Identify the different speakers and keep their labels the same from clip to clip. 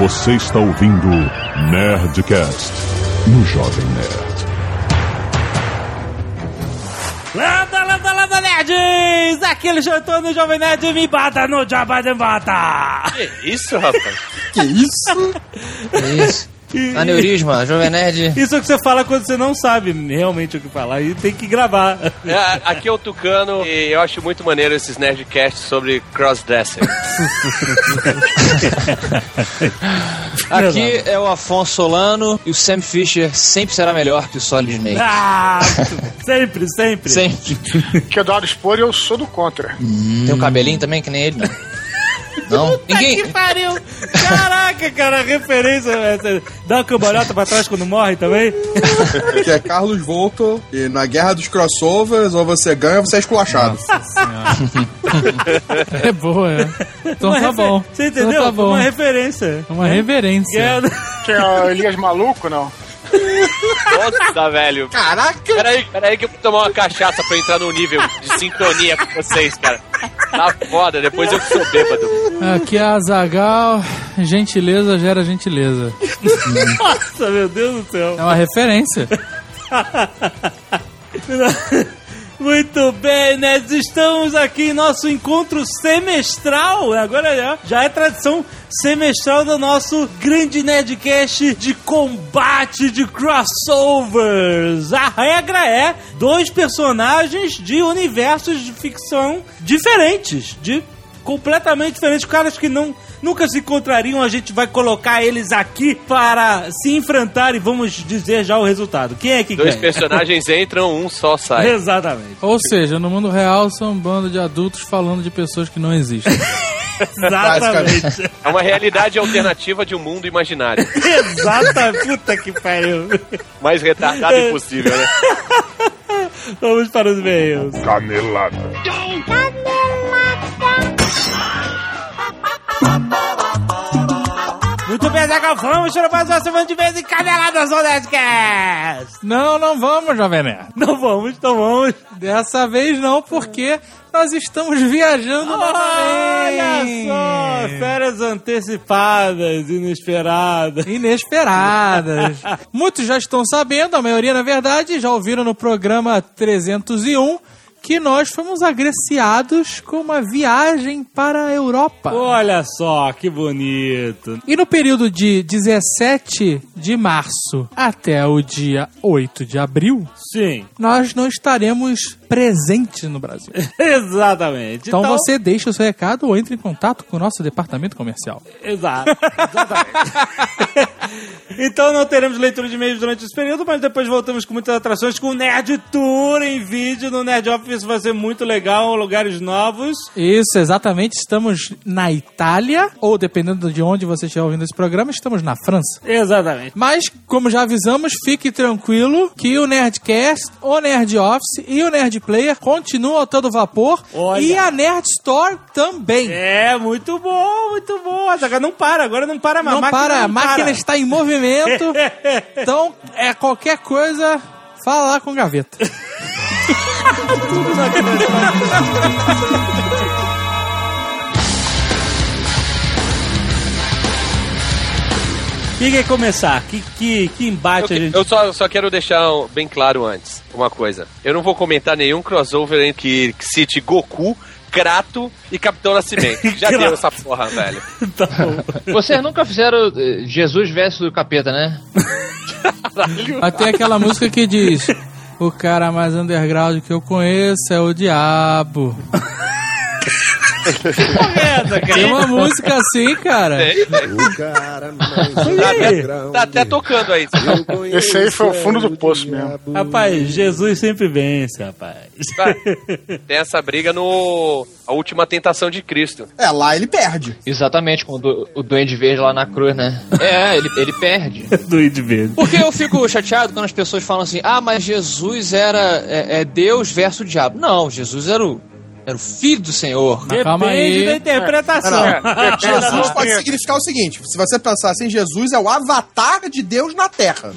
Speaker 1: Você está ouvindo Nerdcast no Jovem Nerd.
Speaker 2: Landa, landa, landa, nerds! é Aquele jantar no Jovem Nerd me bata no Jabba de bata!
Speaker 3: Que isso, rapaz?
Speaker 4: que isso?
Speaker 5: que isso? Aneurisma, Jovem Nerd.
Speaker 2: Isso é o que você fala quando você não sabe realmente o que falar e tem que gravar.
Speaker 3: É, aqui é o Tucano e eu acho muito maneiro esses Nerdcasts sobre crossdressing.
Speaker 5: aqui é o Afonso Solano e o Sam Fisher sempre será melhor que o Solid Snake.
Speaker 2: Ah, sempre, sempre.
Speaker 5: Sempre.
Speaker 6: Que é eu adoro expor e eu sou do contra.
Speaker 5: Hum. Tem um cabelinho também que nem ele, né? Não?
Speaker 2: Puta Ninguém. que pariu! Caraca, cara, referência. Essa. Dá uma cambalhota pra trás quando morre também?
Speaker 4: Que é Carlos Volto, e na guerra dos crossovers, ou você ganha ou você é esculachado.
Speaker 7: é boa, é. Então
Speaker 2: uma
Speaker 7: tá bom.
Speaker 2: Você entendeu?
Speaker 7: Então tá bom.
Speaker 2: Uma referência.
Speaker 7: Uma reverência.
Speaker 6: Guerra... Que é o Elias Maluco, não?
Speaker 3: Nossa, velho.
Speaker 4: Caraca!
Speaker 3: Peraí, peraí que eu vou tomar uma cachaça pra entrar no nível de sintonia com vocês, cara. Tá foda, depois eu sou bêbado.
Speaker 7: Aqui é a Zagal, gentileza gera gentileza.
Speaker 2: Nossa, meu Deus do céu.
Speaker 7: É uma referência.
Speaker 2: Muito bem, nós estamos aqui em nosso encontro semestral. Agora já, já é tradição semestral do nosso grande Nerdcast de combate de crossovers. A regra é dois personagens de universos de ficção diferentes, de completamente diferentes, caras que não nunca se encontrariam, a gente vai colocar eles aqui para se enfrentar e vamos dizer já o resultado. Quem é que
Speaker 3: Dois
Speaker 2: ganha?
Speaker 3: personagens entram, um só sai.
Speaker 2: Exatamente.
Speaker 7: Ou seja, no mundo real são um bando de adultos falando de pessoas que não existem.
Speaker 2: Exatamente.
Speaker 3: É uma realidade alternativa de um mundo imaginário.
Speaker 2: Exatamente. Puta que pariu.
Speaker 3: Mais retardado impossível, né?
Speaker 2: Vamos para os meios.
Speaker 1: Canelada.
Speaker 2: Canelada. Muito bem, Zagal, vamos para mais uma semana de vez em Caneladas no Nerdcast.
Speaker 7: Não, não vamos, Jovem Nerd.
Speaker 2: Não vamos, não vamos.
Speaker 7: Dessa vez não, porque nós estamos viajando oh,
Speaker 2: Olha só, férias antecipadas, inesperadas.
Speaker 7: Inesperadas. Muitos já estão sabendo, a maioria, na verdade, já ouviram no programa 301 que nós fomos agraciados com uma viagem para a Europa.
Speaker 2: Olha só, que bonito.
Speaker 7: E no período de 17 de março até o dia 8 de abril,
Speaker 2: sim,
Speaker 7: nós não estaremos presentes no Brasil.
Speaker 2: Exatamente.
Speaker 7: Então, então, você deixa o seu recado ou entre em contato com o nosso departamento comercial.
Speaker 2: Exato. Exatamente. então não teremos leitura de e-mails durante esse período, mas depois voltamos com muitas atrações com Nerd Tour em vídeo no Nerd Office isso vai ser muito legal, lugares novos.
Speaker 7: Isso, exatamente. Estamos na Itália, ou dependendo de onde você estiver ouvindo esse programa, estamos na França.
Speaker 2: Exatamente.
Speaker 7: Mas, como já avisamos, fique tranquilo que o Nerdcast, o Nerd Office e o Nerd Player continuam a todo vapor.
Speaker 2: Olha.
Speaker 7: E a Nerd Store também.
Speaker 2: É, muito bom, muito bom. Agora não para, agora não para mais.
Speaker 7: Não
Speaker 2: máquina
Speaker 7: para,
Speaker 2: não
Speaker 7: a máquina
Speaker 2: para.
Speaker 7: está em movimento. então, é qualquer coisa, fala lá com o gaveta.
Speaker 2: Tudo na cabeça. Quem quer começar? Que, que, que embate
Speaker 3: Eu,
Speaker 2: a gente...
Speaker 3: eu só, só quero deixar um- bem claro antes uma coisa. Eu não vou comentar nenhum crossover em que que cite Goku, Krato e Capitão Nascimento. Já deu essa porra, velho.
Speaker 2: Tá bom.
Speaker 5: Vocês nunca fizeram eh, Jesus versus o capeta, né?
Speaker 7: Até aquela música que diz: O cara mais underground que eu conheço é o diabo. Tem uma música assim, cara.
Speaker 8: O cara mais
Speaker 2: Olha aí.
Speaker 8: grão.
Speaker 3: Tá até tocando aí.
Speaker 8: Eu conheço
Speaker 6: Esse aí foi o fundo do
Speaker 8: o
Speaker 6: poço mesmo.
Speaker 8: diabo.
Speaker 2: Rapaz, Jesus sempre vence, rapaz.
Speaker 3: Vai. tá? Tem essa briga no A Última Tentação de Cristo.
Speaker 4: É, lá ele perde.
Speaker 5: Exatamente, com o, do, o Duende Verde lá na cruz, né? É, ele, ele perde.
Speaker 2: Doido mesmo.
Speaker 5: Porque eu fico chateado quando as pessoas falam assim: ah, mas Jesus era é, é Deus versus o diabo. Não, Jesus era o Era o filho do Senhor. né?
Speaker 7: Mas calma
Speaker 2: Depende
Speaker 7: aí.
Speaker 2: da interpretação.
Speaker 4: Não, não.
Speaker 6: É, depende da
Speaker 4: Jesus pode
Speaker 6: doutrina.
Speaker 4: significar o seguinte: se você pensar assim, Jesus é o avatar de Deus na Terra.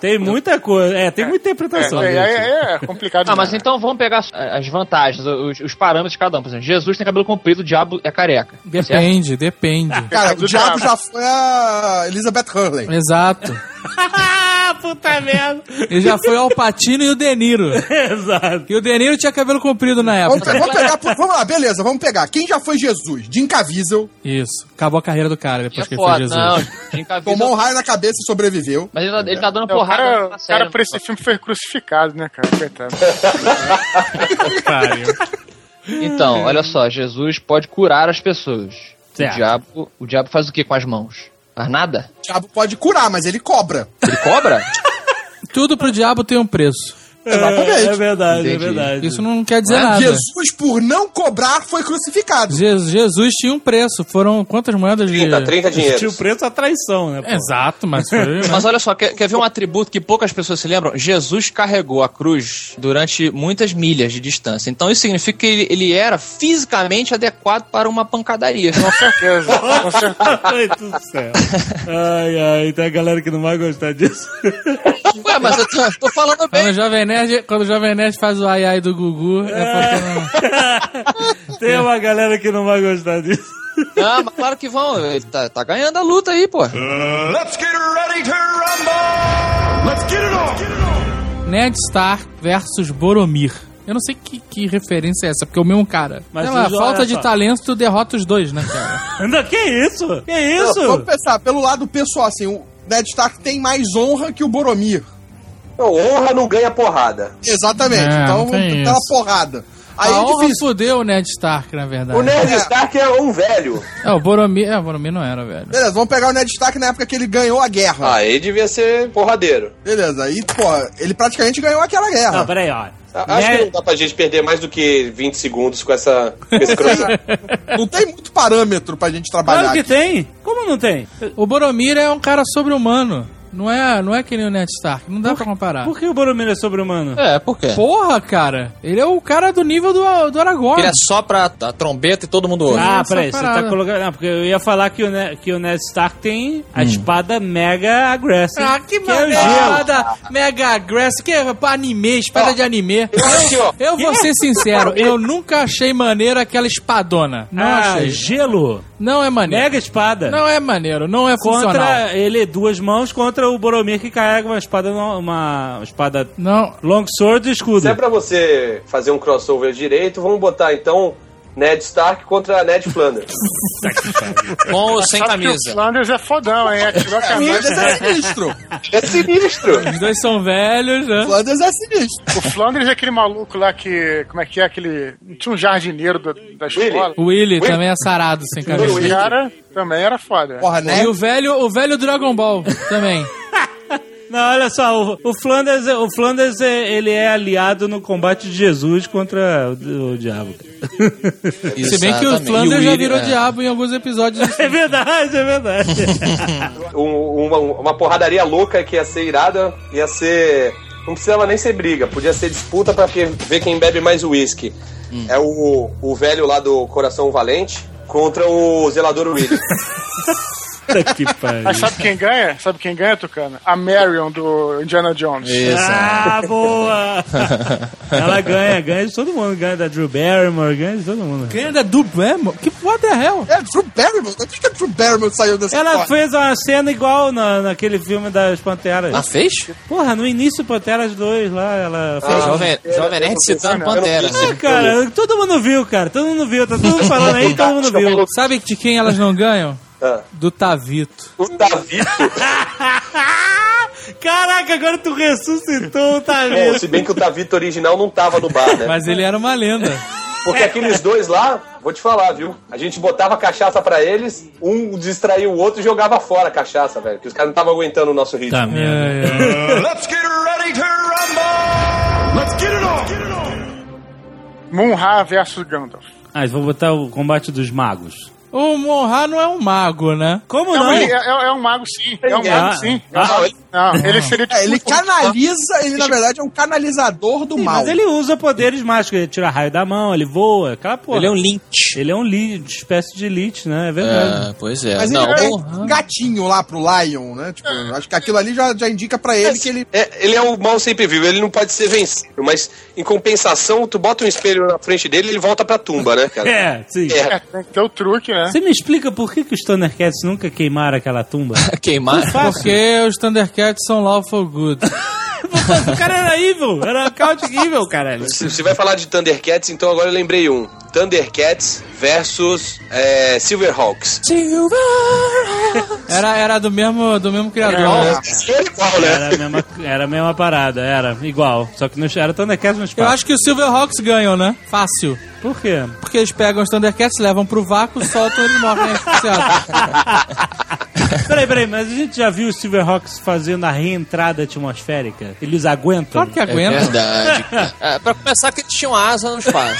Speaker 2: Tem muita coisa. É, tem muita interpretação.
Speaker 6: É,
Speaker 2: gente.
Speaker 6: é, é, é complicado.
Speaker 9: Ah, mas
Speaker 6: demais.
Speaker 9: então vamos pegar as- as vantagens, os, os parâmetros de cada um. Por exemplo, Jesus tem cabelo comprido, o diabo é careca. certo?
Speaker 7: Depende, depende.
Speaker 4: Cara,
Speaker 6: do
Speaker 4: o diabo
Speaker 6: diabo.
Speaker 4: já foi a Elizabeth Hurley.
Speaker 7: Exato.
Speaker 2: Ah, puta merda.
Speaker 7: Ele já foi ao Patino e o De Niro.
Speaker 2: Exato.
Speaker 7: E o De Niro tinha cabelo comprido na
Speaker 4: Vamos,
Speaker 7: época.
Speaker 4: pe- vamos pegar, por- vamos lá, beleza, vamos pegar. Quem já foi Jesus? Jim Caviezel,
Speaker 7: Isso. Acabou a carreira do cara depois que
Speaker 9: é
Speaker 7: ele foi
Speaker 9: foda,
Speaker 7: Jesus.
Speaker 9: não. Jim Caviezel-
Speaker 4: tomou um raio na cabeça e sobreviveu.
Speaker 9: Mas ele tá, ele tá dando
Speaker 6: É, o
Speaker 9: porrada
Speaker 6: cara,
Speaker 9: na
Speaker 6: o cara
Speaker 9: série.
Speaker 6: pra esse filme foi crucificado, né, cara? Coitado.
Speaker 9: Então, olha só, Jesus pode curar as pessoas.
Speaker 2: Certo.
Speaker 9: O diabo, o diabo faz o que com as mãos? Faz nada?
Speaker 4: O diabo pode curar, mas ele cobra.
Speaker 9: Ele cobra?
Speaker 7: Tudo pro diabo tem um preço.
Speaker 4: Exatamente.
Speaker 2: É, é verdade, é
Speaker 9: Entendi.
Speaker 2: verdade.
Speaker 7: Isso não quer dizer nada.
Speaker 4: é Jesus, por não cobrar, foi crucificado.
Speaker 7: Jesus, Jesus tinha um preço. Foram quantas moedas de.
Speaker 3: 30, 30
Speaker 2: Tio
Speaker 3: dinheiros.
Speaker 2: preto é a traição, né? pô?
Speaker 7: Exato, mas foi.
Speaker 5: Mas olha só, quer, quer ver um atributo que poucas pessoas se lembram? Jesus carregou a cruz durante muitas milhas de distância. Então isso significa que ele, ele era fisicamente adequado para uma pancadaria.
Speaker 6: Com certeza. Com certeza.
Speaker 2: Ai, do céu. Ai, ai, tem a galera que não vai gostar disso.
Speaker 5: Ué, mas eu tô, tô falando
Speaker 7: Quando
Speaker 5: bem.
Speaker 7: o, Jovem Nerd, quando o Jovem Nerd faz o ai ai do Gugu, é porque
Speaker 2: Tem uma galera que não vai gostar disso.
Speaker 5: Ah, mas claro que vão. Ele tá, tá ganhando a luta aí, pô.
Speaker 7: não. Ned Stark versus Boromir. Eu não sei que, que referência é essa, porque é o mesmo cara.
Speaker 2: Mas
Speaker 7: Sei lá,
Speaker 2: vocês olham
Speaker 7: falta de
Speaker 2: só.
Speaker 7: talento, tu derrota os dois, né, cara?
Speaker 2: Não, que isso? Que isso?
Speaker 4: Não, Vamos pensar, pelo lado pessoal, assim, o Ned Stark tem mais honra que o Boromir.
Speaker 3: Não, honra não ganha porrada.
Speaker 4: Exatamente.
Speaker 7: É, não
Speaker 4: então
Speaker 7: tem
Speaker 4: vamos tentar uma
Speaker 7: isso.
Speaker 4: porrada. Aí
Speaker 7: a
Speaker 4: é
Speaker 7: honra
Speaker 4: difícil.
Speaker 7: fudeu o Ned Stark, na verdade.
Speaker 3: O Nerd
Speaker 4: É.
Speaker 3: Stark é um velho.
Speaker 7: É, o Boromir... É, o Boromir não era, velho.
Speaker 4: Beleza, vamos pegar o Ned Stark na época que ele ganhou a guerra.
Speaker 3: Ah, ele devia ser porradeiro.
Speaker 4: Beleza, aí, porra, ele praticamente ganhou aquela guerra.
Speaker 2: Não, peraí, ó.
Speaker 3: A- Ah. Acho
Speaker 7: É.
Speaker 2: Ned-
Speaker 3: que não dá pra gente perder mais do que 20 segundos com essa com esse crossover.
Speaker 4: Não tem muito parâmetro pra gente trabalhar.
Speaker 2: Claro que
Speaker 4: aqui.
Speaker 2: tem. Como não tem?
Speaker 7: O Boromir é um cara sobre-humano. Não é, não é que nem o Ned Stark. Não dá pra comparar.
Speaker 2: Por que o Boromir é sobre-humano?
Speaker 5: É, por quê?
Speaker 7: Porra, cara. Ele é o cara do nível do, do Aragorn.
Speaker 5: Ele é só pra a trombeta e todo mundo ouve.
Speaker 2: Ah,
Speaker 7: essa
Speaker 2: peraí, você
Speaker 7: parada.
Speaker 2: tá colocando. Não, porque eu ia falar que o, Ne- que o Ned Stark tem a espada mega agressiva.
Speaker 7: Ah, que
Speaker 2: é o
Speaker 7: maneiro!
Speaker 2: gelo.
Speaker 7: Espada Mega Aggressive, que é pra anime, espada de anime.
Speaker 3: eu acho que, ó,
Speaker 7: Eu vou ser sincero, eu nunca achei maneiro aquela espadona. Não
Speaker 2: Ah,
Speaker 7: achei.
Speaker 2: gelo.
Speaker 7: Não é maneiro.
Speaker 2: Mega espada.
Speaker 7: Não é maneiro, não é funcional.
Speaker 2: contra ele, duas mãos contra o Boromir que carrega uma espada. no- Uma espada
Speaker 7: Não.
Speaker 2: longsword e escudo.
Speaker 3: Se é pra você fazer um crossover direito, vamos botar então Ned Stark contra Ned Flanders.
Speaker 5: Com ou sem
Speaker 6: Sabe que o
Speaker 5: camisa.
Speaker 6: Flanders é fodão, hein? Atirou a
Speaker 4: Flanders
Speaker 6: camisa.
Speaker 4: é sinistro.
Speaker 3: É sinistro.
Speaker 7: Os dois são velhos, né?
Speaker 4: Flanders é sinistro.
Speaker 6: O Flanders é aquele maluco lá que. Como é que é? Aquele. Tinha um jardineiro do- da
Speaker 3: Willy.
Speaker 6: escola.
Speaker 7: O Willy também é sarado sem camisa.
Speaker 6: Esse cara também era foda.
Speaker 4: Porra, né?
Speaker 7: E o velho, o velho Dragon Ball também.
Speaker 2: Não, olha só, o, o Flanders, o Flanders é- ele é aliado no combate de Jesus contra o, o diabo.
Speaker 7: Se bem que o
Speaker 5: Exatamente.
Speaker 7: Flanders
Speaker 5: E
Speaker 7: já
Speaker 5: Willy,
Speaker 7: virou
Speaker 5: é.
Speaker 7: diabo em alguns episódios.
Speaker 2: É verdade, é verdade.
Speaker 3: Um- uma, uma porradaria louca que ia ser irada, ia ser. Não precisava nem ser briga, podia ser disputa pra que- ver quem bebe mais uísque. É o, o velho lá do Coração Valente contra o zelador Willy.
Speaker 2: Puta que pariu.
Speaker 6: Mas sabe quem ganha? Sabe quem ganha, Tucano? A Marion do Indiana Jones.
Speaker 2: Ah, boa! Ela ganha, ganha de todo mundo. Ganha da Drew Barrymore, ganha de todo mundo.
Speaker 7: Grande do Bemo? Que what the hell?
Speaker 4: É, Drew Barrymore. Por que que a Drew Barrymore saiu dessa
Speaker 2: Ela
Speaker 4: história?
Speaker 2: fez uma cena igual na, naquele filme das Panteras.
Speaker 5: Ah, fez?
Speaker 2: Porra, no início Panteras 2 lá, ela fez.
Speaker 5: Jovem, Jovem Nerd citando Pantera.
Speaker 2: Ah, cara, todo mundo viu, cara. Todo mundo viu. Tá todo mundo falando aí, todo mundo
Speaker 7: é um
Speaker 2: viu.
Speaker 5: um
Speaker 7: Sabe de quem elas não ganham?
Speaker 3: Ah.
Speaker 7: Do Tavito.
Speaker 3: o Davi,
Speaker 2: Caraca, agora tu ressuscitou, tá
Speaker 3: é,
Speaker 2: vendo?
Speaker 3: se bem que o Davi original não tava no bar, né?
Speaker 7: É. Mas ele era uma lenda.
Speaker 3: Porque aqueles dois lá, vou te falar, viu? A gente botava cachaça pra eles, um distraía o outro e jogava fora a cachaça, velho. Porque os caras não estavam aguentando o nosso ritmo.
Speaker 2: Tá.
Speaker 7: É, é.
Speaker 6: Munra versus Gandalf.
Speaker 2: Mas Ah, então vou botar É, o combate dos magos.
Speaker 7: O Monra não é um mago, né?
Speaker 2: Como
Speaker 6: Não,
Speaker 2: não?
Speaker 6: ele é, é- é um mago sim. É um
Speaker 2: Ah,
Speaker 6: mago sim.
Speaker 2: ah,
Speaker 3: Não, ele
Speaker 6: Não, ele seria tipo
Speaker 4: É, ele
Speaker 6: um-
Speaker 4: canaliza, ele na verdade é um canalizador do
Speaker 2: Sim,
Speaker 4: mal.
Speaker 2: mas ele usa poderes mágicos, ele tira raio da mão, ele voa, aquela porra.
Speaker 5: Ele é um lynch.
Speaker 2: Ele é um lead, espécie de elite, né? É verdade.
Speaker 5: É, pois é.
Speaker 4: Mas ele
Speaker 5: não,
Speaker 4: é
Speaker 5: porra.
Speaker 4: um gatinho lá pro Lion, né? Tipo, acho que aquilo ali já, já indica pra ele que ele.
Speaker 3: É, ele é o mal sempre vivo, ele não pode ser vencido, mas em compensação, tu bota um espelho na frente dele e ele volta pra tumba, né, cara?
Speaker 2: É, sim.
Speaker 3: É.
Speaker 6: É, tem que ter o truque, né?
Speaker 2: Você me explica por que, que os Thundercats nunca queimaram aquela tumba?
Speaker 5: Queimar.
Speaker 7: Porque os Thundercats são lawful good.
Speaker 2: Mas o cara era evil, era Chaotic Evil, caralho.
Speaker 3: Se você vai falar de Thundercats, então agora eu lembrei um. Thundercats versus é, Silverhawks.
Speaker 7: Era, era do mesmo, do mesmo
Speaker 6: um
Speaker 7: criador. né?
Speaker 3: Nossa, é igual, né?
Speaker 2: Era a, mesma, era a mesma parada, era igual. Só que não era Thundercats no
Speaker 7: Eu
Speaker 2: espaço.
Speaker 7: acho que os Silverhawks ganham, né? Fácil.
Speaker 2: Por quê?
Speaker 7: Porque eles pegam os Thundercats, levam pro vácuo, soltam e eles morrem asfixiados.
Speaker 2: Peraí, peraí, mas a gente já viu o Silverhawks fazendo a reentrada atmosférica? Eles aguentam?
Speaker 7: Claro que
Speaker 5: É
Speaker 7: aguentam.
Speaker 5: verdade. É, pra começar, que eles tinham asa no espaço.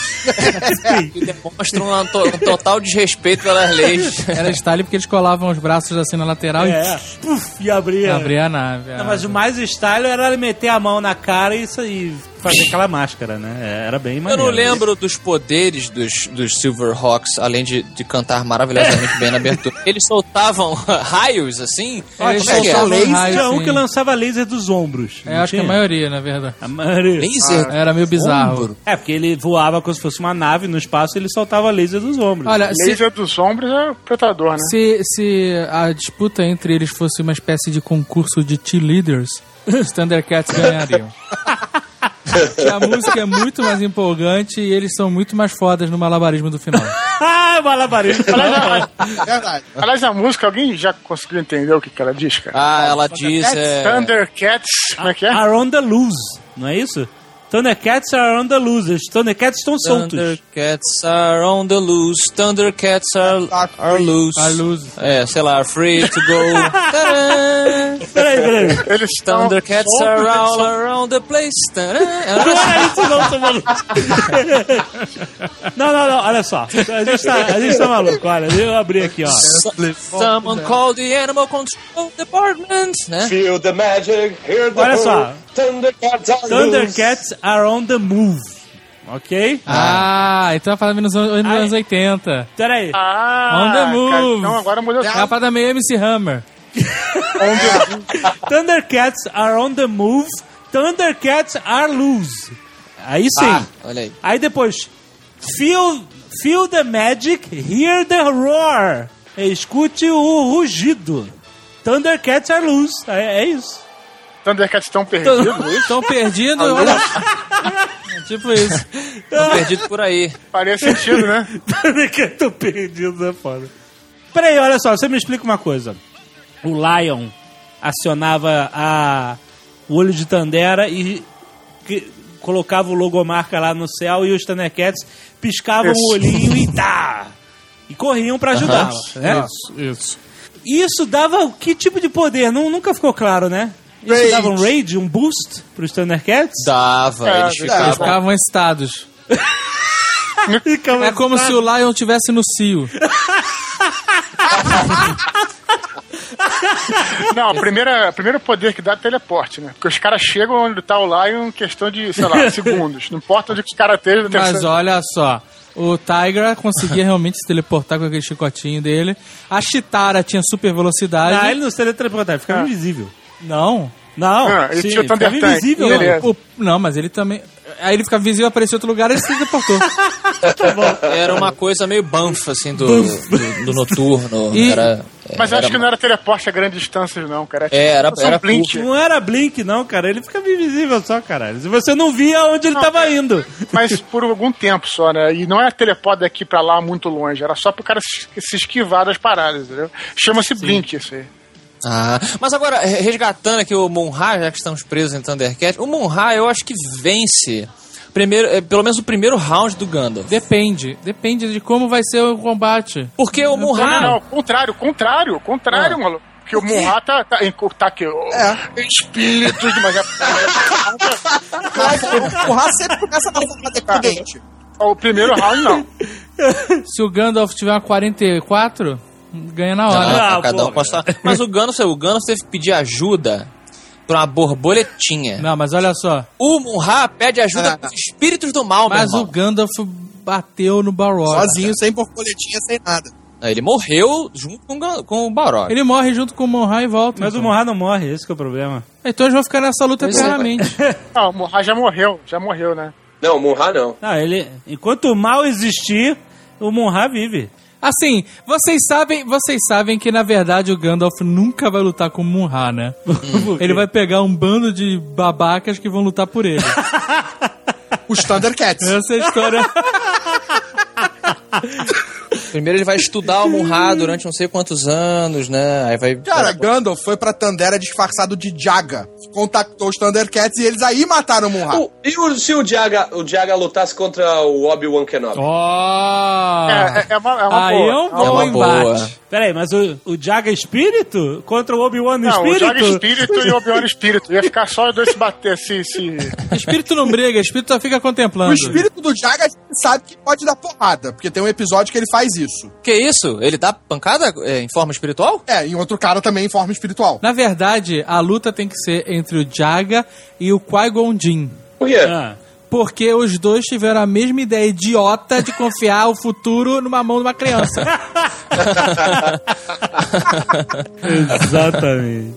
Speaker 5: que demonstra um, to- um total desrespeito pelas leis.
Speaker 7: Era style porque eles colavam os braços assim na lateral
Speaker 2: É, puf, e abria.
Speaker 7: e abriam a nave.
Speaker 2: É. Não, mas o mais style era ele meter a mão na cara e, isso, e fazer aquela máscara, né? Era bem
Speaker 5: Eu
Speaker 2: maneiro.
Speaker 5: não lembro dos poderes dos, dos Silverhawks, além de, de cantar maravilhosamente bem na abertura. Eles soltavam raios, assim?
Speaker 7: Eles
Speaker 5: Como é que é?
Speaker 7: soltavam
Speaker 4: Laser,
Speaker 7: raio,
Speaker 2: Tinha um
Speaker 7: assim.
Speaker 2: que lançava laser dos ombros.
Speaker 7: É,
Speaker 2: não
Speaker 7: acho que a
Speaker 2: tinha?
Speaker 7: maioria, na verdade.
Speaker 2: A maioria.
Speaker 5: Laser?
Speaker 7: Era meio bizarro.
Speaker 5: Ombro?
Speaker 2: É, porque ele voava como se fosse uma nave no espaço e ele soltava laser dos ombros.
Speaker 7: Olha, se,
Speaker 6: Laser dos ombros é o pretador, né?
Speaker 7: se, se a disputa entre eles fosse uma espécie de concurso de cheerleaders, os Thundercats ganhariam. Porque a música é muito mais empolgante e eles são muito mais fodas no malabarismo do final.
Speaker 2: Ah, malabarismo.
Speaker 4: Verdade.
Speaker 6: Aliás, a música, alguém já conseguiu entender o que, que ela diz, cara?
Speaker 5: Ah, ela diz... É...
Speaker 6: Thundercats, como é que é?
Speaker 2: are on the loose, não é isso? Thundercats are on the loose. Os Thundercats estão soltos.
Speaker 5: Thundercats are on the loose. é, Thundercats are,
Speaker 4: Are
Speaker 5: are loose.
Speaker 7: Are loose.
Speaker 5: É, sei lá, free to go. Tadã!
Speaker 2: Peraí, peraí.
Speaker 6: Eles estão.
Speaker 5: Thundercats are all around the place. né? Tadã!
Speaker 2: Isso não, é tô maluco. não, não, não, olha só. A gente tá, a gente tá maluco, olha. Eu abri aqui, ó.
Speaker 5: Someone
Speaker 6: né?
Speaker 5: call the animal control department, né?
Speaker 3: Feel the magic, hear the
Speaker 2: Olha só.
Speaker 3: word. Thundercats are
Speaker 2: Thundercats are on the move. Ok?
Speaker 7: Ah, então é uma parada nos anos, nos anos 80.
Speaker 2: Peraí.
Speaker 6: Ah,
Speaker 7: On the move.
Speaker 6: então agora mudou
Speaker 7: É
Speaker 6: tudo.
Speaker 7: uma parada meio MC Hammer.
Speaker 2: Thundercats are on the move. Thundercats are loose. Aí sim.
Speaker 5: Ah, olha aí.
Speaker 2: Aí depois, feel, feel the magic, hear the roar. Escute o rugido. Thundercats are loose. É, é isso.
Speaker 6: Thundercats estão perdidos.
Speaker 7: Estão perdidos, olha. É tipo isso.
Speaker 5: Tô perdido por aí.
Speaker 6: Faria sentido, né?
Speaker 2: Thundercats tô perdido, é foda. Peraí, olha só, você me explica uma coisa. O Lion acionava a, o olho de Tandera e que- colocava o logomarca lá no céu e os Thundercats piscavam o olhinho e tá! E corriam pra ajudá-la, né?
Speaker 7: Isso.
Speaker 2: Isso dava que tipo de poder? Não, nunca ficou claro, né? Isso
Speaker 4: Raid.
Speaker 2: dava um raid, um boost pros Thundercats?
Speaker 5: Dava,
Speaker 6: É,
Speaker 5: eles
Speaker 7: Eles
Speaker 5: ficavam.
Speaker 7: ficavam excitados. É como se o Lion tivesse no cio.
Speaker 6: Não, a primeira- o primeiro poder que dá é teleporte, né? Porque os caras chegam onde tá o Lion em questão de, sei lá, segundos. Não importa onde que os caras estejam.
Speaker 7: Mas olha só, o Tigra conseguia realmente se teleportar com aquele chicotinho dele. A Chitara tinha super velocidade.
Speaker 2: Ah, ele não se teletransportava, ficava invisível.
Speaker 7: Não.
Speaker 2: Não,
Speaker 6: Ah, ele
Speaker 2: sim,
Speaker 6: tinha o Thunder
Speaker 2: ficava
Speaker 6: Tank.
Speaker 7: E
Speaker 2: invisível.
Speaker 7: o-
Speaker 6: Beleza.
Speaker 7: o- não, mas ele também. Aí ele ficava visível, aparecia em outro lugar e ele se teleportou.
Speaker 5: Era uma coisa meio banfa, assim, do, do, do noturno.
Speaker 7: E-
Speaker 5: Era,
Speaker 6: Mas eu
Speaker 5: era,
Speaker 6: acho que não era teleporte a grandes distâncias, não, cara.
Speaker 5: É, era-
Speaker 6: só um
Speaker 5: era
Speaker 6: blink.
Speaker 2: Não era Blink, não, cara. Ele ficava invisível só, caralho. Se Você não via onde ele tava indo.
Speaker 6: Mas por algum tempo só, né? E não era teleporte daqui pra lá muito longe. Era só pro cara se se esquivar das paradas, entendeu? Chama-se blink isso aí.
Speaker 5: Ah, mas agora, re- resgatando aqui o Monra, já que estamos presos em Thundercat, o Monra eu acho que vence. Primeiro, eh, pelo menos o primeiro round do Gandalf.
Speaker 7: Depende. Depende de como vai ser o combate.
Speaker 5: Porque o
Speaker 2: Ah.
Speaker 6: Não, não,
Speaker 5: Monra.
Speaker 6: não, contrário, contrário, contrário, maluco. Porque o Murra tá, tá, em- tá aqui. ó,
Speaker 4: é.
Speaker 2: É
Speaker 6: Espíritos de magia.
Speaker 4: O Haas sempre começa na forma decadente.
Speaker 6: o primeiro round, não.
Speaker 7: Se o Gandalf tiver uma 44, ganha na
Speaker 5: Não,
Speaker 7: hora.
Speaker 5: não,
Speaker 2: Ah,
Speaker 5: cada um
Speaker 2: porra.
Speaker 5: com a sua- Mas o Gandalf, o Gandalf teve que pedir ajuda pra uma borboletinha.
Speaker 7: Não, mas olha só.
Speaker 5: O Munra pede ajuda dos espíritos do mal, meu
Speaker 7: Mas o
Speaker 5: irmão.
Speaker 7: Gandalf bateu no Balrog.
Speaker 4: Sozinho, sem borboletinha, sem nada.
Speaker 5: Ele morreu junto com, o Gan- com o Balrog.
Speaker 7: Ele morre junto com o Monra e volta.
Speaker 2: Mas o
Speaker 7: então.
Speaker 2: Monra não morre, esse que é o problema.
Speaker 7: Então eles vão ficar nessa luta
Speaker 5: Pois é.
Speaker 7: eternamente.
Speaker 6: Ah, o Morra já morreu, já morreu, né?
Speaker 3: Não, Munra não.
Speaker 2: Ah, ele. Enquanto o mal existir, o Monra vive.
Speaker 7: Assim, vocês sabem, vocês sabem que na verdade o Gandalf nunca vai lutar com o Munra, né?
Speaker 2: Hum.
Speaker 7: ele vai pegar um bando de babacas que vão lutar por ele.
Speaker 4: Os Thundercats.
Speaker 7: Essa é a história.
Speaker 5: Primeiro ele vai estudar o Munra durante não sei quantos anos, né? Aí vai.
Speaker 4: Cara, Gandalf foi pra Tandera disfarçado de Jaga. Contactou os Thundercats e eles aí mataram o Munra.
Speaker 3: O- e o- se o Diaga, o Diaga lutasse contra o Obi-Wan Kenobi?
Speaker 7: Ó!
Speaker 2: Ah.
Speaker 6: É, é, é uma, é uma
Speaker 7: Aí
Speaker 6: boa.
Speaker 7: é um
Speaker 6: uma
Speaker 7: bom
Speaker 5: uma
Speaker 7: embate.
Speaker 5: boa.
Speaker 2: Peraí, mas o, o Jaga é espírito contra o Obi-Wan
Speaker 6: Não, o Jorge
Speaker 2: espírito?
Speaker 6: Espírito e o Obi-Wan Espírito. Ia ficar só os dois se bater, se... se...
Speaker 7: Espírito não briga, espírito só fica contemplando.
Speaker 4: O espírito do Jaga a gente sabe que pode dar porrada, porque tem um episódio que ele faz isso.
Speaker 5: Que isso? Ele dá pancada é, em forma espiritual?
Speaker 4: É, e outro cara também em forma espiritual.
Speaker 7: Na verdade, a luta tem que ser entre o Jaga e o
Speaker 2: um
Speaker 7: Qui-Gon Jinn.
Speaker 3: Por quê?
Speaker 2: Ah,
Speaker 7: Porque os dois tiveram a mesma ideia idiota de confiar o futuro numa mão de uma criança.
Speaker 2: exatamente.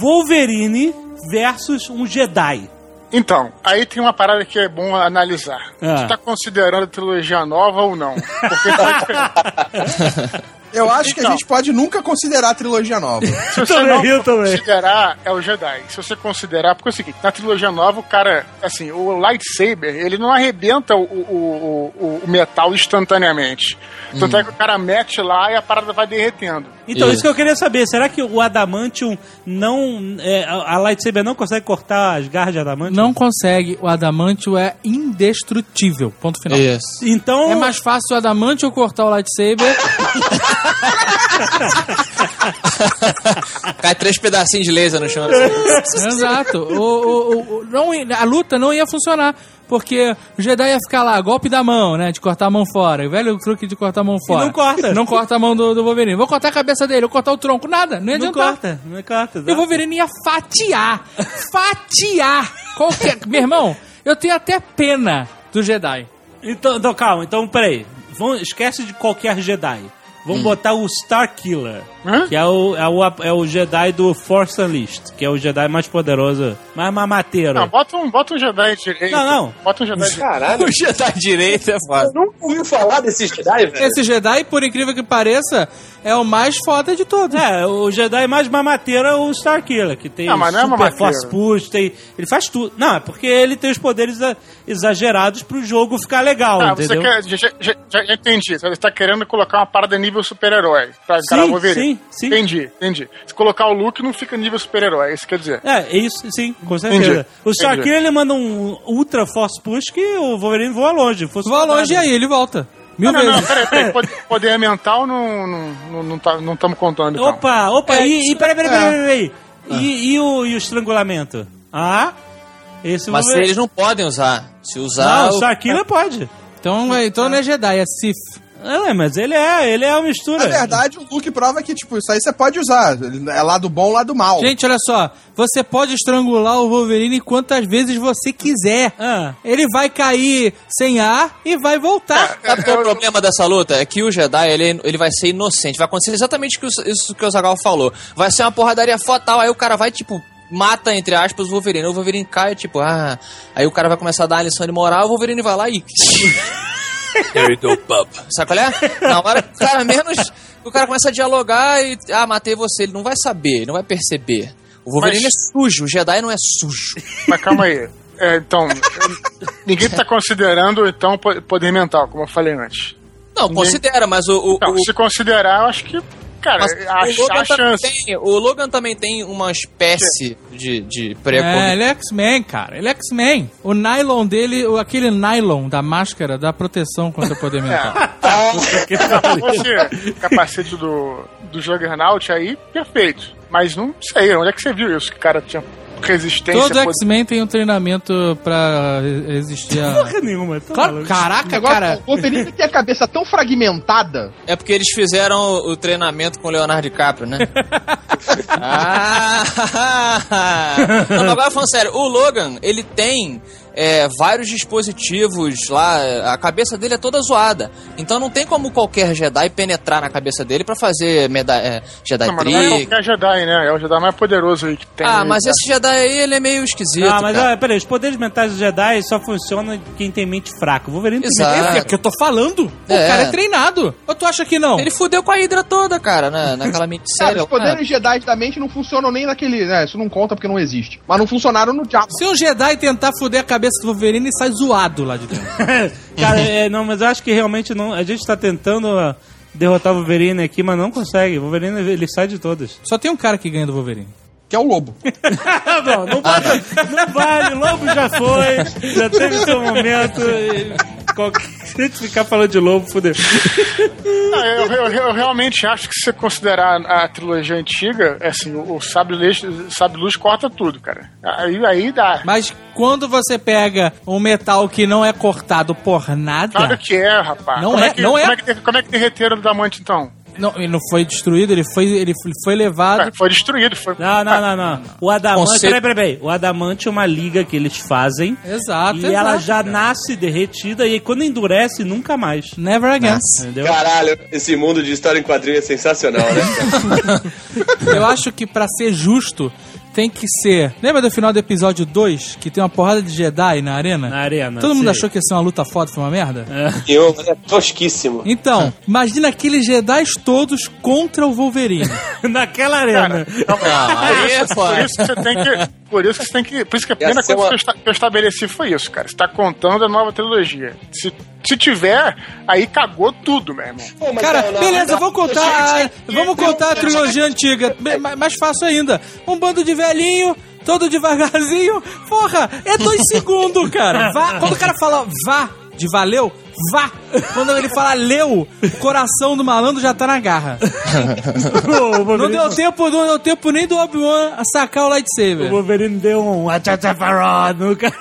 Speaker 2: Wolverine versus um Jedi.
Speaker 6: Então, aí tem uma parada que é bom analisar.
Speaker 2: Ah.
Speaker 6: Tu tá considerando a trilogia nova ou não? Porque tá
Speaker 4: Eu acho que a gente pode nunca considerar a trilogia nova.
Speaker 6: se você
Speaker 2: Também,
Speaker 6: não
Speaker 2: eu também.
Speaker 6: considerar, é o Jedi. Se você considerar... Porque é o seguinte, na trilogia nova, o cara... Assim, o lightsaber, ele não arrebenta o, o- o- o- o metal instantaneamente. Tanto
Speaker 2: Hum.
Speaker 6: é que o cara mete lá e a parada vai derretendo.
Speaker 2: Então, isso.
Speaker 5: Isso.
Speaker 2: que eu queria saber. Será que o Adamantium não. é, a a lightsaber não consegue cortar as garras de Adamantium?
Speaker 7: Não consegue, o adamantio é indestrutível. Ponto final.
Speaker 5: Isso.
Speaker 2: Então.
Speaker 7: É mais fácil o adamantio cortar o lightsaber.
Speaker 5: Cai três pedacinhos de laser no chão. assim.
Speaker 7: Exato. O, o- o- o- não, i- a luta não ia funcionar. Porque o Jedi ia ficar lá, golpe da mão, né? De cortar a mão fora. O velho truque de cortar a mão fora.
Speaker 2: não corta.
Speaker 7: Não corta a mão do, do Wolverine. Vou cortar a cabeça dele, vou cortar o tronco. Nada, não ia
Speaker 2: não
Speaker 7: adiantar.
Speaker 2: corta, não corta.
Speaker 7: E o
Speaker 2: exato.
Speaker 7: Wolverine ia fatiar. Fatiar. Qualquer... Meu irmão, eu tenho até pena do Jedi.
Speaker 2: Então, então, calma, então peraí. Vão, esquece de qualquer Jedi.
Speaker 7: Hum.
Speaker 2: Vamos botar o Star Killer,
Speaker 6: Hã?
Speaker 2: que é o, é, o, é o Jedi do Force Unleashed, que é o Jedi mais poderoso, mais mamateiro.
Speaker 6: Não, bota um, bota um Jedi direito.
Speaker 2: É. Não, não.
Speaker 6: Bota um Jedi direito.
Speaker 3: Caralho,
Speaker 5: O Jedi direito é foda.
Speaker 3: nunca ouviu falar desse Jedi, velho?
Speaker 7: É. Esse Jedi, por incrível que pareça, é o mais foda de todos.
Speaker 2: É, o Jedi mais mamateiro é o Star Killer, que tem
Speaker 6: Não, mas não é
Speaker 2: super
Speaker 6: mamateiro.
Speaker 2: force push, tem, ele faz tudo. Não, é porque ele tem os poderes exa- exagerados pro jogo ficar legal,
Speaker 6: Ah, você
Speaker 2: entendeu?
Speaker 6: quer. Já, já- já- já- já entendi. Você está querendo colocar uma parada nível super-herói. Pra
Speaker 2: Sim,
Speaker 6: cara Wolverine.
Speaker 2: sim, sim.
Speaker 6: Entendi, entendi. Se colocar o Luke, não fica nível super-herói. Isso quer dizer.
Speaker 2: É, isso, sim, com certeza.
Speaker 6: Entendi,
Speaker 2: O Star
Speaker 6: entendi.
Speaker 2: Killer, ele manda um ultra force push que o Wolverine voa longe. fosse
Speaker 7: Vá
Speaker 2: saudável.
Speaker 7: longe e aí, ele volta. Mil
Speaker 6: Não, não, não,
Speaker 7: vezes.
Speaker 6: peraí,
Speaker 5: É.
Speaker 6: peraí. Poder, poder mental não estamos não, não, tá- não tamo contando. Então.
Speaker 2: né? Opa, opa, e, e peraí, peraí, peraí, peraí. E, e o, e o estrangulamento? Ah, esse
Speaker 5: Mas
Speaker 2: Wolverine-
Speaker 5: eles não podem usar. Se usar.
Speaker 2: Não, o
Speaker 5: o-
Speaker 2: Star
Speaker 7: É.
Speaker 2: Killer pode.
Speaker 7: Então, é- então não é Jedi, é Sith.
Speaker 2: É, mas ele é, ele é uma mistura.
Speaker 4: Na verdade, o Luke prova que, tipo, isso aí você pode usar. Ele- É lado bom, lado mal.
Speaker 7: Gente, olha só. Você pode estrangular o Wolverine quantas vezes você quiser.
Speaker 2: Ah.
Speaker 7: Ele vai cair sem ar e vai voltar.
Speaker 5: Sabe qual é o problema dessa luta? É que o Jedi, ele, ele vai ser inocente. Vai acontecer exatamente o que o- isso que o Zagal falou. Vai ser uma porradaria fatal, aí o cara vai, tipo, mata, entre aspas, o Wolverine. O Wolverine cai, tipo, ah... Aí o cara vai começar a dar a lição de moral, o Wolverine vai lá e... There you go, pup. Sabe qual é? Na hora que o cara menos... O cara começa a dialogar e... Ah, matei você. Ele não vai saber, ele não vai perceber. O Wolverine
Speaker 6: Mas-
Speaker 5: é sujo, o Jedi não é sujo.
Speaker 6: Mas calma aí. É, então, eu- ninguém está considerando, então, po- poder mental, como eu falei antes.
Speaker 5: Não, considera, mas o... o-
Speaker 6: Não,
Speaker 5: o-
Speaker 6: se considerar, eu acho que. Cara,
Speaker 5: Mas
Speaker 6: a,
Speaker 5: o, Logan
Speaker 6: a
Speaker 5: também
Speaker 6: chance.
Speaker 5: tem, o Logan também tem uma espécie de, de
Speaker 7: É,
Speaker 5: pré-conceito.
Speaker 7: ele é X-Men, cara. Ele é X-Men. O nylon dele, o- aquele nylon da máscara, dá proteção contra o
Speaker 9: É,
Speaker 7: poder mental.
Speaker 5: Ah.
Speaker 6: fosse É. Então, capacete do, do Juggernaut aí, perfeito. Mas não sei, onde é que você viu isso? Que o cara tinha resistência.
Speaker 7: Todo
Speaker 6: poder-
Speaker 7: X-Men tem um treinamento pra existir a...
Speaker 2: Porra nenhuma. tá
Speaker 7: Claro,
Speaker 2: maluco.
Speaker 7: caraca,
Speaker 9: Agora,
Speaker 7: cara.
Speaker 9: o Wolverine tem a cabeça tão fragmentada.
Speaker 5: É porque eles fizeram o treinamento com o Leonardo DiCaprio, né? ah! Não, mas agora falando sério, o Logan, ele tem é, vários dispositivos lá, a cabeça dele é toda zoada. Então não tem como qualquer Jedi penetrar na cabeça dele pra fazer meda- é, Jedi
Speaker 6: Não, mas não é
Speaker 5: Trick.
Speaker 6: qualquer Jedi, né? É o Jedi mais poderoso aí né? que tem.
Speaker 5: Ah, mas esse Jedi aí, ele é meio esquisito,
Speaker 2: Ah, mas
Speaker 5: cara.
Speaker 2: olha, peraí, os poderes mentais do Jedi só funcionam quem tem mente fraca. O Wolverine tem
Speaker 5: Exato.
Speaker 2: mente
Speaker 7: É o que eu tô falando. O
Speaker 5: É.
Speaker 7: cara é treinado. Ou tu acha que não?
Speaker 5: Ele fudeu com a Hydra toda, cara, na, naquela
Speaker 4: É,
Speaker 9: Cara,
Speaker 5: minissérie.
Speaker 9: os
Speaker 2: é.
Speaker 9: poderes Jedi da mente não funcionam nem naquele. Né, isso não conta porque não existe. Mas não funcionaram no diabo.
Speaker 7: Se um Jedi tentar fuder a cabeça do Wolverine, ele sai zoado lá de dentro.
Speaker 2: Cara, é, não, mas eu acho que realmente não. A gente tá tentando ah, derrotar o Wolverine aqui, mas não consegue. O Wolverine ele sai de todas.
Speaker 7: Só tem um cara que ganha do Wolverine.
Speaker 4: Que é o lobo.
Speaker 7: Ah,
Speaker 2: não, não vale, não vale. Lobo já foi, já teve seu momento. e qualquer- Se a gente ficar falando de lobo, fudeu.
Speaker 6: Não, eu, eu- eu realmente acho que se você considerar a trilogia antiga, assim, o, o sabre, luz, sabre luz corta tudo, cara. Aí, aí dá.
Speaker 7: Mas quando você pega um metal que não é cortado por
Speaker 6: Claro
Speaker 7: nada.
Speaker 6: que é, rapaz.
Speaker 7: Não
Speaker 6: como
Speaker 7: é,
Speaker 6: que,
Speaker 7: não é.
Speaker 6: Como é que, der- como é que derreteram o diamante, então?
Speaker 7: Não, ele não foi destruído, ele foi, ele foi
Speaker 6: Cara,
Speaker 7: levado.
Speaker 6: foi destruído. Foi...
Speaker 2: Não, não, não, não. O adamante.
Speaker 5: Conceito-
Speaker 2: Peraí, peraí, peraí. O adamante é uma liga que eles fazem.
Speaker 7: Exato,
Speaker 2: E ela
Speaker 7: exato,
Speaker 2: já
Speaker 7: cara.
Speaker 2: nasce derretida e aí quando endurece, nunca mais.
Speaker 7: Never again.
Speaker 2: Entendeu?
Speaker 3: Caralho, esse mundo de história em quadrinho é sensacional, né? cara?
Speaker 2: É.
Speaker 7: Eu acho que pra ser justo, tem que ser. Lembra do final do episódio 2, que tem uma porrada de Jedi na arena?
Speaker 2: Na arena,
Speaker 7: Todo mundo
Speaker 2: sim.
Speaker 7: achou que ia ser uma luta foda, foi uma merda?
Speaker 3: e eu, é tosquíssimo.
Speaker 7: Então, imagina aqueles Jedi todos contra o Wolverine.
Speaker 2: Naquela arena.
Speaker 5: Não, aí é
Speaker 6: Por
Speaker 5: foda.
Speaker 6: isso que você tem que. Por isso que você tem que. Por isso que a primeira
Speaker 3: ser
Speaker 6: coisa
Speaker 3: uma-
Speaker 6: que, eu esta- que eu estabeleci foi isso, cara. Você tá contando a nova trilogia. Se, se tiver, aí cagou tudo, meu irmão.
Speaker 3: Pô, mas
Speaker 7: Cara,
Speaker 3: não, não,
Speaker 7: beleza,
Speaker 3: não.
Speaker 7: vamos contar. a- vamos contar a trilogia antiga. Me- ma- Mais fácil ainda. Um bando de velhinho, todo devagarzinho. Porra, é dois segundos, cara. Vá. Quando o cara fala vá de valeu, vá. Quando ele fala leu, o coração do malandro já tá na garra.
Speaker 2: o
Speaker 7: Não
Speaker 2: Wolverine,
Speaker 7: deu tempo, não deu tempo nem do Obi-Wan a sacar o
Speaker 2: o
Speaker 7: lightsaber.
Speaker 2: Wolverine deu um atchatafaró no cara.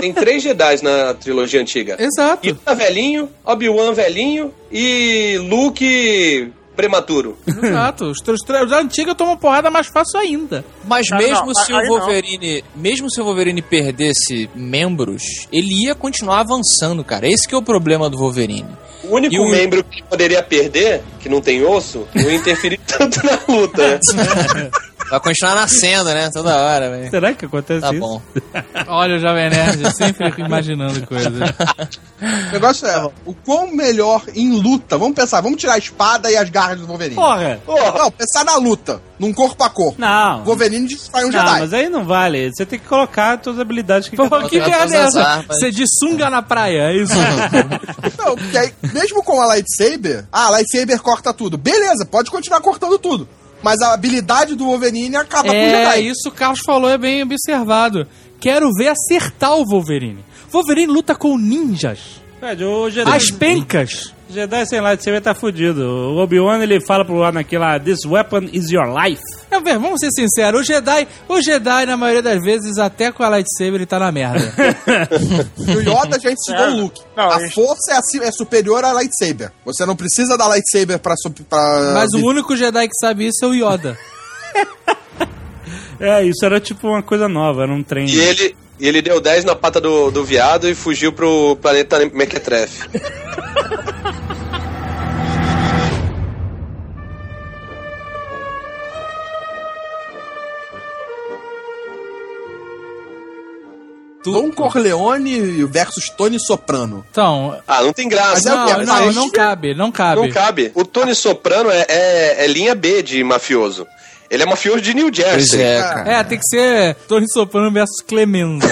Speaker 3: Tem três Jedi na trilogia antiga.
Speaker 7: Exato.
Speaker 3: Yoda velhinho, Obi-Wan velhinho e Luke prematuro.
Speaker 7: Exato. Os, os, os antigos tomam porrada mais fácil ainda.
Speaker 5: Mas
Speaker 6: Ah,
Speaker 5: mesmo
Speaker 6: não,
Speaker 5: se
Speaker 6: aí
Speaker 5: o
Speaker 6: não.
Speaker 5: Wolverine, mesmo se o Wolverine perdesse membros, ele ia continuar avançando, cara. Esse que é o problema do Wolverine.
Speaker 3: O único
Speaker 5: E o-
Speaker 3: membro que poderia perder, que não tem osso, não ia interferir tanto na luta. né?
Speaker 5: Vai continuar nascendo, né? Toda hora, velho.
Speaker 2: Será que acontece
Speaker 5: Tá
Speaker 2: isso?
Speaker 5: bom.
Speaker 7: Olha o Jovem Nerd, sempre imaginando coisas.
Speaker 4: O negócio é, o quão melhor em luta, vamos pensar, vamos tirar a espada e as garras do Wolverine.
Speaker 2: Porra!
Speaker 4: Não, pensar na luta, num corpo a corpo.
Speaker 2: Não.
Speaker 4: Wolverine destrói um
Speaker 2: Não,
Speaker 4: Jedi.
Speaker 2: mas aí não vale. Você tem que colocar todas as habilidades que um
Speaker 7: Pô, que
Speaker 5: Botar todas
Speaker 7: merda é
Speaker 5: as
Speaker 7: essa?
Speaker 5: armas.
Speaker 7: Você de sunga na praia, é isso?
Speaker 2: é-
Speaker 4: Não, porque aí, mesmo com a lightsaber, ah, a lightsaber corta tudo. Beleza, pode continuar cortando tudo. Mas a habilidade do Wolverine acaba com o
Speaker 7: é,
Speaker 4: Jedi.
Speaker 7: isso o Carlos falou, é bem observado. Quero ver acertar o Wolverine. Wolverine luta com ninjas.
Speaker 2: Fred, o Jedi,
Speaker 7: As pencas.
Speaker 2: Jedi sem lightsaber tá fudido. O Obi-Wan, ele fala pro Anakin lá, This weapon is your life.
Speaker 7: É, velho, vamos ser sinceros, o Jedi, o Jedi, na maioria das vezes, até com a lightsaber, ele tá na merda.
Speaker 4: E o Yoda já ensinou o Luke.
Speaker 6: Não,
Speaker 4: a
Speaker 6: isso-
Speaker 4: força é, acima- é superior à lightsaber. Você não precisa da lightsaber pra... sup- pra
Speaker 7: Mas o único Jedi que sabe isso é o Yoda.
Speaker 2: É, isso era tipo uma coisa nova, era um trem.
Speaker 3: E ele, e ele deu 10 na pata do, do viado e fugiu pro planeta Mequetrefe.
Speaker 4: Don Corleone versus Tony Soprano.
Speaker 7: Então,
Speaker 3: Ah, não tem
Speaker 4: Mas
Speaker 3: graça.
Speaker 4: é o quê?
Speaker 7: não, não,
Speaker 4: Mas-
Speaker 7: não cabe, não cabe.
Speaker 3: Não cabe. O Tony Soprano é, é- é linha B de mafioso. Ele é mafioso de New
Speaker 5: Pois
Speaker 3: Jersey.
Speaker 5: é, cara.
Speaker 7: É, tem que ser Tony Soprano versus Clemenza.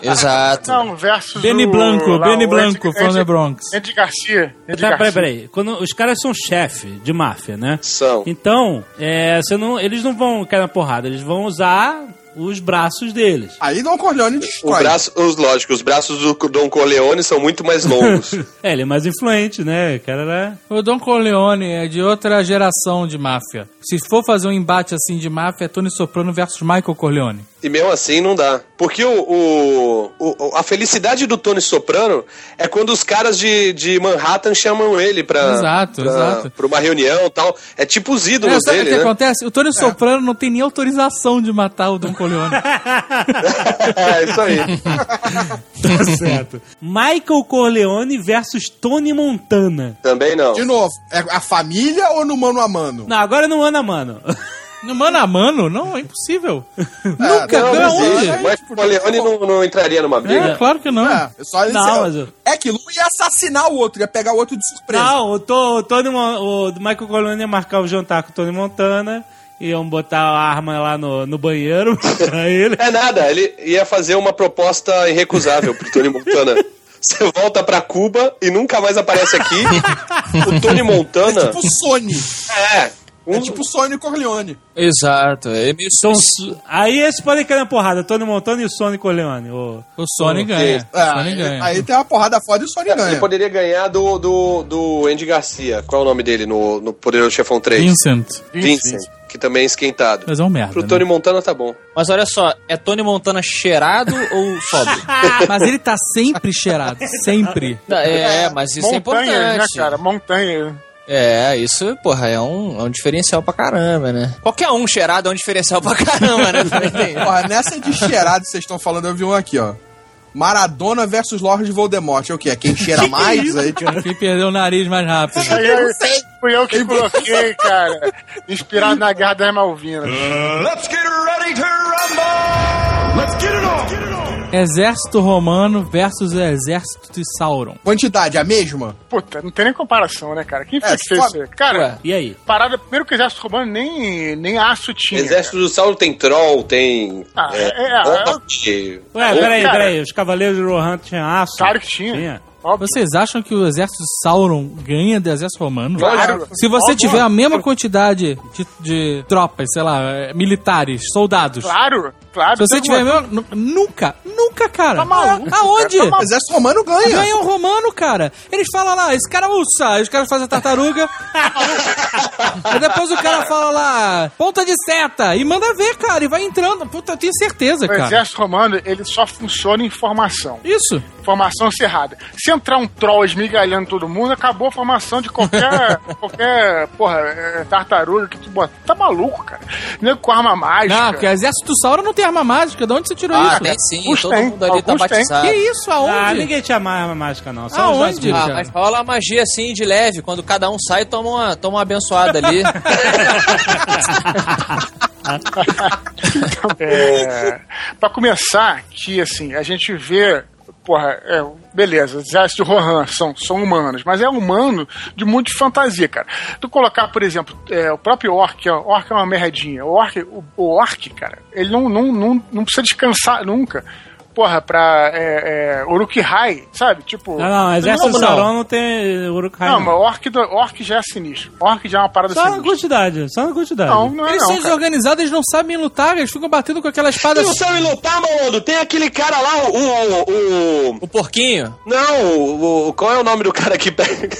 Speaker 5: Exato.
Speaker 6: Não, versus.
Speaker 7: Benny
Speaker 6: o-
Speaker 7: Blanco,
Speaker 6: lá,
Speaker 7: Benny
Speaker 6: o
Speaker 7: Blanco,
Speaker 6: Andy-
Speaker 7: from
Speaker 6: Andy-
Speaker 7: the Bronx.
Speaker 6: Andy Garcia. Andy
Speaker 2: Tá, peraí,
Speaker 6: Garcia.
Speaker 2: peraí. Quando os caras são chefe de máfia, né?
Speaker 3: São.
Speaker 2: Então, é, você não, eles não vão cair na porrada, eles vão usar os braços deles.
Speaker 4: Aí Don Corleone
Speaker 3: O
Speaker 4: destrói.
Speaker 3: braço, os, lógico, os braços do Don Corleone são muito mais longos.
Speaker 2: É, ele é mais influente, né? O cara era.
Speaker 7: O Don Corleone é de outra geração de máfia. Se for fazer um embate assim de máfia, é Tony Soprano versus Michael Corleone.
Speaker 3: E mesmo assim não dá. Porque o, o- o- a felicidade do Tony Soprano é quando os caras de, de Manhattan chamam ele pra,
Speaker 7: Exato,
Speaker 3: pra,
Speaker 7: exato.
Speaker 3: pra uma reunião e tal. É tipo os
Speaker 7: É,
Speaker 3: ídolos
Speaker 7: sabe o que
Speaker 3: dele, né?
Speaker 7: acontece? O Tony Soprano não tem nem autorização de matar o Don Corleone.
Speaker 3: é, isso aí.
Speaker 2: Tá certo. Michael Corleone versus Tony Montana.
Speaker 3: Também não.
Speaker 4: De novo, é a família ou no mano a mano?
Speaker 2: Não, agora não anda, mano.
Speaker 7: No mano a mano? Não, é impossível.
Speaker 4: Nunca,
Speaker 3: Não,
Speaker 7: Não,
Speaker 3: não existe.
Speaker 4: onde?
Speaker 3: Mas o Leone não, não entraria numa
Speaker 7: É,
Speaker 3: briga.
Speaker 7: claro que não.
Speaker 4: É, só ele
Speaker 2: Não,
Speaker 4: ser-
Speaker 2: mas eu-
Speaker 4: É que Lu ia assassinar o outro, ia pegar o outro de surpresa.
Speaker 2: Não, o, to, o, Tony, Mon- o Michael Corleone ia marcar o jantar com o Tony Montana. Iam botar a arma lá no, no banheiro pra ele.
Speaker 3: É nada, ele ia fazer uma proposta irrecusável pro Tony Montana. Você volta pra Cuba e nunca mais aparece aqui. O Tony Montana
Speaker 4: Tipo Sony.
Speaker 3: é um,
Speaker 4: É tipo Sony Corleone.
Speaker 5: Exato. É meio
Speaker 2: Então, su- aí eles podem cair na porrada. Tony Montana e o Sony Corleone. O...
Speaker 7: O Sony ganha.
Speaker 4: É,
Speaker 7: o Sony ganha.
Speaker 4: aí tem uma porrada foda e o Sony
Speaker 3: Ele
Speaker 4: ganha.
Speaker 3: poderia ganhar do, do, do Andy Garcia. Qual é o nome dele no, no Poderoso Chefão 3?
Speaker 7: Vincent.
Speaker 3: Vincent, que também é esquentado.
Speaker 7: Mas é um merda.
Speaker 3: Pro
Speaker 7: né?
Speaker 3: Tony Montana tá bom.
Speaker 5: Mas olha só, é Tony Montana cheirado ou sóbrio?
Speaker 7: Mas ele tá sempre cheirado. Sempre.
Speaker 5: Não, É, é, mas isso
Speaker 6: Montanhas,
Speaker 5: é
Speaker 6: né,
Speaker 5: importante.
Speaker 6: cara? Montanhas.
Speaker 5: É, isso, porra, é um, é um diferencial pra caramba, né? Qualquer um cheirado é um diferencial pra caramba, né? Pra entender.
Speaker 4: Porra, nessa de cheirado que vocês estão falando, eu vi um aqui, ó. Maradona versus Lord Voldemort. É o quê? É quem cheira mais? Aí, tipo,
Speaker 7: Quem perdeu o nariz mais rápido.
Speaker 6: Aí eu, Fui eu que coloquei, cara. Inspirado na Guerra das Malvinas.
Speaker 7: Exército romano versus exército de Sauron.
Speaker 4: quantidade, é a mesma?
Speaker 6: Puta, não tem nem comparação, né, cara? Quem
Speaker 4: É,
Speaker 6: fez isso?
Speaker 4: foda.
Speaker 6: aí? Cara,
Speaker 5: Ué.
Speaker 2: E aí?
Speaker 6: parada, primeiro que o exército romano nem, nem aço tinha.
Speaker 3: Exército do Saulo tem troll, tem.
Speaker 6: Ah,
Speaker 3: é,
Speaker 6: é, é,
Speaker 3: orc,
Speaker 2: Ué, peraí,
Speaker 6: cara.
Speaker 2: peraí. Os Cavaleiros de Rohan tinham aço?
Speaker 6: Claro que tinha. Óbvio.
Speaker 7: Vocês acham que o exército de Sauron ganha do exército romano?
Speaker 6: Claro.
Speaker 7: Se você
Speaker 6: Óbvio.
Speaker 7: tiver a mesma quantidade de, de tropas, sei lá, eh, militares, soldados.
Speaker 6: Claro, claro.
Speaker 7: Se você
Speaker 6: Todo mundo-
Speaker 7: tiver a mesma. nu- Nunca, nunca, cara.
Speaker 6: Tá maluco, cara,
Speaker 7: Aonde?
Speaker 6: tá maluco.
Speaker 4: Exército Romano é ganha.
Speaker 7: Ganha um romano, cara. Eles falam lá, esse cara usa, aí os caras fazem a tartaruga. aí depois o cara fala lá, ponta de seta, e manda ver, cara, e vai entrando. Puta, eu tenho certeza,
Speaker 6: O
Speaker 7: cara.
Speaker 6: exército romano, ele só funciona em formação.
Speaker 7: Isso.
Speaker 6: Formação cerrada. Se entrar um troll esmigalhando todo mundo, acabou a formação de qualquer, qualquer porra, é, tartaruga que tu bota. Tá maluco, cara. Nem com arma mágica.
Speaker 7: Não, porque o exército do Sauron não tem arma mágica. De onde você tirou
Speaker 5: Ah,
Speaker 7: isso?
Speaker 5: tem sim,
Speaker 6: Alguns
Speaker 5: todo
Speaker 6: tem,
Speaker 5: mundo ali tá
Speaker 6: alguns tem.
Speaker 5: batizado.
Speaker 7: Que isso? Aonde?
Speaker 2: Ah, ninguém tinha arma mágica, não. Só os
Speaker 7: Aonde?
Speaker 2: dois
Speaker 5: Ah,
Speaker 2: bruxos.
Speaker 5: mas rola a magia assim de leve, quando cada um sai, toma uma, toma uma abençoada ali.
Speaker 6: É, pra começar, que assim, a gente vê. Porra, é, beleza, exército de Rohan são, são humanos, mas é humano de muito de fantasia, cara. Tu colocar, por exemplo, é, o próprio Orc, ó, Orc é uma merdinha. O Orc, o, o Orc cara, ele não, não, não, não precisa descansar nunca. Porra, pra é, é, Uruk-hai, sabe? Tipo.
Speaker 2: Não,
Speaker 7: Ah,
Speaker 2: não, Exército
Speaker 7: Não,
Speaker 2: do
Speaker 7: não.
Speaker 2: Sauron não tem Urukai.
Speaker 6: Não,
Speaker 2: Não,
Speaker 6: mas Orc, do- Orc já é sinistro. Orc já é uma parada
Speaker 2: Só na
Speaker 6: sinistra.
Speaker 2: quantidade, só na quantidade.
Speaker 6: Não, não é
Speaker 7: Eles
Speaker 6: não,
Speaker 7: são
Speaker 6: cara.
Speaker 7: desorganizados, eles não sabem lutar, eles ficam batendo com aquela espada.
Speaker 3: Não sabe lutar, maluco. Tem aquele cara lá, o. o, o-
Speaker 5: o porquinho.
Speaker 3: não, o, o- Qual é o nome do cara que pega.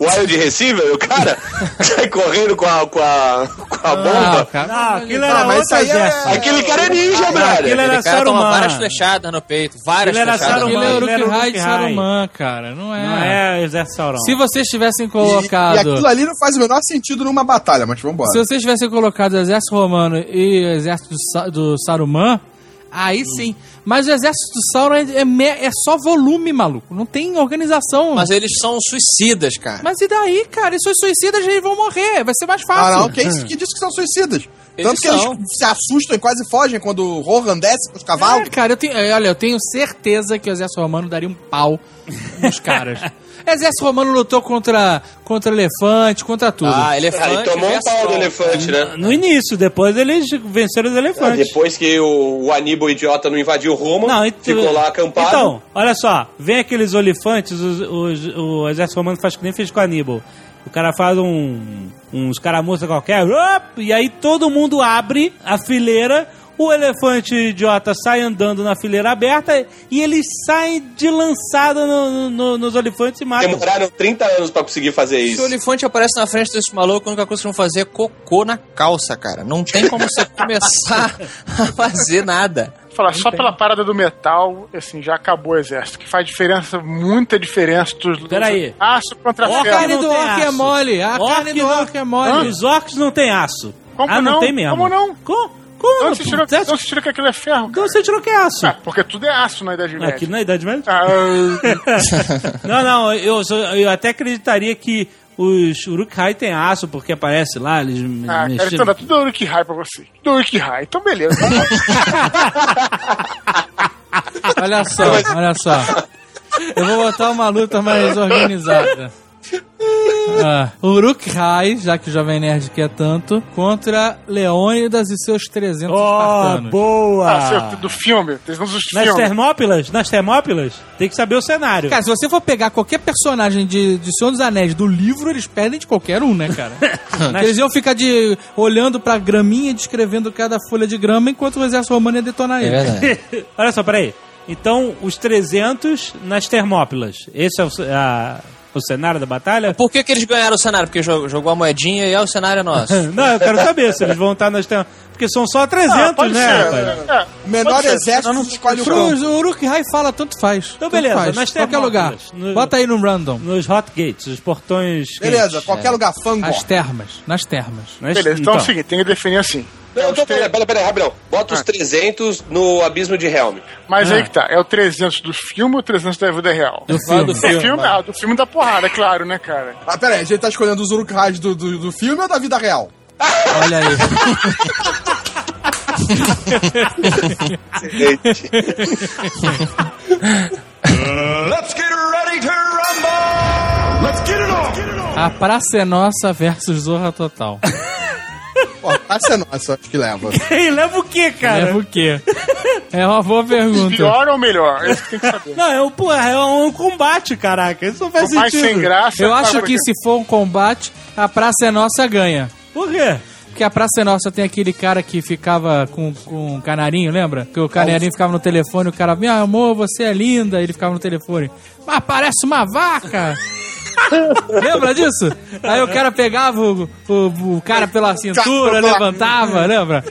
Speaker 3: O Wild Receiver, o cara? Sai correndo com a, com a, com a bomba.
Speaker 7: cara.
Speaker 2: Não, aquilo era
Speaker 4: Ah, mas isso
Speaker 2: outro
Speaker 4: aí é-
Speaker 2: exército.
Speaker 3: Aquele cara é ninja,
Speaker 2: Aquilo
Speaker 3: brother.
Speaker 2: era
Speaker 5: Aquele cara toma
Speaker 2: Saruman.
Speaker 5: várias flechadas no peito, várias
Speaker 2: Ele era
Speaker 5: flechadas.
Speaker 2: Saruman.
Speaker 7: Aquilo é
Speaker 2: ele era
Speaker 7: Uruk-hai de
Speaker 2: Uruk-hai.
Speaker 7: Saruman, cara. Não é.
Speaker 2: Não é Exército Sauron.
Speaker 7: Se vocês tivessem
Speaker 4: E, e
Speaker 7: colocado.
Speaker 4: aquilo ali não faz o menor sentido numa batalha, mas vambora.
Speaker 7: Se vocês tivessem colocado o exército romano e o exército do, Sa- do Saruman,
Speaker 5: Hum.
Speaker 7: aí sim. Mas o exército do Sauron é, é me- é só volume, maluco. Não tem organização.
Speaker 5: Mas é-
Speaker 7: Mas,
Speaker 5: eles são suicidas, cara.
Speaker 7: e daí, cara? Esses suicidas eles vão morrer. Vai ser mais
Speaker 4: Ah,
Speaker 7: fácil.
Speaker 4: não, quem que diz que são suicidas?
Speaker 5: Eles
Speaker 4: Tanto que
Speaker 5: são.
Speaker 4: eles se assustam e quase fogem quando o Rohan desce pros
Speaker 7: É,
Speaker 4: cavalos.
Speaker 7: cara, eu tenho, é, olha, eu tenho certeza que o exército romano daria um pau nos caras. exército romano lutou contra, contra elefante, contra tudo.
Speaker 5: Ah,
Speaker 3: Ah,
Speaker 5: elefante.
Speaker 3: ele tomou um
Speaker 5: versus
Speaker 3: pau do
Speaker 5: troll.
Speaker 3: elefante, né?
Speaker 2: No início, depois eles venceram os elefantes.
Speaker 3: Depois que o, o Aníbal idiota não invadiu Roma,
Speaker 2: Não, e-
Speaker 3: ficou lá acampado.
Speaker 2: Então, olha só, vem aqueles olifantes, os- os- o exército romano faz que nem fez com Aníbal. O cara faz um, um escaramuça qualquer, op, e aí todo mundo abre a fileira, o elefante idiota sai andando na fileira aberta e eles saem de lançada no- no- nos elefantes e matam.
Speaker 3: Demoraram 30 anos pra conseguir fazer
Speaker 5: Se o
Speaker 3: isso.
Speaker 5: elefante aparece na frente desse maluco, a única coisa que vão fazer é cocô na calça, cara. Não tem como você começar a fazer nada.
Speaker 6: Falar só pela parada do metal, assim, já acabou o exército. Que faz diferença, muita diferença dos.
Speaker 2: Peraí.
Speaker 6: Aço contra
Speaker 7: A
Speaker 2: Orca
Speaker 6: ferro.
Speaker 7: carne
Speaker 2: não
Speaker 7: do
Speaker 2: tem
Speaker 7: orc é
Speaker 2: aço.
Speaker 7: mole. A
Speaker 2: Orc
Speaker 7: carne do
Speaker 2: não-
Speaker 7: orc é mole.
Speaker 2: Os orcs não têm aço.
Speaker 6: Como
Speaker 2: ah, não,
Speaker 6: não?
Speaker 2: tem mesmo.
Speaker 6: Como não?
Speaker 2: Co- Como
Speaker 6: Não
Speaker 2: não?
Speaker 6: se tirou,
Speaker 2: Você acha-
Speaker 6: não se tirou que aquilo é ferro.
Speaker 2: Então você tirou que é aço.
Speaker 6: Ah, porque tudo é aço na Idade Média.
Speaker 2: Aqui na Idade Média.
Speaker 6: Ah, eu-
Speaker 2: Não, não, eu, sou- eu até acreditaria que os Urukhai têm aço, porque aparece lá, eles
Speaker 6: ah, cara, então dá tudo Uruk High pra você. Tudo Uruk High. Então beleza.
Speaker 7: Olha só, olha só. Eu vou botar uma luta mais organizada. Ah, Uruk Hai, já que o Jovem Nerd quer tanto, contra Leônidas e seus 300
Speaker 2: Oh,
Speaker 7: espartanos.
Speaker 2: boa!
Speaker 6: Ah, seu- do filme. Vocês não dos
Speaker 2: Nas
Speaker 6: filmes.
Speaker 2: Termópilas? Nas Termópilas? Tem que saber o cenário.
Speaker 7: Cara, se você for pegar qualquer personagem de, de Senhor dos Anéis do livro, eles perdem de qualquer um, né, cara? Porque eles iam ficar de, olhando pra graminha e descrevendo cada folha de grama enquanto o exército romano ia detonar
Speaker 5: É
Speaker 7: ele.
Speaker 5: verdade.
Speaker 2: Olha só, peraí. Então, os 300 nas Termópilas. Esse é o, ce- a- o cenário da batalha?
Speaker 5: Por que, que eles ganharam o cenário? Porque jo- jogou a moedinha e é o cenário é nosso.
Speaker 2: Não, eu quero saber se eles vão estar nas Termópilas. Porque são só 300,
Speaker 6: Ah, pode
Speaker 2: né,
Speaker 6: ser,
Speaker 2: rapaz?
Speaker 6: é.
Speaker 4: O menor
Speaker 6: Pode ser.
Speaker 4: exército escolhe o campo.
Speaker 7: Pro, o Uruk Hai fala, tanto faz.
Speaker 2: Então,
Speaker 7: tanto
Speaker 2: beleza,
Speaker 7: faz,
Speaker 2: nós temos
Speaker 7: Qualquer lugar.
Speaker 2: óculos. No-
Speaker 7: Bota aí no random.
Speaker 2: Nos hot gates, os portões. gates.
Speaker 4: Beleza, qualquer lugar, fango.
Speaker 7: As termas, nas termas.
Speaker 2: Mas,
Speaker 6: Beleza, então é o seguinte, tem que definir assim.
Speaker 3: Não, então, peraí, peraí, peraí, rapidão. Bota os
Speaker 6: Ah.
Speaker 3: 300 no abismo de Helm.
Speaker 6: Mas
Speaker 2: Ah.
Speaker 6: aí que tá, é o 300 do filme ou o 300 da vida real?
Speaker 7: Do
Speaker 5: Fala
Speaker 7: filme.
Speaker 5: do
Speaker 6: Do
Speaker 5: filme.
Speaker 6: filme,
Speaker 5: vai.
Speaker 6: ah, do filme da porrada, é claro, né, cara?
Speaker 4: Ah, peraí, a gente tá escolhendo os Uruk-hais do, do, do filme ou da vida real?
Speaker 7: Olha aí. A Praça é Nossa versus Zorra Total.
Speaker 4: Pô, essa é nossa, acho que leva.
Speaker 2: Ei, leva o quê, cara?
Speaker 7: Leva o quê? É uma boa pergunta.
Speaker 6: Pior ou melhor? É isso que tem que saber.
Speaker 2: Não, é um, porra, é um combate, caraca. Isso não faz
Speaker 6: O mais
Speaker 2: sentido.
Speaker 6: sem graça.
Speaker 7: Eu
Speaker 6: é
Speaker 7: acho
Speaker 6: claro
Speaker 7: que se for um combate, a Praça é Nossa ganha.
Speaker 2: Por quê?
Speaker 7: Porque a Praça é Nossa tem aquele cara que ficava com, com um canarinho, lembra? Que o canarinho ficava no telefone, o cara, meu amor, você é linda, ele ficava no telefone. Mas parece uma vaca! lembra disso? Aí o cara pegava o, o, o cara pela cintura, levantava, lembra?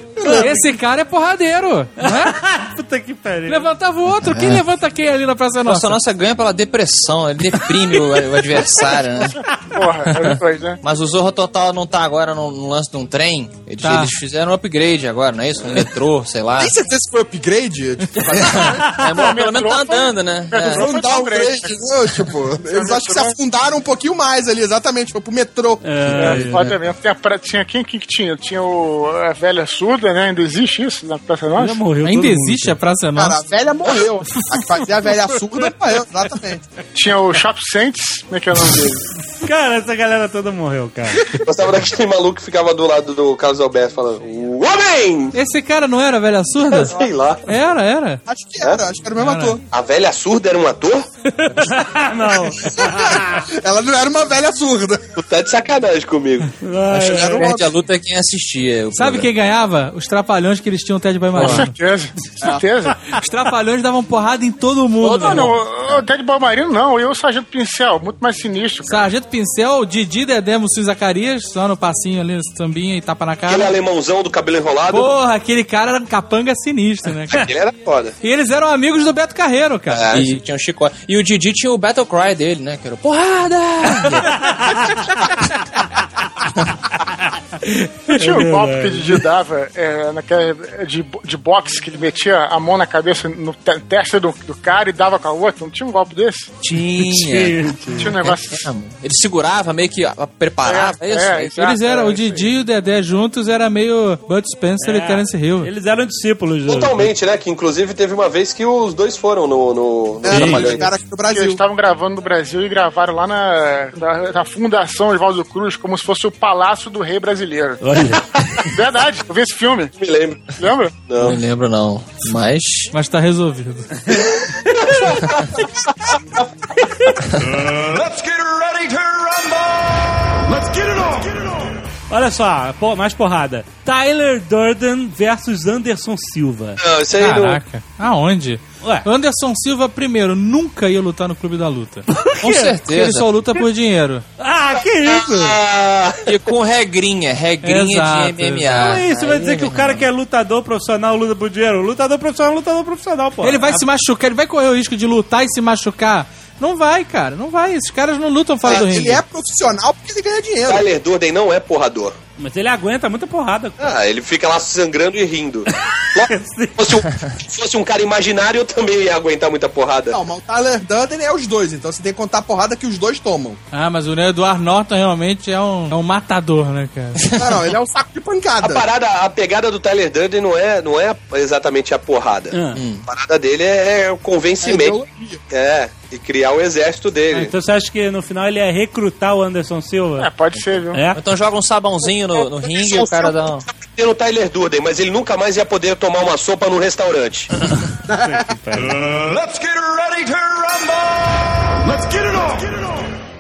Speaker 7: Esse cara é porradeiro, né?
Speaker 2: Puta que pariu.
Speaker 7: Levantava o outro, quem levanta quem ali na Praça é
Speaker 5: Nossa,
Speaker 7: Nossa?
Speaker 5: nossa ganha pela depressão, ele deprime o, o adversário, né?
Speaker 6: Porra, é os dois, né?
Speaker 5: Mas o Zorro Total não tá agora no, no lance de um trem. Eles,
Speaker 7: Tá.
Speaker 5: eles fizeram um upgrade agora, não é isso? Um metrô, sei lá.
Speaker 4: Tem certeza se foi upgrade? Tipo,
Speaker 5: É, mas pelo menos tá andando, né? É.
Speaker 4: não dá upgrade, entendeu? Tipo, eles acho que se afundaram um pouquinho mais ali, exatamente, foi pro metrô.
Speaker 6: É, foda mesmo. Tem a pra... Tinha quem, quem que tinha? Tinha o... a velha surda, né? Ainda existe isso na Praça Nossa?
Speaker 2: Já morreu
Speaker 7: Ainda
Speaker 2: todo mundo,
Speaker 7: existe a
Speaker 2: cara.
Speaker 7: Praça é
Speaker 4: Cara,
Speaker 7: Nossa?
Speaker 4: a velha morreu. A que fazia a velha surda morreu, exatamente.
Speaker 6: Tinha o Shop Saints, como é que é o nome
Speaker 7: Ah.
Speaker 6: dele?
Speaker 2: Cara, essa galera toda morreu, cara.
Speaker 3: Gostava daquele maluco que ficava do lado do Carlos Alberto falando: "O Homem!
Speaker 7: Esse cara não era a velha surda?
Speaker 3: Sei lá.
Speaker 7: Era, era.
Speaker 4: Acho que era, acho que era o mesmo ator.
Speaker 3: A velha surda era um ator?
Speaker 2: Ah, não.
Speaker 4: Ela não era uma velha surda.
Speaker 3: Tu tá de sacanagem comigo.
Speaker 4: Acho que era uma...
Speaker 5: Perde a luta é quem assistia. o
Speaker 7: Sabe quem
Speaker 5: programa.
Speaker 7: ganhava? Os trapalhões que eles tinham até de
Speaker 6: Com
Speaker 7: Baimarino.
Speaker 6: certeza. Certeza.
Speaker 7: Os trapalhões davam porrada em todo mundo.
Speaker 6: Não,
Speaker 7: meu
Speaker 6: não,
Speaker 7: irmão.
Speaker 6: o o Ted Balmarino não, eu o Sargento Pincel, muito mais sinistro. cara.
Speaker 7: Sargento Pincel, Didi, Dedé, Mussu e Zacarias, só no passinho ali, sambinha e tapa na
Speaker 3: Aquele
Speaker 7: cara.
Speaker 3: alemãozão do cabelo enrolado.
Speaker 7: Porra, aquele cara era um capanga sinistro, né, cara?
Speaker 3: Ele era foda.
Speaker 7: E eles eram amigos do Beto Carreiro, cara.
Speaker 5: E Ah, tinha o Chicote. E o Didi tinha o Battle Cry dele, né? Que era o porrada!
Speaker 7: É
Speaker 6: Eu tinha um golpe que o Didi dava é, naquela, de, de boxe, que ele metia a mão na cabeça, no te- testa do, do cara e dava com a outra. Não tinha um golpe desse?
Speaker 5: tinha.
Speaker 6: Tinha um
Speaker 7: É.
Speaker 6: negócio.
Speaker 5: Ele segurava, meio que ó, preparava, é,
Speaker 6: É,
Speaker 5: isso?
Speaker 6: é,
Speaker 5: Aí-
Speaker 6: exato.
Speaker 7: Eles eram,
Speaker 6: é
Speaker 7: o
Speaker 6: isso aí. É.
Speaker 7: Didi e o Dedé juntos era meio Bud Spencer e Terence Hill.
Speaker 2: Eles eram discípulos. né?
Speaker 3: Totalmente, né? Que inclusive teve uma vez que os dois foram no, no, então, no
Speaker 4: Era,
Speaker 3: Trapalhões.
Speaker 4: era aqui no
Speaker 6: Que eles
Speaker 4: Brasil.
Speaker 6: estavam gravando no Brasil e gravaram lá na, na, na Fundação Oswaldo Cruz, como se fosse o Palácio do Rei Brasileiro.
Speaker 2: Olha.
Speaker 6: Verdade, eu vi esse filme,
Speaker 3: Me lembro.
Speaker 6: lembra?
Speaker 5: Não me lembro, não. Mas.
Speaker 7: Mas tá resolvido.
Speaker 2: Olha só, po- mais porrada. Tyler Durden versus Anderson Silva.
Speaker 3: Não, isso aí não.
Speaker 7: Caraca. Aonde?
Speaker 2: Ué.
Speaker 7: Anderson Silva, primeiro, nunca ia lutar no Clube da Luta.
Speaker 5: Com
Speaker 7: Porque ele
Speaker 5: certeza.
Speaker 7: só luta por dinheiro.
Speaker 2: Ah, que isso?
Speaker 3: Ah,
Speaker 5: E com regrinha, regrinha
Speaker 7: Exato,
Speaker 5: de MMA.
Speaker 2: Não é isso, vai dizer que o cara que é lutador profissional luta por dinheiro. Lutador profissional, lutador profissional, pô. Ah,
Speaker 7: Ele vai se machucar, ele vai correr o risco de lutar e se machucar. Não vai, cara, não vai. Esses caras não lutam fora do
Speaker 4: Ele
Speaker 7: ringue.
Speaker 4: é profissional porque ele ganha dinheiro.
Speaker 3: Tyler Durden não é porrador.
Speaker 2: Mas ele aguenta muita porrada.
Speaker 3: Ah, ele fica lá sangrando e rindo. Logo, se, fosse um, se fosse um cara imaginário, eu também ia aguentar muita porrada.
Speaker 4: Não, mas o Tyler Durden é os dois, então você tem que contar a porrada que os dois tomam.
Speaker 7: Ah, mas o Eduardo Norton realmente é um, é um matador, né, cara?
Speaker 4: Não, não, ele é um saco de
Speaker 3: A
Speaker 4: pancada.
Speaker 3: parada, a pegada do Tyler Durden não é, não é exatamente a porrada.
Speaker 2: Ah.
Speaker 3: A parada dele é o convencimento. É, e criar o exército
Speaker 2: Ah,
Speaker 3: dele.
Speaker 2: então você acha que no final ele ia recrutar o Anderson
Speaker 6: É,
Speaker 2: Silva?
Speaker 6: pode ser, viu?
Speaker 2: É?
Speaker 5: Então joga um sabãozinho no, no ringue e o cara dá um...
Speaker 3: Ter o Tyler Durden, mas ele nunca mais ia poder tomar uma sopa num restaurante.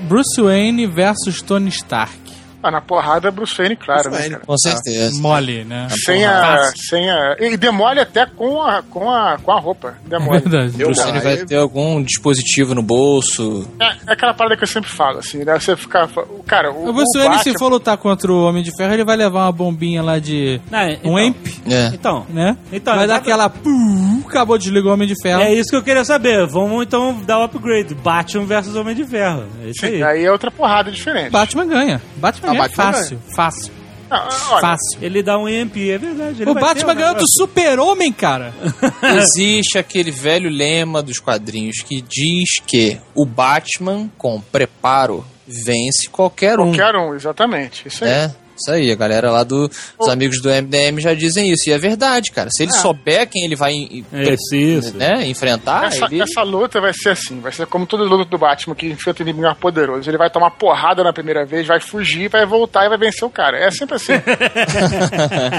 Speaker 7: Bruce Wayne versus Tony Stark.
Speaker 6: Ah, na porrada Bruce Wayne, claro, né, cara?
Speaker 5: Com certeza.
Speaker 7: Mole, né?
Speaker 6: Sem a, sem a. E demole até com a, com a, com a roupa. Demole.
Speaker 7: É Verdade.
Speaker 5: O Bruce Wayne vai ter algum dispositivo no bolso.
Speaker 6: É, é aquela parada que eu sempre falo, assim, né? Você ficar. o Cara, o.
Speaker 7: O Bruce
Speaker 6: o
Speaker 7: Wayne,
Speaker 6: Batman-
Speaker 7: se for lutar contra o Homem de Ferro, ele vai levar uma bombinha lá de...
Speaker 2: Não, então-
Speaker 7: um amp,
Speaker 5: É.
Speaker 2: Então,
Speaker 7: né?
Speaker 2: Então,
Speaker 7: vai dar
Speaker 2: exato.
Speaker 7: aquela... pum, Acabou, desligou o Homem de Ferro.
Speaker 2: é isso que eu queria saber. Vamos então dar o upgrade. Batman versus Homem de Ferro. É isso aí.
Speaker 6: Aí é outra porrada diferente.
Speaker 7: Batman ganha.
Speaker 4: Ah,
Speaker 7: Batman ganha é
Speaker 4: Batman
Speaker 7: fácil, fácil,
Speaker 6: Ah, olha,
Speaker 7: fácil.
Speaker 2: Ele dá um EMP, é verdade. ele
Speaker 7: O
Speaker 2: vai ter
Speaker 7: Batman
Speaker 2: um
Speaker 7: ganhou do
Speaker 2: negócio.
Speaker 7: super-homem, cara.
Speaker 5: Existe aquele velho lema dos quadrinhos que diz que o Batman, com preparo, vence qualquer um.
Speaker 6: qualquer um, exatamente. Isso aí.
Speaker 5: né? Isso aí, a galera lá do- dos amigos do MDM já dizem isso. E é verdade, cara. Se ele souber quem ele vai em-
Speaker 2: É Isso, isso.
Speaker 5: né, enfrentar,
Speaker 6: Essa,
Speaker 5: ele...
Speaker 6: essa luta vai ser assim, vai ser como todo luta do Batman que enfrenta o inimigo mais poderoso. Ele vai tomar porrada na primeira vez, vai fugir, vai voltar e vai vencer o cara. É sempre assim.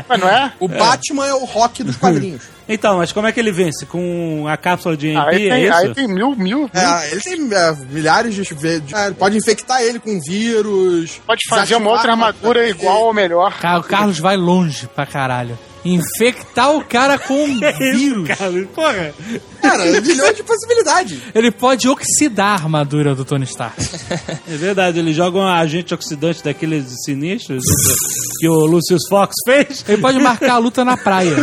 Speaker 6: Mas não é?
Speaker 4: O Batman é o rock dos quadrinhos.
Speaker 2: Então, mas como é que ele vence? Com a cápsula de EMP,
Speaker 6: Aí tem,
Speaker 2: é isso?
Speaker 6: aí tem mil, mil, mil.
Speaker 4: É, ele tem é, milhares de. de- é, ele pode infectar ele com vírus.
Speaker 6: Pode fazer uma
Speaker 4: desativar-
Speaker 6: outra armadura igual ou melhor.
Speaker 7: Ca- O Carlos vai longe pra caralho. Infectar o cara com um vírus.
Speaker 2: É Cara, porra.
Speaker 4: Cara, milhões de possibilidades.
Speaker 7: Ele pode oxidar a armadura do Tony Stark.
Speaker 2: É verdade, eles jogam agente oxidante daqueles sinistros que o Lucius Fox fez.
Speaker 7: Ele pode marcar a luta na praia.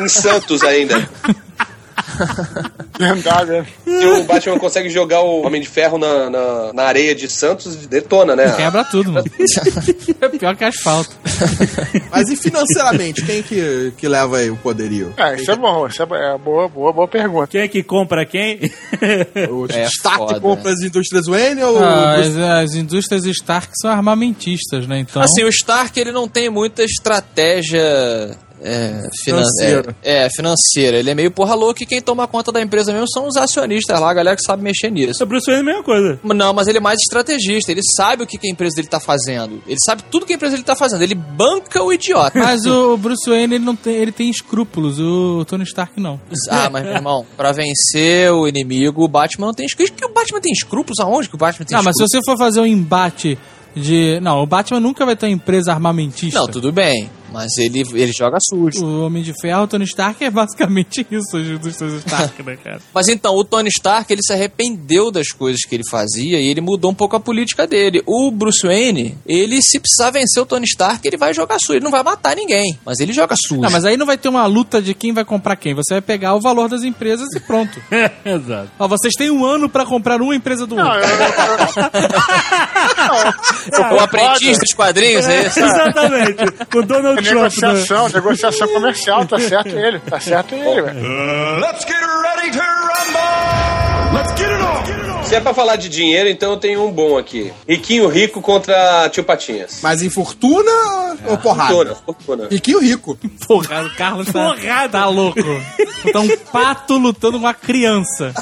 Speaker 3: em Santos ainda.
Speaker 6: É, Lendário.
Speaker 3: E o Batman consegue jogar o Homem de Ferro na, na, na areia de Santos e detona, né?
Speaker 7: Quebra tudo, mano. É pior que asfalto.
Speaker 4: Mas e financeiramente, quem que, que leva aí o poderio?
Speaker 6: É, isso é bom, isso é, bo- é boa, boa, boa pergunta.
Speaker 2: Quem é que compra quem?
Speaker 4: O
Speaker 5: É
Speaker 4: Stark
Speaker 5: foda.
Speaker 4: compra as indústrias Wayne ou.
Speaker 7: Ah, as, as indústrias Stark são armamentistas, né? Então.
Speaker 5: Assim, o Stark ele não tem muita estratégia é, finan-
Speaker 4: Financeira.
Speaker 5: É, é, financeira. Ele é meio porra louca e quem toma conta da empresa mesmo são os acionistas lá, a galera que sabe mexer nisso.
Speaker 2: o Bruce Wayne é a mesma coisa.
Speaker 5: Não, mas ele é mais estrategista, ele sabe o que, que a empresa dele tá fazendo. Ele sabe tudo que a empresa dele tá fazendo. Ele banca o idiota.
Speaker 7: Mas o Bruce Wayne ele não tem, ele tem escrúpulos, o Tony Stark não.
Speaker 5: Ah, mas meu irmão, pra vencer o inimigo, o Batman não tem escrúpulos. Que o Batman tem escrúpulos? Aonde que o Batman tem
Speaker 7: Não, mas se
Speaker 5: escrúpulos?
Speaker 7: você for fazer um embate de. Não, o Batman nunca vai ter uma empresa armamentista.
Speaker 5: Não, tudo bem. Mas ele, ele joga sujo.
Speaker 7: O Homem de Ferro, o Tony Stark é basicamente isso, os indústrias Stark, né, cara?
Speaker 5: Mas então, o Tony Stark, ele se arrependeu das coisas que ele fazia e ele mudou um pouco a política dele. O Bruce Wayne, ele se precisar vencer o Tony Stark, ele vai jogar sujo. Ele não vai matar ninguém, mas ele joga sujo.
Speaker 7: Não, Ah, mas aí não vai ter uma luta de quem vai comprar quem. Você vai pegar o valor das empresas e pronto.
Speaker 2: Exato.
Speaker 7: Ó, vocês têm um ano pra comprar uma empresa do
Speaker 6: Não,
Speaker 7: outro.
Speaker 6: eu, eu-
Speaker 5: o aprendiz dos quadrinhos, é isso?
Speaker 2: Exatamente. Com Donald
Speaker 7: É
Speaker 2: Trump. né?
Speaker 6: eu- negociação, negociação comercial, tá certo ele, tá certo ele, velho.
Speaker 3: Se é pra falar de dinheiro, então eu tenho um bom aqui. Riquinho Rico contra Tio Patinhas.
Speaker 4: Mas em fortuna ou
Speaker 3: Fortuna,
Speaker 4: porrada?
Speaker 3: fortuna.
Speaker 4: Riquinho rico.
Speaker 7: Porra, o Carlos tá,
Speaker 2: Porrada.
Speaker 7: tá louco. Tá um pato lutando com uma criança.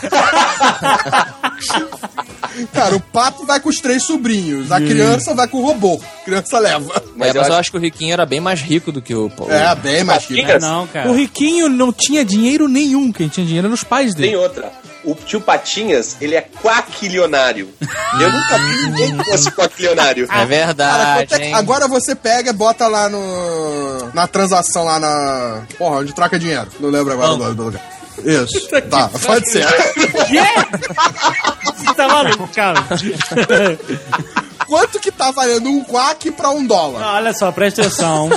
Speaker 4: Cara, o pato vai com os três sobrinhos. A criança vai com o robô. Criança leva.
Speaker 5: Mas, é, mas eu acho que o Riquinho era bem mais rico do que o Paulo.
Speaker 4: É, bem mais que.
Speaker 3: Patinhas?
Speaker 2: Não,
Speaker 7: O
Speaker 2: cara.
Speaker 7: riquinho não tinha dinheiro nenhum. Quem tinha dinheiro eram os pais dele.
Speaker 3: Tem outra. o tio Patinhas, ele é quaquilionário. Eu nunca vi ninguém que fosse quaquilionário.
Speaker 5: É verdade,
Speaker 4: Quanto é que-
Speaker 5: hein?
Speaker 4: agora você pega, bota lá no. Na transação lá na. Porra, onde troca dinheiro. Não lembro agora o nome do lugar. Isso. tá, pode ser.
Speaker 2: Você tá maluco, cara?
Speaker 4: Quanto que tá valendo um quack pra um dólar?
Speaker 2: Não, Ah, olha só, presta atenção.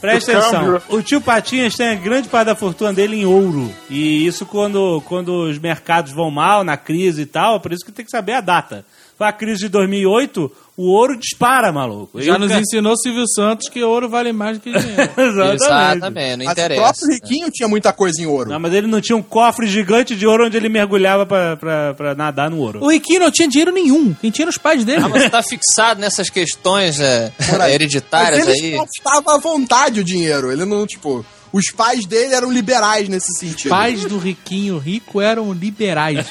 Speaker 2: Presta atenção. O tio Patinhas tem a grande parte da fortuna dele em ouro. E isso quando, quando os mercados vão mal, na crise e tal, é por isso que tem que saber a data. A crise de 2008, o ouro dispara, maluco.
Speaker 7: Já
Speaker 2: E o
Speaker 7: nos
Speaker 2: ca-
Speaker 7: ensinou Silvio Santos que ouro vale mais do que dinheiro.
Speaker 2: Exatamente.
Speaker 5: Exatamente, não
Speaker 4: Mas o
Speaker 5: interessa.
Speaker 4: próprio Riquinho tinha muita coisa em ouro.
Speaker 2: Não, mas ele não tinha um cofre gigante de ouro onde ele mergulhava pra, pra, pra nadar no ouro.
Speaker 7: O Riquinho não tinha dinheiro nenhum. Quem tinha era os pais dele.
Speaker 5: Ah, mas você tá fixado nessas questões é, hereditárias
Speaker 4: Mas
Speaker 5: aí.
Speaker 4: ele faltava à vontade o dinheiro. Ele não, tipo. Os pais dele eram liberais nesse sentido.
Speaker 7: pais do Riquinho rico eram liberais.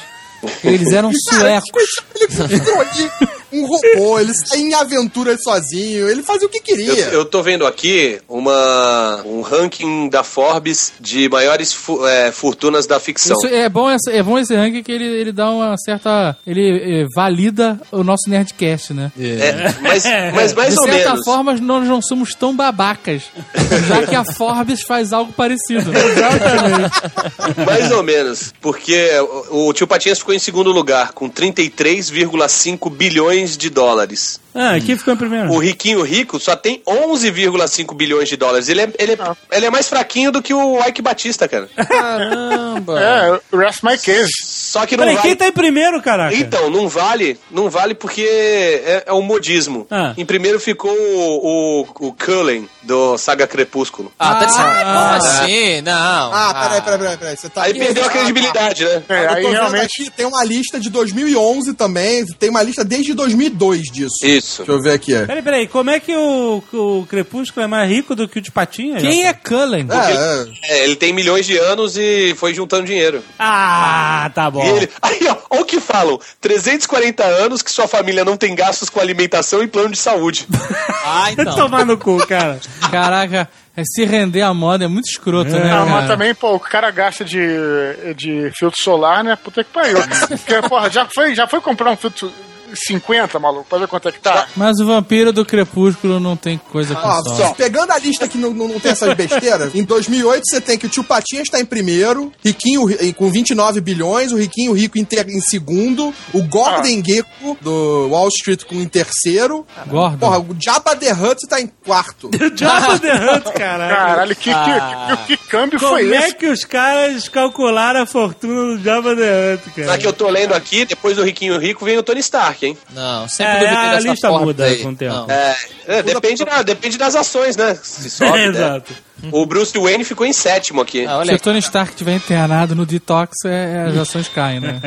Speaker 7: Eles eram
Speaker 4: Cara,
Speaker 7: suecos.
Speaker 4: Ele construiu um robô, ele saía em aventuras sozinho, ele fazia o que
Speaker 3: Eu,
Speaker 4: queria.
Speaker 3: eu tô vendo aqui uma, um ranking da Forbes de maiores fu- é, fortunas da ficção.
Speaker 7: Isso é, bom essa- é bom esse ranking que ele, ele dá uma certa. Ele eh, valida o nosso Nerdcast, né?
Speaker 3: É, mas, mas mais
Speaker 7: De
Speaker 3: ou
Speaker 7: certa
Speaker 3: menos.
Speaker 7: forma, nós não somos tão babacas, já que a Forbes faz algo parecido. né?
Speaker 3: Mais ou menos, porque o o tio Patinhas ficou em segundo lugar, com 33,5 bilhões de dólares.
Speaker 2: Ah, aqui ficou em primeiro.
Speaker 3: O riquinho rico só tem 11,5 bilhões de dólares. Ele é, ele, é, ele é mais fraquinho do que o Ike Batista, cara.
Speaker 5: Caramba!
Speaker 6: É, rest my case.
Speaker 3: Só que não
Speaker 2: Peraí,
Speaker 3: vale.
Speaker 2: quem tá em primeiro, caraca?
Speaker 3: Então, não vale, não vale porque é, é um modismo.
Speaker 2: Ah.
Speaker 3: Em primeiro ficou o, o, o Cullen, do Saga Crepúsculo.
Speaker 5: Ah, tá de Como assim? Não.
Speaker 4: Ah, peraí, peraí, peraí, peraí. Você tá
Speaker 3: Aí perdeu a credibilidade, né?
Speaker 6: É,
Speaker 4: Eu
Speaker 6: aí
Speaker 4: tô vendo
Speaker 6: realmente.
Speaker 4: aqui, tem uma lista de 2011 também, tem uma lista desde 2002 disso.
Speaker 3: Isso.
Speaker 4: Deixa eu ver aqui.
Speaker 2: Peraí, peraí, como é que o, o Crepúsculo é mais rico do que o de Patinhas?
Speaker 7: Quem é Cullen?
Speaker 4: É, é.
Speaker 3: É, ele tem milhões de anos e foi juntando dinheiro.
Speaker 2: Ah, tá bom.
Speaker 3: E ele, aí, ó, olha o que falam. 340 anos que sua família não tem gastos com alimentação e plano de saúde.
Speaker 5: Ah, então.
Speaker 2: Tomar no cu, cara.
Speaker 7: Caraca, é se render à moda é muito escroto, né?
Speaker 6: Ah, mas
Speaker 7: cara?
Speaker 6: também, pô, o cara gasta de, de filtro solar, né? Puta que pariu. Porque, porra, já foi, já foi comprar um filtro 50, maluco, pra ver quanto é que tá.
Speaker 7: Mas o vampiro do crepúsculo não tem coisa que
Speaker 4: Ó,
Speaker 7: Ah, só.
Speaker 4: pegando a lista que não, não, não tem essas besteiras, em 2008 você tem que o tio Patinhas tá em primeiro, Riquinho Ri- com 29 bilhões, o Riquinho Rico em, ter- em segundo, o Gordon Gecko do Wall Street com em terceiro.
Speaker 7: Gordon.
Speaker 4: Porra, o Jabba the Hutt tá em quarto.
Speaker 2: O Jabba the Hutt, caraca.
Speaker 6: Caralho, que, que- que, Ah. que câmbio
Speaker 2: Como
Speaker 6: foi
Speaker 2: é
Speaker 6: esse?
Speaker 2: que os caras calcularam a fortuna do Jabba the Hutt, cara?
Speaker 3: Na que eu tô lendo aqui, depois do Riquinho Rico vem o Tony Stark, hein?
Speaker 5: Não,
Speaker 2: É,
Speaker 5: sempre duvidei
Speaker 2: a
Speaker 5: dessa
Speaker 2: lista
Speaker 5: porta
Speaker 2: muda
Speaker 5: aí.
Speaker 2: com o tempo.
Speaker 5: Não.
Speaker 3: É, é, depende, da- depende das ações, né? Se sobe,
Speaker 6: é.
Speaker 3: né?
Speaker 2: É, Exato.
Speaker 3: O Bruce Wayne ficou em sétimo aqui.
Speaker 5: Ah,
Speaker 7: Se
Speaker 5: olha
Speaker 7: o
Speaker 5: aí.
Speaker 7: Tony Stark tiver internado no detox, é- é, as ações caem, né?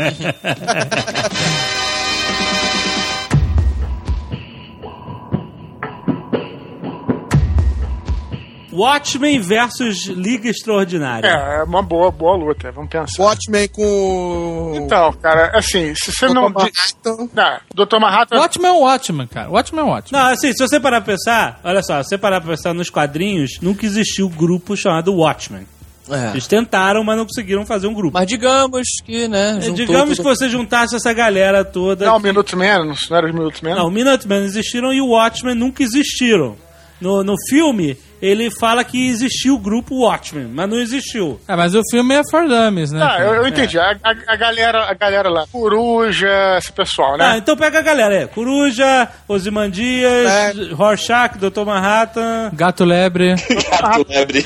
Speaker 2: Watchmen versus Liga Extraordinária.
Speaker 6: É, é uma boa, boa luta, vamos pensar.
Speaker 4: Watchmen com.
Speaker 6: Então, cara, assim, se você
Speaker 4: Dr.
Speaker 6: não.
Speaker 4: Manhattan.
Speaker 6: Não, Dr. Manhattan.
Speaker 7: Watchmen é um Watchmen, cara. Watchmen é um Watchmen.
Speaker 2: Não, assim, se você parar pra pensar, olha só, se você parar pra pensar nos quadrinhos, nunca existiu um grupo chamado Watchmen.
Speaker 5: É.
Speaker 2: Eles tentaram, mas não conseguiram fazer um grupo.
Speaker 5: Mas digamos que, né?
Speaker 2: É,
Speaker 5: juntou
Speaker 2: Digamos que
Speaker 5: tudo-
Speaker 2: você juntasse essa galera toda.
Speaker 6: Não, minutos menos, não era os minutos menos.
Speaker 2: Não, o Minutemen existiram e o Watchmen nunca existiram. No, no filme, ele fala que existiu o grupo Watchmen, mas não existiu.
Speaker 7: É, mas o filme é for dummies, né?
Speaker 6: Tá,
Speaker 7: cara?
Speaker 6: eu, eu entendi. A, a- a galera, a galera lá, coruja, esse pessoal,
Speaker 2: Ah,
Speaker 6: né?
Speaker 2: então pega a galera aí. Coruja, Ozymandias, Rorschach, Dr. Manhattan,
Speaker 7: Gato lebre.
Speaker 3: Gato lebre.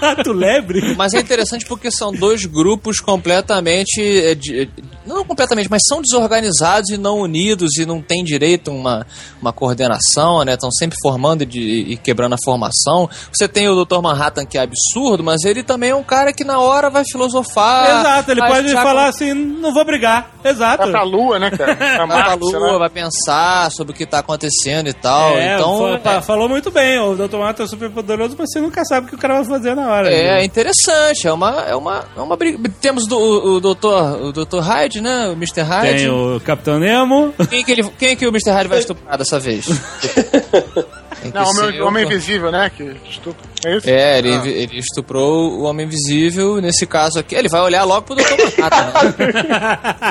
Speaker 2: Gato Lebre.
Speaker 5: Mas é interessante porque são dois grupos completamente. é, de- é, não completamente, mas são desorganizados e não unidos e não tem direito a uma, uma coordenação, né? Estão sempre formando e, de- e quebrando a formação. Você tem o Dr. Manhattan que é absurdo, mas ele também é um cara que na hora vai filosofar.
Speaker 2: Exato, ele
Speaker 5: vai
Speaker 2: pode
Speaker 5: achar
Speaker 2: falar assim, não vou brigar. Exato.
Speaker 6: Vai pra lua, né, cara? Pra
Speaker 5: Vai pra
Speaker 6: Marte, sei lá.
Speaker 5: lua, vai pensar sobre o que tá acontecendo e tal.
Speaker 2: né? É,
Speaker 5: então,
Speaker 2: fa- fa- falou muito bem, o Dr. Manhattan é super poderoso, mas você nunca sabe o que o cara vai fazer na hora.
Speaker 5: É
Speaker 2: né?
Speaker 5: interessante, é uma, é uma, é uma briga. Temos do, o, o doutor, o doutor Hyde, né? O Mr. Hyde.
Speaker 2: Tem o Capitão Nemo,
Speaker 5: é Quem, que ele, quem que o Mr. Hyde vai estuprar dessa vez? Tem que
Speaker 6: Não, o
Speaker 5: ser
Speaker 6: homem, homem
Speaker 5: o-
Speaker 6: invisível, né? Que estupro. É isso?
Speaker 5: É, ele, invi- ele estuprou o homem invisível. Nesse caso aqui, ele vai olhar logo pro Dr. Manhattan. Né?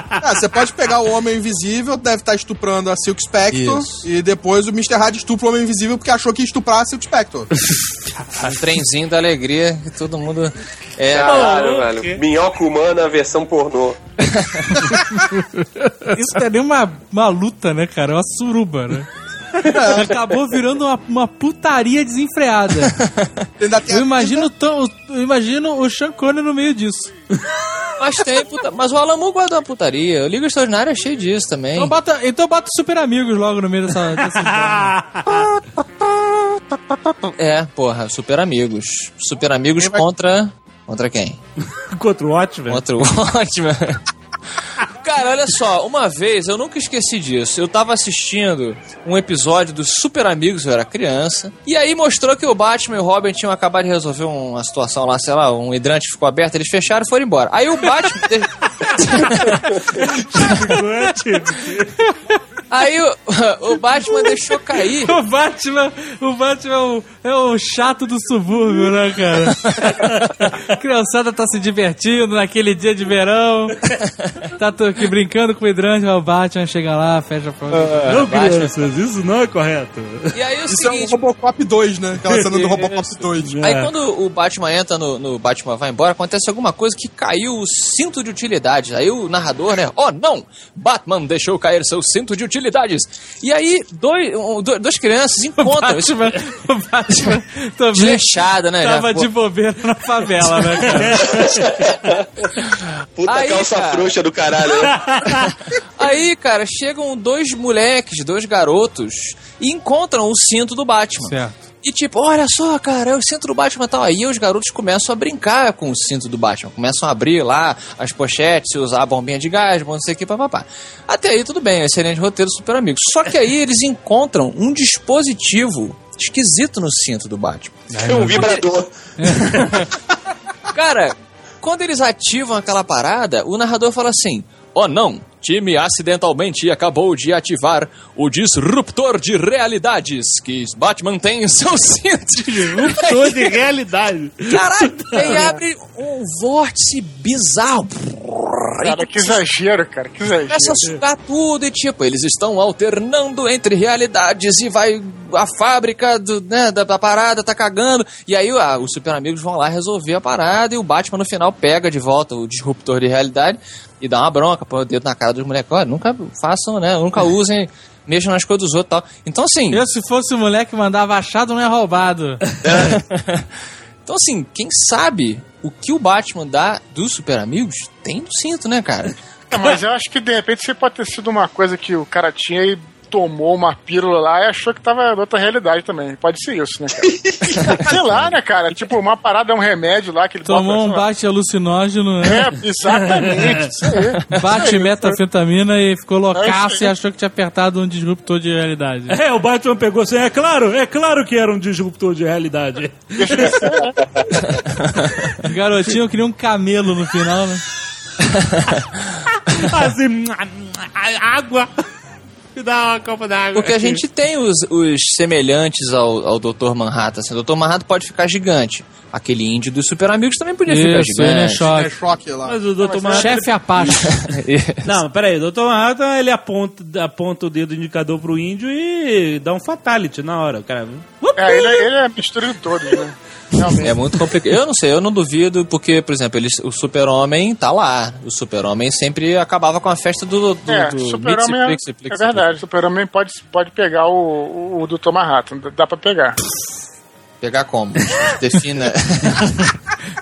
Speaker 4: Ah, você pode pegar o Homem Invisível, deve estar estuprando a Silk Spectre,
Speaker 5: Isso.
Speaker 4: e depois o Mr. Hyde estupra o Homem Invisível porque achou que ia estuprar a Silk Spectre.
Speaker 5: Um trenzinho da alegria que todo mundo. É,
Speaker 3: Caralho,
Speaker 2: Maluco.
Speaker 3: velho. Minhoca humana versão pornô.
Speaker 7: Isso não é nem uma, uma luta, né, cara? É uma suruba, né? Acabou virando uma, uma putaria desenfreada.
Speaker 4: Ainda tem
Speaker 7: Eu
Speaker 4: a-
Speaker 7: imagino, o Tom- o- eu imagino o Sean Connery no meio disso.
Speaker 5: mas tem puta... Mas o Alamu guarda uma putaria. O Liga Extraordinária é cheio disso também.
Speaker 7: Então bota, então bota os super amigos logo no meio dessa. dessa
Speaker 5: É, porra, super amigos. Super amigos contra. Contra quem?
Speaker 2: Enquanto o Watchmen.
Speaker 5: Contra o Watchmen. Cara, olha só, uma vez, eu nunca esqueci disso. Eu tava assistindo um episódio dos Super Amigos, eu era criança. E aí mostrou que o Batman e o Robin tinham acabado de resolver um, uma situação lá, sei lá, um hidrante ficou aberto, eles fecharam e foram embora. Aí o Batman. aí o, o Batman deixou cair.
Speaker 7: o Batman, o Batman é o, é o chato do subúrbio, né, cara? Criançada tá se divertindo naquele dia de verão. Tá tô aqui brincando com o hidrante, mas o Batman chega lá, fecha a porta.
Speaker 2: Não, crianças, isso não é correto.
Speaker 5: E aí o
Speaker 4: Isso é o
Speaker 5: seguinte.
Speaker 4: Robocop 2, né? Aquela cena do Robocop 2.
Speaker 7: É.
Speaker 5: Aí quando o Batman entra no, no Batman vai embora, acontece alguma coisa que caiu o cinto de utilidades. Aí o narrador, né? Oh, não! Batman deixou cair seu cinto de utilidades. E aí, dois, um, do- duas crianças encontram. Isso
Speaker 7: Batman, o Batman também
Speaker 5: desleixado, né?
Speaker 7: tava
Speaker 5: Já, pô.
Speaker 7: de bobeira na favela, né, cara?
Speaker 3: Puta
Speaker 5: Aí,
Speaker 3: calça
Speaker 5: cara.
Speaker 3: frouxa do caralho. né?
Speaker 5: Aí, cara, chegam dois moleques, dois garotos, e encontram o cinto do Batman.
Speaker 7: Certo.
Speaker 5: E tipo, olha só, cara, é o cinto do Batman e tal. Aí os garotos começam a brincar com o cinto do Batman. Começam a abrir lá as pochetes, usar a bombinha de gás, não sei o que, papapá. Até aí tudo bem, excelente roteiro, super amigo. Só que aí eles encontram um dispositivo esquisito no cinto do Batman.
Speaker 3: um vibrador.
Speaker 5: Cara, quando eles ativam aquela parada, o narrador fala assim: Oh não, time acidentalmente acabou de ativar o disruptor de realidades que Batman tem em seu cinto.
Speaker 2: Tô de realidade.
Speaker 5: Caralho, ele abre um vórtice bizarro.
Speaker 6: Cara, que exagero, cara. Que exagero.
Speaker 5: Começa é a sugar tudo e tipo, eles estão alternando entre realidades e vai a fábrica do, né, da, da parada tá cagando. E aí ah, os super amigos vão lá resolver a parada e o Batman no final pega de volta o disruptor de realidade e dá uma bronca, põe o dedo na cara dos moleques. Olha, nunca façam, né? Nunca usem, mexam nas coisas dos outros e tal. Então assim.
Speaker 7: Eu, se fosse o moleque, mandava achado, não é roubado.
Speaker 5: Então, assim, quem sabe o que o Batman dá dos super amigos tem no cinto, né, cara?
Speaker 6: É, mas eu acho que de repente você pode ter sido uma coisa que o cara tinha e tomou uma pílula lá e achou que tava em outra realidade também. Pode ser isso, né, cara? Sei lá, né, cara? Tipo, uma parada é um remédio lá que ele
Speaker 7: Tomou
Speaker 6: bota, sei
Speaker 7: um
Speaker 6: lá.
Speaker 7: bate alucinógeno, né?
Speaker 6: É, exatamente. Isso aí.
Speaker 7: Bate metanfetamina e ficou
Speaker 6: É
Speaker 7: loucaço
Speaker 6: isso
Speaker 7: e
Speaker 6: aí.
Speaker 7: achou que tinha apertado um disruptor de realidade.
Speaker 2: É, o Batman pegou assim, é claro, é claro que era um disruptor de realidade.
Speaker 7: O garotinho queria um camelo no final, né?
Speaker 2: assim, água. Me dá uma copa d'água.
Speaker 5: Porque a gente tem os, os semelhantes ao, ao Dr. Manhattan. Assim, o Dr. Manhattan pode ficar gigante. Aquele índio dos super amigos também podia ficar
Speaker 7: Isso, ele é
Speaker 5: gigante.
Speaker 4: É
Speaker 7: choque.
Speaker 4: choque lá.
Speaker 2: Mas o Dr. Manhattan...
Speaker 7: Chefe Apache.
Speaker 2: Não, peraí, o Dr. Manhattan, ele aponta, aponta o dedo indicador pro índio e dá um fatality na hora, o cara.
Speaker 6: É, ele, é- ele é mistura de todos, né? Realmente.
Speaker 5: É muito complicado. Eu não sei, eu não duvido, porque, por exemplo, eles, o super-homem tá lá. O super-homem sempre acabava com a festa do... do,
Speaker 6: É,
Speaker 5: do
Speaker 6: super-homem é,
Speaker 5: Plixi, Plixi,
Speaker 6: é
Speaker 5: Plixi,
Speaker 6: verdade. Super-homem pode, pode pegar o, o, o do Manhattan. Dá pra pegar.
Speaker 5: Plixi. Pegar como? Defina...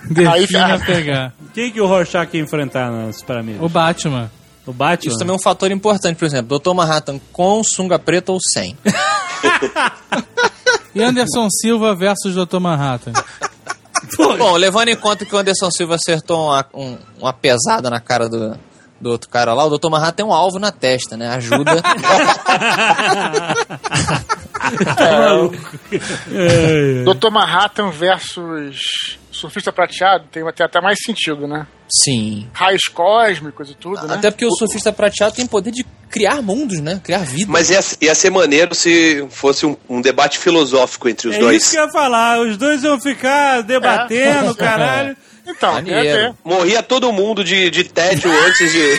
Speaker 7: Defina
Speaker 2: tá.
Speaker 6: cara.
Speaker 7: pegar.
Speaker 2: Quem que o Rorschach ia enfrentar nas
Speaker 7: O
Speaker 2: pirâmides?
Speaker 7: Batman.
Speaker 2: O Batman?
Speaker 5: Isso também é um fator importante, por exemplo, Dr. Manhattan com sunga preta ou sem.
Speaker 7: E Anderson Silva versus Dr. Manhattan.
Speaker 5: Bom, levando em conta que o Anderson Silva acertou uma, um- uma pesada na cara do, do outro cara lá, o Dr. Manhattan tem um alvo na testa, né? Ajuda.
Speaker 6: É, Dr. Manhattan versus Surfista Prateado tem até, até mais sentido, né?
Speaker 5: Sim.
Speaker 6: Raios cósmicos e tudo,
Speaker 5: Ah,
Speaker 6: né?
Speaker 5: Até porque o surfista prateado tem poder de criar mundos, né? Criar vida.
Speaker 3: Mas ia, ia ser maneiro se fosse um, um debate filosófico entre os
Speaker 2: É
Speaker 3: dois.
Speaker 2: isso que eu ia falar. Os dois iam ficar debatendo,
Speaker 5: É.
Speaker 2: caralho.
Speaker 6: Então,
Speaker 5: Maneiro.
Speaker 6: quer ver.
Speaker 3: Morria todo mundo de, de tédio antes de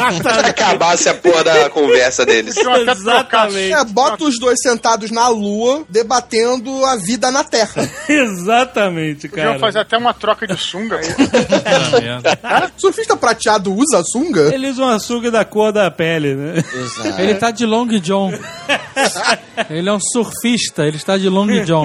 Speaker 3: acabasse a porra da conversa deles.
Speaker 6: Deixa eu até trocar.
Speaker 2: Exatamente.
Speaker 4: É, bota os dois sentados na lua, debatendo a vida na Terra.
Speaker 2: Exatamente, cara.
Speaker 6: Podiam fazer até uma troca de sunga.
Speaker 2: É.
Speaker 4: Surfista prateado usa sunga?
Speaker 2: Eles usam açúcar da cor da pele, né?
Speaker 5: Exato.
Speaker 7: Ele tá de Long John. ele é um surfista, ele está de Long John.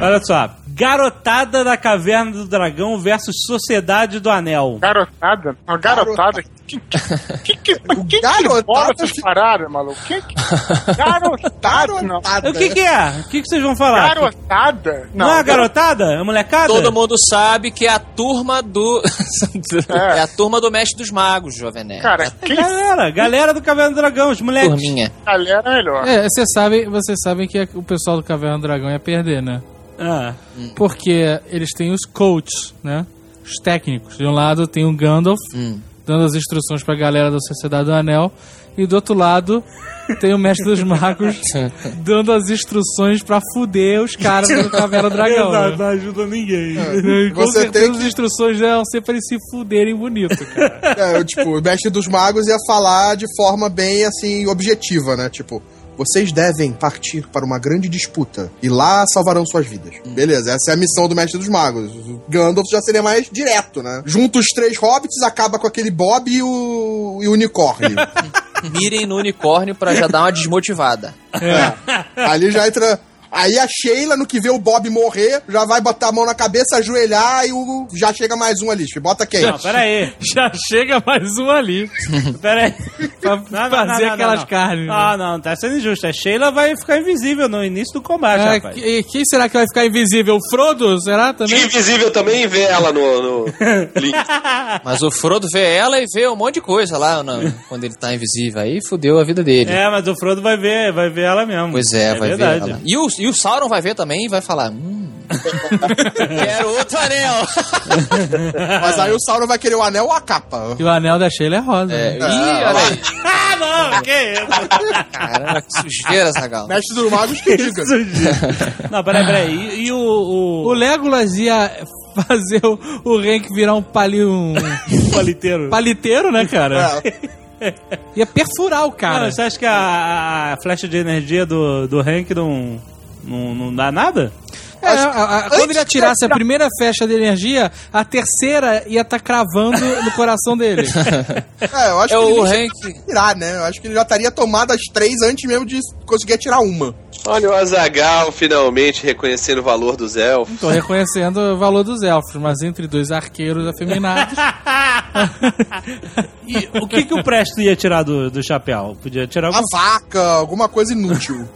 Speaker 2: Olha só. Garotada da Caverna do Dragão versus Sociedade do Anel.
Speaker 6: Garotada? Uma garotada? Quem que, que, que, que, que
Speaker 4: garotada
Speaker 6: bola essas
Speaker 4: fica-
Speaker 6: paradas, maluco? Quem que... Garotada? não.
Speaker 4: Garotada.
Speaker 2: O que que é? O que que vocês vão falar?
Speaker 6: Garotada?
Speaker 2: Não, é garotada? É molecada?
Speaker 5: Todo mundo sabe que é a turma do. é. a turma do mestre dos magos, Jovem Nerd.
Speaker 6: Cara,
Speaker 2: É
Speaker 6: quem
Speaker 2: Galera, galera do Caverna do Dragão, os moleques.
Speaker 5: Turminha.
Speaker 6: galera é melhor.
Speaker 7: É, vocês sabem vocês sabem que é o pessoal do Caverna do Dragão ia perder, né?
Speaker 2: Ah.
Speaker 7: Porque eles têm os coaches, né? Os técnicos. De um lado tem o Gandalf,
Speaker 4: Hum.
Speaker 7: dando as instruções pra galera da Sociedade do Anel. E do outro lado tem o Mestre dos Magos, dando as instruções pra fuder os caras do Caverna do Dragão. né?
Speaker 2: Exato, não ajuda ninguém.
Speaker 7: Com
Speaker 4: Você
Speaker 7: certeza
Speaker 4: tem que-
Speaker 7: as instruções devem ser pra eles se fuderem bonito, cara.
Speaker 4: É, eu, tipo, o mestre dos magos ia falar de forma bem, assim, objetiva, né? Tipo, vocês devem partir para uma grande disputa e lá salvarão suas vidas. Beleza, essa é a missão do mestre dos magos. O Gandalf já seria mais direto, né? Junta os três hobbits, acaba com aquele Bob e o, e o unicórnio.
Speaker 5: Mirem no unicórnio pra já dar uma desmotivada.
Speaker 4: Ali já entra... Aí a Sheila, no que vê o Bob morrer, já vai botar a mão na cabeça, ajoelhar e o... já chega mais um ali. filho. Bota quem?
Speaker 2: Não, peraí.
Speaker 7: Já chega mais um ali.
Speaker 2: Peraí.
Speaker 7: Pra
Speaker 2: Não, não,
Speaker 7: fazer
Speaker 2: não, não,
Speaker 7: aquelas
Speaker 2: não.
Speaker 7: carnes. né?
Speaker 2: Ah, não, tá sendo injusto. A Sheila vai ficar invisível no início do combate,
Speaker 7: É,
Speaker 2: rapaz.
Speaker 7: que- quem será que vai ficar invisível? O Frodo? Será também?
Speaker 3: Invisível também vê ela no, no link.
Speaker 5: Mas o Frodo vê ela e vê um monte de coisa lá na- quando ele tá invisível. Aí fudeu a vida dele.
Speaker 2: É, mas o Frodo vai ver, vai ver ela mesmo.
Speaker 5: Pois é, vai
Speaker 2: verdade.
Speaker 5: ver ela. E o, e o Sauron vai ver também e vai falar: Hum. quero outro anel.
Speaker 4: Mas aí o Sauron vai querer o anel ou a capa?
Speaker 7: E o anel da Sheila é rosa.
Speaker 5: É,
Speaker 7: né?
Speaker 5: Ih, olha aí.
Speaker 2: Ah, não, que isso?
Speaker 5: Caraca, que sujeira, Zagal.
Speaker 4: Mestre dos magos que diga.
Speaker 2: Não, peraí, peraí. E, e o, o,
Speaker 7: O Legolas ia fazer o, o Hank virar um, pali, um
Speaker 2: o paliteiro?
Speaker 7: paliteiro, né,
Speaker 4: Ah, É.
Speaker 7: cara? Ia perfurar o cara.
Speaker 2: Mano, você acha que a, a flecha de energia do, do Hank não, não, não dá nada?
Speaker 7: É, a- a- a- quando ele atirasse a primeira flecha de energia, a terceira ia estar cravando no coração dele.
Speaker 4: É, eu acho
Speaker 5: É
Speaker 4: que
Speaker 5: o
Speaker 4: ele
Speaker 5: Hank.
Speaker 4: ia tirar, né? Eu acho que ele já estaria tomado as três antes mesmo de conseguir atirar uma.
Speaker 3: Olha o Azagal finalmente reconhecendo o valor dos elfos.
Speaker 7: Tô reconhecendo o valor dos elfos, mas entre dois arqueiros afeminados.
Speaker 2: E o que, que o Presto ia tirar do, do chapéu? Podia tirar
Speaker 4: Uma
Speaker 2: algum...
Speaker 4: vaca, alguma coisa inútil.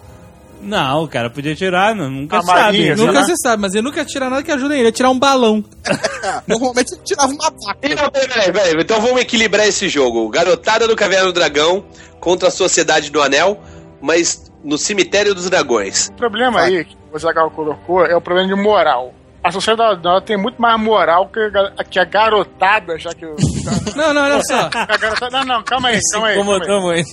Speaker 2: Não, o cara podia tirar, não- nunca
Speaker 6: A
Speaker 2: se sabe.
Speaker 6: Maria,
Speaker 2: Nunca-
Speaker 7: nunca
Speaker 6: Será?
Speaker 7: se sabe, mas ele nunca tira nada que ajude ele. Ele ia tirar um balão.
Speaker 4: É, normalmente ele tirava uma vaca.
Speaker 3: Ih, não, peraí, peraí, Então vamos equilibrar esse jogo. Garotada do Caverna do Dragão contra a Sociedade do Anel, mas no Cemitério dos Dragões.
Speaker 6: O problema aí que o Zagal colocou é o problema de moral. A sociedade ela tem muito mais moral que a, ga- que a garotada, já que o.
Speaker 7: Não, não, olha só.
Speaker 6: A garotada, não, não, calma aí, calma aí. Calma aí.
Speaker 5: Incomodou muito.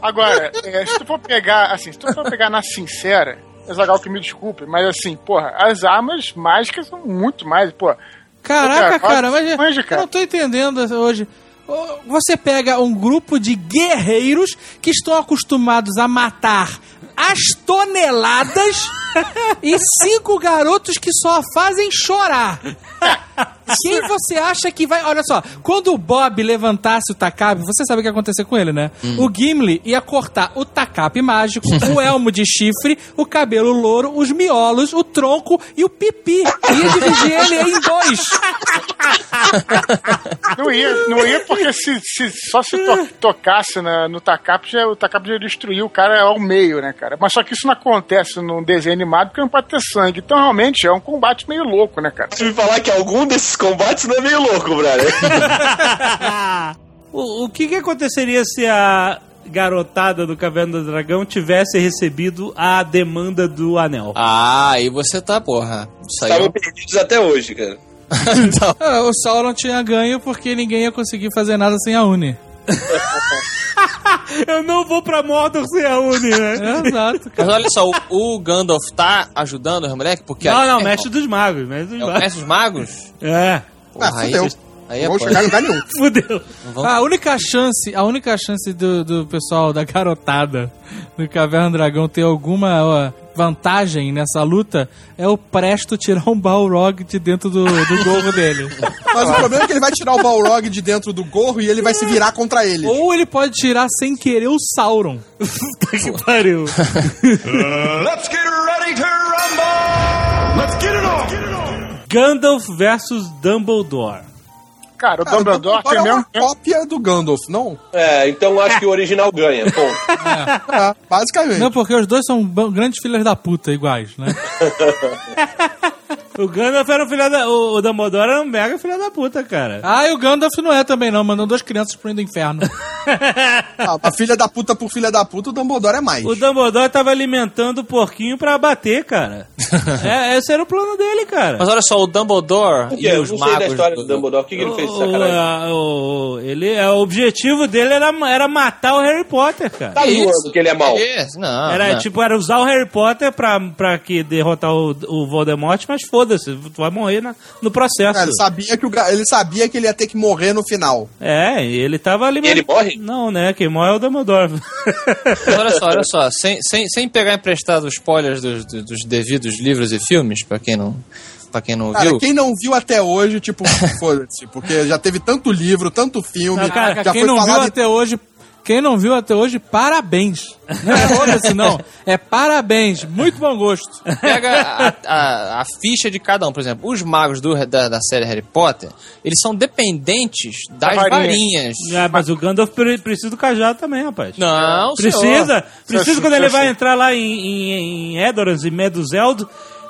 Speaker 6: Agora, é, se tu for pegar, assim, se tu for pegar na sincera, é Zagal que me desculpe, mas assim, porra, as armas mágicas são muito mais, pô. Cara,
Speaker 7: Caraca, cara, mas
Speaker 6: manja,
Speaker 7: eu
Speaker 6: cara.
Speaker 7: não tô entendendo hoje. Ô, Você pega um grupo de guerreiros que estão acostumados a matar as toneladas e cinco garotos que só fazem chorar. Quem você acha que vai. Olha só, quando o Bob levantasse o Takap, você sabe o que ia acontecer com ele, né? O Gimli ia cortar o Takap mágico, o elmo de chifre, o cabelo louro, os miolos, o tronco e o pipi. Ia dividir ele em dois.
Speaker 6: Não ia, não ia porque se, se- só se to- tocasse na- no Takap, já, o Takap já destruiu o cara ao meio, né, cara? Mas só que isso não acontece num desenho animado porque não pode ter sangue. Então, realmente, é um combate meio louco, né, cara?
Speaker 3: Se me falar que algum desses combates não é meio louco, brother.
Speaker 2: O, o que, que aconteceria se a garotada do Caverna do Dragão tivesse recebido a demanda do anel?
Speaker 5: Ah, aí você tá, porra. Isso aí é
Speaker 3: Estavam
Speaker 5: um-
Speaker 3: perdidos até hoje, cara.
Speaker 5: Então,
Speaker 7: Ah, o Sauron tinha ganho porque ninguém ia conseguir fazer nada sem a Uni.
Speaker 2: Eu não vou pra Mordor sem a Uni, né?
Speaker 7: Exato.
Speaker 5: Mas olha só, o, o Gandalf tá ajudando os moleques? Porque
Speaker 2: Não,
Speaker 5: aí-
Speaker 2: não, mestre dos magos, mestre
Speaker 5: É
Speaker 2: dos
Speaker 5: o
Speaker 2: magos.
Speaker 5: mestre dos magos?
Speaker 2: É,
Speaker 5: Porra,
Speaker 4: Ah, fudeu.
Speaker 5: Aí é
Speaker 4: Não vão
Speaker 5: foda.
Speaker 4: chegar em lugar nenhum.
Speaker 2: fudeu.
Speaker 7: A única chance, a única chance do, do pessoal da garotada do Caverna do Dragão ter alguma ó, vantagem nessa luta é o Presto tirar um Balrog de dentro do, do gorro dele.
Speaker 4: Mas o problema é que ele vai tirar o Balrog de dentro do gorro e ele vai se virar contra ele.
Speaker 7: Ou ele pode tirar sem querer o Sauron.
Speaker 2: Puta que pariu. Gandalf versus Dumbledore.
Speaker 6: Cara, o
Speaker 4: Cara,
Speaker 6: Dumbledore tem
Speaker 4: é
Speaker 6: mesmo
Speaker 4: uma
Speaker 6: tempo.
Speaker 4: cópia do Gandalf, não?
Speaker 3: É, então acho que o original ganha. Bom,
Speaker 4: É, basicamente.
Speaker 7: Não, porque os dois são ba- grandes filhas da puta iguais, né?
Speaker 2: O Gandalf era um filho da... O, o Dumbledore era um mega filho da puta, cara.
Speaker 7: Ah, e o Gandalf não é também não, mandou duas crianças pro inferno.
Speaker 4: Ah, A filha da puta por filha da puta, o Dumbledore é mais.
Speaker 2: O Dumbledore tava alimentando o porquinho pra bater, cara. é, esse era o plano dele, cara.
Speaker 5: Mas olha só, o Dumbledore
Speaker 3: o que
Speaker 5: e
Speaker 3: é? eu
Speaker 5: os
Speaker 3: não sei da
Speaker 5: magos.
Speaker 3: história do Dumbledore. O que, que ele fez de
Speaker 2: O-
Speaker 3: sacanagem?
Speaker 2: a- o- ele, a- o objetivo dele era, era matar o Harry Potter, cara.
Speaker 3: Tá zoando que ele é mau.
Speaker 5: Isso, não.
Speaker 2: Era,
Speaker 5: Ah, não.
Speaker 2: tipo, era usar o Harry Potter pra, pra que derrotar o, o Voldemort, mas foda-se, tu vai morrer na- no processo.
Speaker 4: Cara, ele, sabia que o, ga- ele sabia que ele ia ter que morrer no final.
Speaker 2: É, e ele tava ali.
Speaker 3: E ele morre?
Speaker 2: Não, né? Quem morre é o Dumbledore.
Speaker 5: Mas olha só, olha só, sem, sem, sem pegar emprestado spoilers dos, dos- dos devidos livros e filmes, pra quem não, pra quem não
Speaker 4: Cara,
Speaker 5: viu.
Speaker 4: quem não viu até hoje, tipo, foda-se, porque já teve tanto livro, tanto filme,
Speaker 2: Não, cara,
Speaker 4: já
Speaker 7: Caraca, quem não viu
Speaker 4: falado em
Speaker 7: até hoje, quem não viu até hoje, parabéns. Não é foda-se, não. É parabéns. Muito bom gosto.
Speaker 5: Pega a, a- a ficha de cada um, por exemplo, os magos do- da, da série Harry Potter, eles são dependentes das
Speaker 6: varinha.
Speaker 5: varinhas.
Speaker 2: Ah, mas o Gandalf pre- precisa do cajado também, rapaz.
Speaker 5: Não, senhor.
Speaker 2: Precisa, precisa
Speaker 6: Seu-
Speaker 2: quando ele
Speaker 6: seu-
Speaker 2: vai entrar lá em, em, em Edoras, em Meduseld,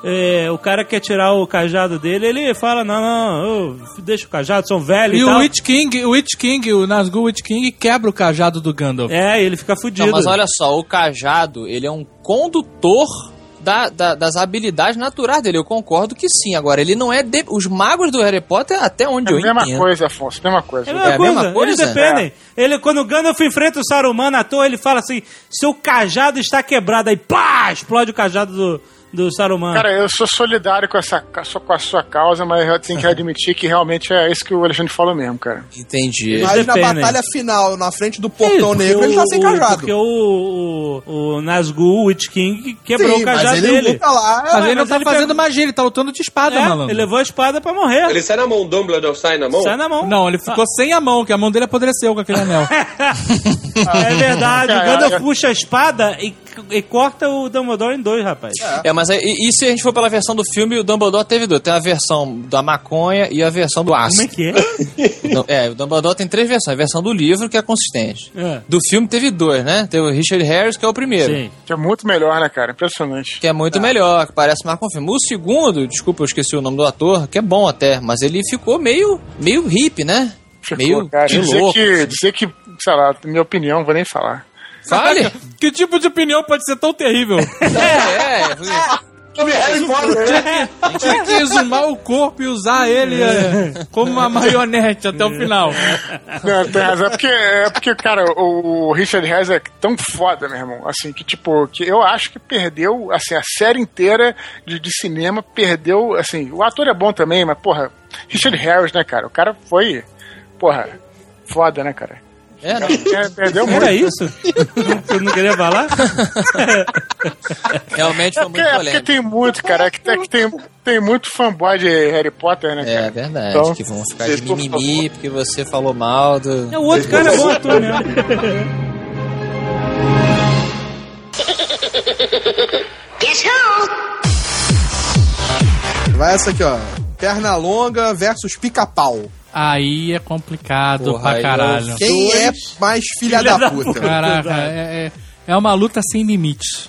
Speaker 2: é, o cara quer tirar o cajado dele, ele fala, não, não, eu deixa o cajado, são velhos e,
Speaker 7: E o
Speaker 2: tal.
Speaker 7: Witch King, o Witch King, o Nazgûl Witch King quebra o cajado do Gandalf.
Speaker 2: É, ele fica fudido.
Speaker 5: Não, mas olha só, o cajado, ele é um condutor da- da- das habilidades naturais dele. Eu concordo que sim. Agora, ele não é. de- Os magos do Harry Potter, até onde
Speaker 6: É a
Speaker 5: eu
Speaker 6: mesma
Speaker 5: entendo.
Speaker 6: coisa, Afonso, mesma
Speaker 2: É
Speaker 6: coisa.
Speaker 2: a mesma,
Speaker 5: É a
Speaker 2: coisa.
Speaker 5: mesma coisa?
Speaker 2: eles dependem. Ele, quando o Gandalf enfrenta o Saruman na toa, ele fala assim, seu cajado está quebrado, aí pá, explode o cajado do, do Saruman.
Speaker 6: Cara, eu sou solidário com, essa, ca- só com a sua causa, mas eu tenho que admitir que realmente é isso que o Alexandre falou mesmo, cara.
Speaker 5: Entendi.
Speaker 4: Mas na
Speaker 2: Depende.
Speaker 4: batalha final, na frente do
Speaker 2: Isso,
Speaker 4: portão
Speaker 2: porque
Speaker 4: negro, ele tá
Speaker 2: o-
Speaker 4: sem
Speaker 2: o-
Speaker 4: cajado.
Speaker 2: Porque o, o, o Nazgûl, o Witch King, quebrou
Speaker 4: Sim,
Speaker 2: o cajado
Speaker 4: mas ele
Speaker 2: dele.
Speaker 4: luta lá.
Speaker 7: Mas
Speaker 2: Ah,
Speaker 7: ele não
Speaker 2: mas
Speaker 7: tá
Speaker 2: ele
Speaker 7: fazendo
Speaker 2: pegou-
Speaker 7: magia, ele tá lutando de espada,
Speaker 2: É,
Speaker 7: malandro.
Speaker 2: ele levou a espada pra morrer.
Speaker 3: Ele sai na mão, o Dumbledore sai na mão.
Speaker 2: Sai na mão.
Speaker 7: Não, ele ficou sem a mão, que a mão dele é apodreceu com aquele anel.
Speaker 2: É verdade. O
Speaker 6: Cara,
Speaker 2: Gandalf
Speaker 6: eu-
Speaker 2: puxa a espada e, e corta o Dumbledore em dois, rapaz.
Speaker 5: É, mas aí, e, e se a gente for pela versão do filme, o Dumbledore teve duas. Tem a versão da maconha e a versão do
Speaker 2: Como é
Speaker 5: ácido.
Speaker 2: que é?
Speaker 5: Não, é, o Dumbledore tem três versões. A versão do livro, que é consistente.
Speaker 2: É.
Speaker 5: Do filme teve dois, né? Teve o Richard Harris, que é o primeiro.
Speaker 2: Sim.
Speaker 6: Que é muito melhor, né, cara? Impressionante.
Speaker 5: Que é muito melhor, que parece mais com o filme. O segundo, desculpa, eu esqueci o nome do ator, que é bom até, mas ele ficou meio, meio hippie, né? meio
Speaker 6: Tipo, cara.
Speaker 5: de
Speaker 6: Dizer,
Speaker 5: louco. assim.
Speaker 6: que, dizer que, sei lá, minha opinião, não vou nem falar.
Speaker 5: Fale!
Speaker 7: que tipo de opinião pode ser tão terrível?
Speaker 5: é, é.
Speaker 3: Sobre Harry Potter, né?
Speaker 7: Tinha que exumar o corpo e usar ele é, como uma marionete até o final.
Speaker 6: Não, tem razão. É porque, é porque cara, o, o Richard Harris é tão foda, meu irmão. Assim, que tipo, que eu acho que perdeu, assim, a série inteira de, de cinema perdeu, assim, o ator é bom também, mas, porra, Richard Harris, né, cara? O cara foi, porra, foda, né, cara?
Speaker 5: É, não.
Speaker 6: É, perdeu muito.
Speaker 2: Era isso? Você não queria falar?
Speaker 5: realmente foi
Speaker 6: É porque,
Speaker 5: muito
Speaker 6: é porque
Speaker 5: polêmico.
Speaker 6: tem muito, cara. É que, é que tem, tem muito fanboy de Harry Potter, né, cara?
Speaker 5: É verdade,
Speaker 6: Então,
Speaker 5: que vão ficar
Speaker 3: vocês,
Speaker 5: de
Speaker 3: por
Speaker 5: mimimi porque você falou mal do.
Speaker 2: É, O outro cara é bom ator mesmo.
Speaker 4: Vai essa aqui, ó. Perna longa versus pica-pau.
Speaker 7: Aí é complicado
Speaker 5: Porra,
Speaker 7: pra
Speaker 5: aí
Speaker 7: caralho.
Speaker 4: Quem é mais filha, da, puta?
Speaker 7: Caraca, é, é, é uma luta sem limite.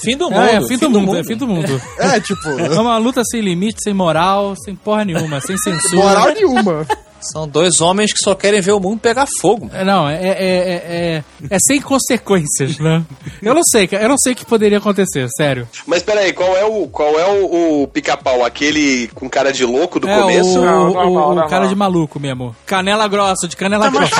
Speaker 5: Fim do mundo.
Speaker 7: É, é fim, do, mundo, é fim do mundo.
Speaker 4: É, tipo,
Speaker 7: É uma luta sem limite, sem moral, sem porra nenhuma, sem censura.
Speaker 4: moral nenhuma.
Speaker 5: São dois homens que só querem ver o mundo pegar fogo. mano.
Speaker 7: É, Não, é, é, é, é, é sem consequências, né? Eu não sei, cara. Eu não sei o que poderia acontecer, sério.
Speaker 3: Mas peraí, qual é o, qual é o, o pica-pau? Aquele com cara de louco do
Speaker 7: é,
Speaker 3: começo?
Speaker 7: o,
Speaker 6: Não,
Speaker 7: o-
Speaker 6: normal,
Speaker 7: o
Speaker 6: normal.
Speaker 7: cara de maluco mesmo. Canela grossa, de
Speaker 5: Tá
Speaker 7: canela grossa.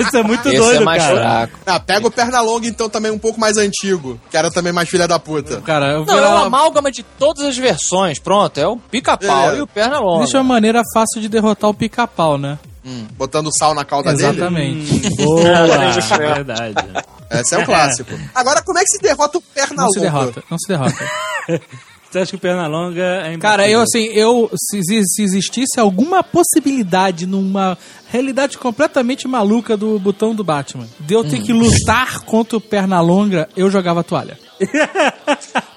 Speaker 2: Isso é muito
Speaker 5: Esse
Speaker 2: doido,
Speaker 5: é mais
Speaker 2: cara.
Speaker 5: fraco.
Speaker 4: Ah, pega o Pernalonga, então, também um pouco mais antigo. Que era também mais filha da puta.
Speaker 7: Cara, eu
Speaker 5: Não,
Speaker 7: vi
Speaker 5: é
Speaker 7: lá-
Speaker 5: uma amálgama de todas as versões. Pronto, é o pica-pau
Speaker 4: É.
Speaker 5: e o perna longa.
Speaker 7: Existe uma maneira fácil de derrotar o pica-pau, né?
Speaker 4: Botando sal na
Speaker 6: É
Speaker 4: cauda dele.
Speaker 7: Exatamente.
Speaker 6: Hum, tá
Speaker 2: Boa, verdade.
Speaker 4: Esse é o clássico. Agora, como é que se derrota o Pernalonga?
Speaker 7: Não se derrota, não se derrota.
Speaker 2: Você acha que o Pernalonga é impossível?
Speaker 7: Cara, eu assim, eu se, se- se existisse alguma possibilidade numa realidade completamente maluca do botão do Batman, de eu ter
Speaker 6: Hum.
Speaker 7: que lutar contra o Pernalonga, eu jogava a toalha.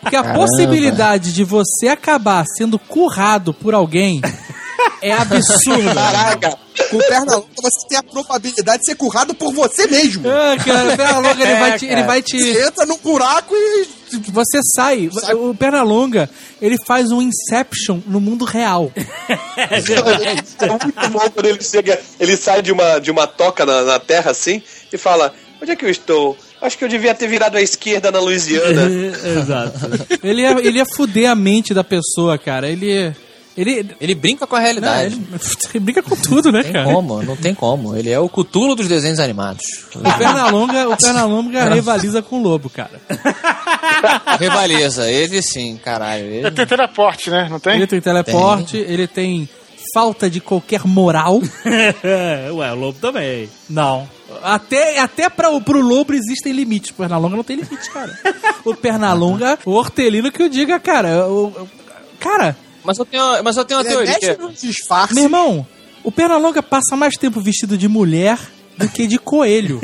Speaker 7: Porque a possibilidade de você acabar sendo currado por alguém é absurda.
Speaker 4: Caraca, com o Pernalonga você tem a probabilidade de ser currado por você mesmo.
Speaker 7: Ah, cara, o Pernalonga ele vai te, ele vai te
Speaker 4: Você entra num buraco e.
Speaker 7: Você sai. O Pernalonga, ele faz um Inception no mundo real.
Speaker 3: É muito bom quando ele chega, ele sai de uma, de uma toca na, na terra assim e fala: Onde é que eu estou? Acho que eu devia ter virado à esquerda na Louisiana.
Speaker 2: Exato.
Speaker 7: Ele ia, ele ia fuder a mente da pessoa, cara. Ele. Ele.
Speaker 5: Ele brinca com a
Speaker 7: Não,
Speaker 5: realidade.
Speaker 7: ele, ele brinca com tudo, né,
Speaker 5: Não tem
Speaker 7: cara?
Speaker 5: como, não tem como. Ele é o cutulo dos desenhos animados.
Speaker 7: O Pernalonga, o Pernalonga rivaliza com o lobo, cara.
Speaker 5: Rivaliza, ele sim, caralho. Ele...
Speaker 6: Tem teleporte, né? Não tem?
Speaker 7: Ele tem teleporte, ele tem falta de qualquer moral.
Speaker 2: Ué, o lobo também.
Speaker 7: Não. Até, até pra, o- pro lobo existem limites. O Pernalonga não tem limite, cara. O Pernalonga, o hortelino que eu diga, cara. o- o- cara,
Speaker 5: Mas eu tenho, mas eu tenho uma
Speaker 4: Ele é
Speaker 5: teoria.
Speaker 4: mestre no disfarce.
Speaker 7: Meu irmão, o Pernalonga passa mais tempo vestido de mulher do que de coelho.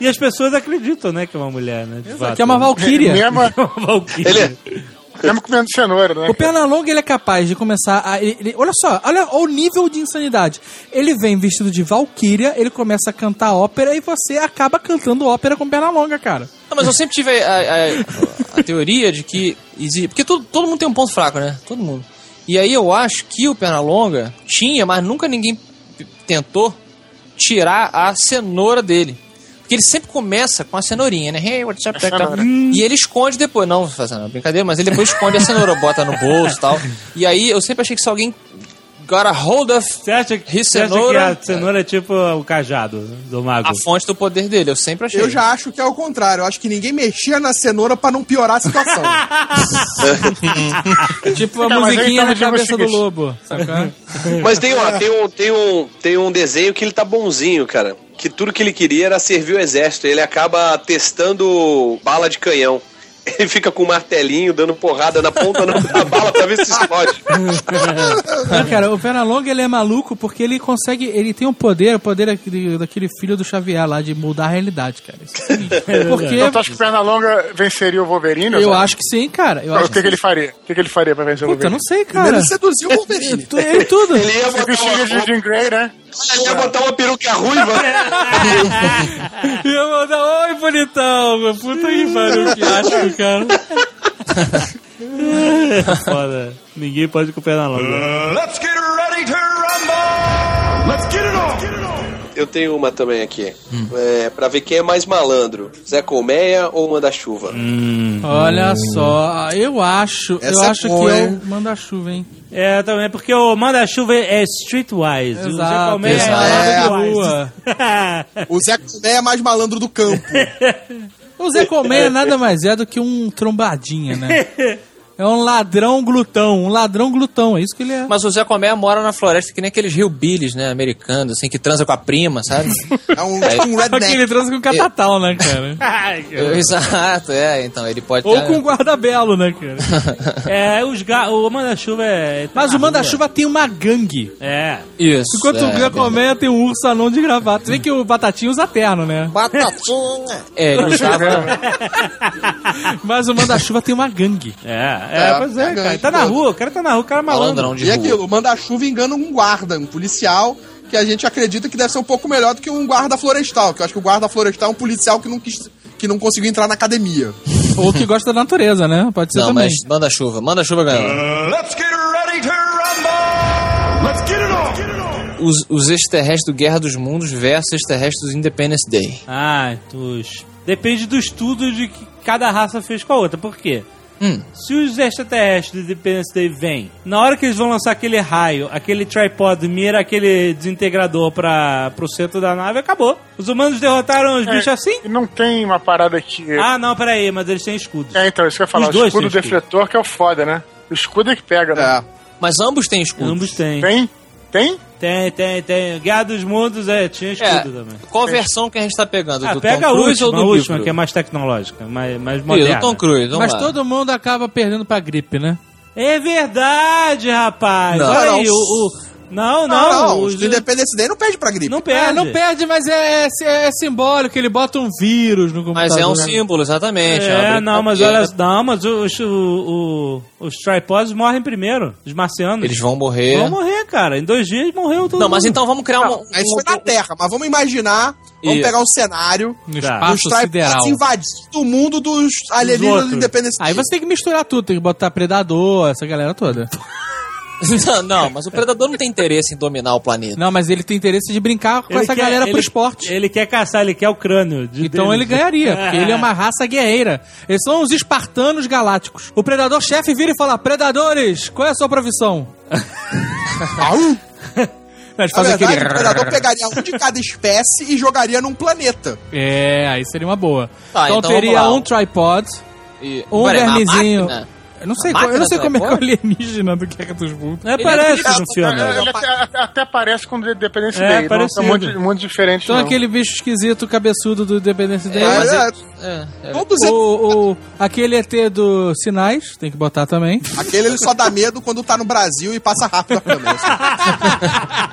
Speaker 2: E as pessoas acreditam, né, que é uma mulher, né? De fato.
Speaker 7: que é uma valquíria.
Speaker 6: Mesmo,
Speaker 2: É uma valquíria.
Speaker 3: Ele-
Speaker 6: mesmo comendo cenoura, né?
Speaker 7: O Pernalonga, ele é capaz de começar a... ele- ele- olha só, olha o nível de insanidade. Ele vem vestido de valquíria, ele começa a cantar ópera e você acaba cantando ópera com o Pernalonga, cara.
Speaker 5: Não, mas eu sempre tive a, a- a- a teoria de que. exi- Porque todo, todo mundo tem um ponto fraco, né? Todo mundo. E aí eu acho que o Pernalonga tinha, mas nunca ninguém p- tentou tirar a cenoura dele. Porque ele sempre começa com a cenourinha, né? Hey, what's up, tá?
Speaker 4: Hum.
Speaker 5: E ele esconde depois. Não, fazendo uma brincadeira, mas ele depois esconde a cenoura, bota no bolso e tal. E aí eu sempre achei que se alguém got a hold of
Speaker 2: Você acha que,
Speaker 5: Ri
Speaker 2: você acha que
Speaker 5: cenoura?
Speaker 2: a cenoura é tipo o cajado do mago?
Speaker 5: a fonte do poder dele, eu sempre achei.
Speaker 4: Eu já acho que é o contrário. Eu acho que ninguém mexia na cenoura pra não piorar a situação.
Speaker 7: Tipo a
Speaker 6: Não, mas aí
Speaker 7: musiquinha
Speaker 6: então
Speaker 7: na
Speaker 6: eu digo o
Speaker 7: cabeça do
Speaker 6: seguinte.
Speaker 7: lobo, sacou?
Speaker 3: Mas tem, ó, tem, um, tem, um, tem um desenho que ele tá bonzinho, cara. Que tudo que ele queria era servir o exército. Ele acaba testando bala de canhão. Ele fica com um martelinho dando porrada na ponta da bala pra ver se explode.
Speaker 7: Não, cara, o Pernalonga ele é maluco porque ele consegue. Ele tem um poder, o poder daquele, daquele filho do Xavier lá, de mudar a realidade, cara. Isso é sinistro.
Speaker 6: Então tu
Speaker 7: Porque
Speaker 6: acha que o Pernalonga venceria o Wolverine?
Speaker 7: eu
Speaker 6: Osório?
Speaker 7: acho que sim, cara. Eu acho
Speaker 6: O que, que ele faria? O que, que ele faria pra vencer o
Speaker 7: Puta,
Speaker 6: Wolverine?
Speaker 7: eu não sei, cara.
Speaker 4: Primeiro seduziu o Wolverine.
Speaker 7: Tu- Ele tudo.
Speaker 3: Ele é ia
Speaker 6: Ele
Speaker 3: botar
Speaker 6: vestiria de
Speaker 3: uma,
Speaker 6: Jean Grey, né?
Speaker 3: ele ia botar uma peruca ruiva.
Speaker 2: E eu vou dar oi, bonitão. meu Puta que pariu, que acho, cara. É Foda. Ninguém pode com o Pernalonga.
Speaker 3: Eu tenho uma também aqui. É, pra ver quem é mais malandro. Zé Colmeia ou Manda-Chuva?
Speaker 7: Olha só, eu acho. eu
Speaker 4: Essa é
Speaker 7: acho
Speaker 4: boa,
Speaker 7: que
Speaker 4: hein?
Speaker 7: eu mando a chuva, hein?
Speaker 2: É, também, porque o manda-chuva é streetwise. o Zé
Speaker 7: Exato,
Speaker 2: Palmeira
Speaker 4: exato.
Speaker 2: é
Speaker 7: É,
Speaker 2: rua.
Speaker 4: O Zé Colmeia é mais malandro do campo.
Speaker 7: O Zé Colmeia nada mais é do que um trombadinha, né? É um ladrão glutão, um ladrão glutão, é isso que ele é.
Speaker 5: Mas o Zé Colmeia mora na floresta que nem aqueles hillbillies, né, americanos, assim, que transa com a prima, sabe?
Speaker 4: É um, tipo um redneck.
Speaker 7: Aquele transa com o catatal, né, cara?
Speaker 5: Eu- Exato, é, então ele pode
Speaker 7: Ou
Speaker 5: ter-
Speaker 7: com o guarda-belo, né, cara?
Speaker 2: é, os ga... o manda-chuva é.
Speaker 7: Mas o manda-chuva tem uma gangue.
Speaker 2: É.
Speaker 5: Isso.
Speaker 7: Enquanto o Zé
Speaker 5: é,
Speaker 7: Colmeia tem um urso anão de gravata. Você vê que o Batatinha usa terno, né?
Speaker 5: Batatinha! É, ele
Speaker 7: Ah,
Speaker 5: usava.
Speaker 7: Mas o manda-chuva tem uma gangue.
Speaker 2: Ah. É, é,
Speaker 4: É,
Speaker 2: pois é,
Speaker 4: é
Speaker 2: cara.
Speaker 4: grande,
Speaker 2: Tá na
Speaker 4: todo.
Speaker 2: rua, o cara tá na rua, o cara é malandro.
Speaker 5: Malandrão de
Speaker 4: E
Speaker 5: rua.
Speaker 4: aquilo, manda chuva engana um guarda, um policial, que a gente acredita que deve ser um pouco melhor do que um guarda florestal, que eu acho que o guarda florestal é um policial que não quis que não conseguiu entrar na academia.
Speaker 7: Ou que gosta da natureza, né? Pode ser
Speaker 5: Não,
Speaker 7: também.
Speaker 5: mas manda chuva, manda chuva, galera.
Speaker 1: Let's get ready to rumble!
Speaker 5: os, os extraterrestres do Guerra dos Mundos versus extraterrestres do Independence Day.
Speaker 2: Ah, tus. Depende do estudo de que cada raça fez com a outra. Por quê?
Speaker 5: Hum.
Speaker 2: Se os extraterrestres do Independence Day vêm, na hora que eles vão lançar aquele raio, aquele tripod, mira aquele desintegrador pra, pro centro da nave, acabou. Os humanos derrotaram
Speaker 5: É.
Speaker 2: os bichos assim?
Speaker 6: E não tem uma parada que.
Speaker 2: Ah, não, peraí, mas eles têm escudos.
Speaker 6: É, então, isso que eu ia falar.
Speaker 2: Os
Speaker 6: O
Speaker 2: dois
Speaker 6: escudo
Speaker 2: têm escudo.
Speaker 6: defletor que é o foda, né? O escudo é que pega, né?
Speaker 4: É.
Speaker 5: Mas ambos têm escudos.
Speaker 2: Ambos têm.
Speaker 7: É.
Speaker 6: Tem? Tem?
Speaker 2: Tem, tem, tem. Guerra dos Mundos, é, tinha
Speaker 5: É,
Speaker 2: escudo também.
Speaker 5: qual versão que a gente tá pegando?
Speaker 2: Ah,
Speaker 5: do
Speaker 2: pega a
Speaker 5: Tom Cruise
Speaker 2: última,
Speaker 5: ou do
Speaker 2: a última,
Speaker 5: Bill
Speaker 2: que é
Speaker 5: Cruise?
Speaker 2: mais tecnológica, mais, mais
Speaker 5: Ih,
Speaker 2: moderna.
Speaker 5: do Tom Cruise, vamos
Speaker 7: Mas
Speaker 5: lá.
Speaker 7: todo mundo acaba perdendo pra gripe, né?
Speaker 2: É verdade, rapaz.
Speaker 5: Não,
Speaker 2: Olha
Speaker 4: não.
Speaker 2: aí, o, o- Não, não.
Speaker 4: Não, não,
Speaker 2: os-
Speaker 4: os do Independence Day não perde pra gripe.
Speaker 2: Não
Speaker 7: É,
Speaker 2: perde.
Speaker 7: não perde, mas é, é- é simbólico, ele bota um vírus no computador.
Speaker 5: Mas é um
Speaker 7: né?
Speaker 5: símbolo, exatamente.
Speaker 2: É,
Speaker 5: uma
Speaker 2: não, mas olha,
Speaker 5: brincadeira.
Speaker 2: não, mas os, o- o- os tripods morrem primeiro, os marcianos.
Speaker 5: Eles vão morrer.
Speaker 2: vão morrer, cara. Em dois dias morreu todo
Speaker 5: É. Não, mas
Speaker 2: mundo.
Speaker 5: então vamos criar um. um-
Speaker 4: Mas Isso foi na Terra, mas vamos imaginar, vamos
Speaker 5: Isso.
Speaker 4: pegar um cenário
Speaker 7: No
Speaker 2: Tá.
Speaker 4: dos
Speaker 7: espaço sideral.
Speaker 4: tripods
Speaker 5: assim,
Speaker 4: invadindo o mundo dos alienígenas
Speaker 2: outros.
Speaker 4: do Independence Day.
Speaker 7: Aí você tem que misturar tudo, tem que botar predador, essa galera toda.
Speaker 5: não, não, mas o predador não tem interesse em dominar o planeta.
Speaker 7: Não, mas ele tem interesse de brincar com
Speaker 2: Ele
Speaker 7: essa
Speaker 2: quer-
Speaker 7: galera pro
Speaker 2: ele-
Speaker 7: esporte.
Speaker 2: Ele quer caçar, ele quer o crânio. de-
Speaker 7: Então
Speaker 2: dele.
Speaker 7: ele ganharia, porque ele é uma raça guerreira. Eles são os espartanos galácticos. O predador-chefe vira e fala: Predadores, qual é a sua profissão? Eles
Speaker 4: Na
Speaker 5: É
Speaker 7: fazem
Speaker 4: verdade,
Speaker 7: aquele.
Speaker 4: o predador pegaria um de cada espécie e jogaria num planeta.
Speaker 7: É, aí seria uma boa.
Speaker 5: Tá,
Speaker 7: então,
Speaker 5: então
Speaker 7: teria
Speaker 5: vamos lá.
Speaker 7: um tripod,
Speaker 5: E-
Speaker 7: um
Speaker 5: Peraí, mas a
Speaker 7: vermezinho.
Speaker 5: máquina-
Speaker 7: Eu não sei,
Speaker 5: A
Speaker 7: qual- eu não sei
Speaker 5: máquina
Speaker 7: como é que é o
Speaker 5: tripod?
Speaker 7: alienígena do Guerra dos Mundos.
Speaker 2: É, parece no filme.
Speaker 7: né?
Speaker 6: É, Ele até, até- até aparece com o Independence
Speaker 2: É,
Speaker 6: Day. não
Speaker 2: parecido.
Speaker 6: é muito, muito diferente,
Speaker 7: Então
Speaker 6: não.
Speaker 7: aquele bicho esquisito, cabeçudo do Independence Day.
Speaker 4: É,
Speaker 5: mas
Speaker 4: é,
Speaker 5: É, é.
Speaker 4: todos eles-
Speaker 7: o, o- aquele ET do Sinais, tem que botar também.
Speaker 4: Aquele ele só dá medo quando tá no Brasil e passa rápido na câmera.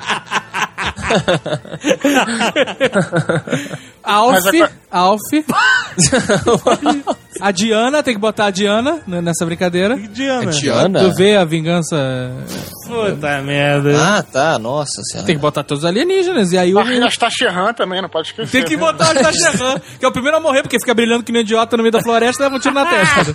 Speaker 7: Alf,
Speaker 6: Mas agora-
Speaker 7: Alf. a Diana, tem que botar a Diana n- nessa brincadeira.
Speaker 2: Diana.
Speaker 4: Diana?
Speaker 7: Tu vê a vingança.
Speaker 2: Puta merda.
Speaker 5: Ah, tá, nossa senhora.
Speaker 7: Tem que botar todos os alienígenas. E aí o.
Speaker 6: A Stacherran também, não pode esquecer. né?
Speaker 7: Tem que botar o Tacheran, que é o primeiro a morrer, porque fica brilhando que nem idiota no meio da floresta e leva um tiro na testa.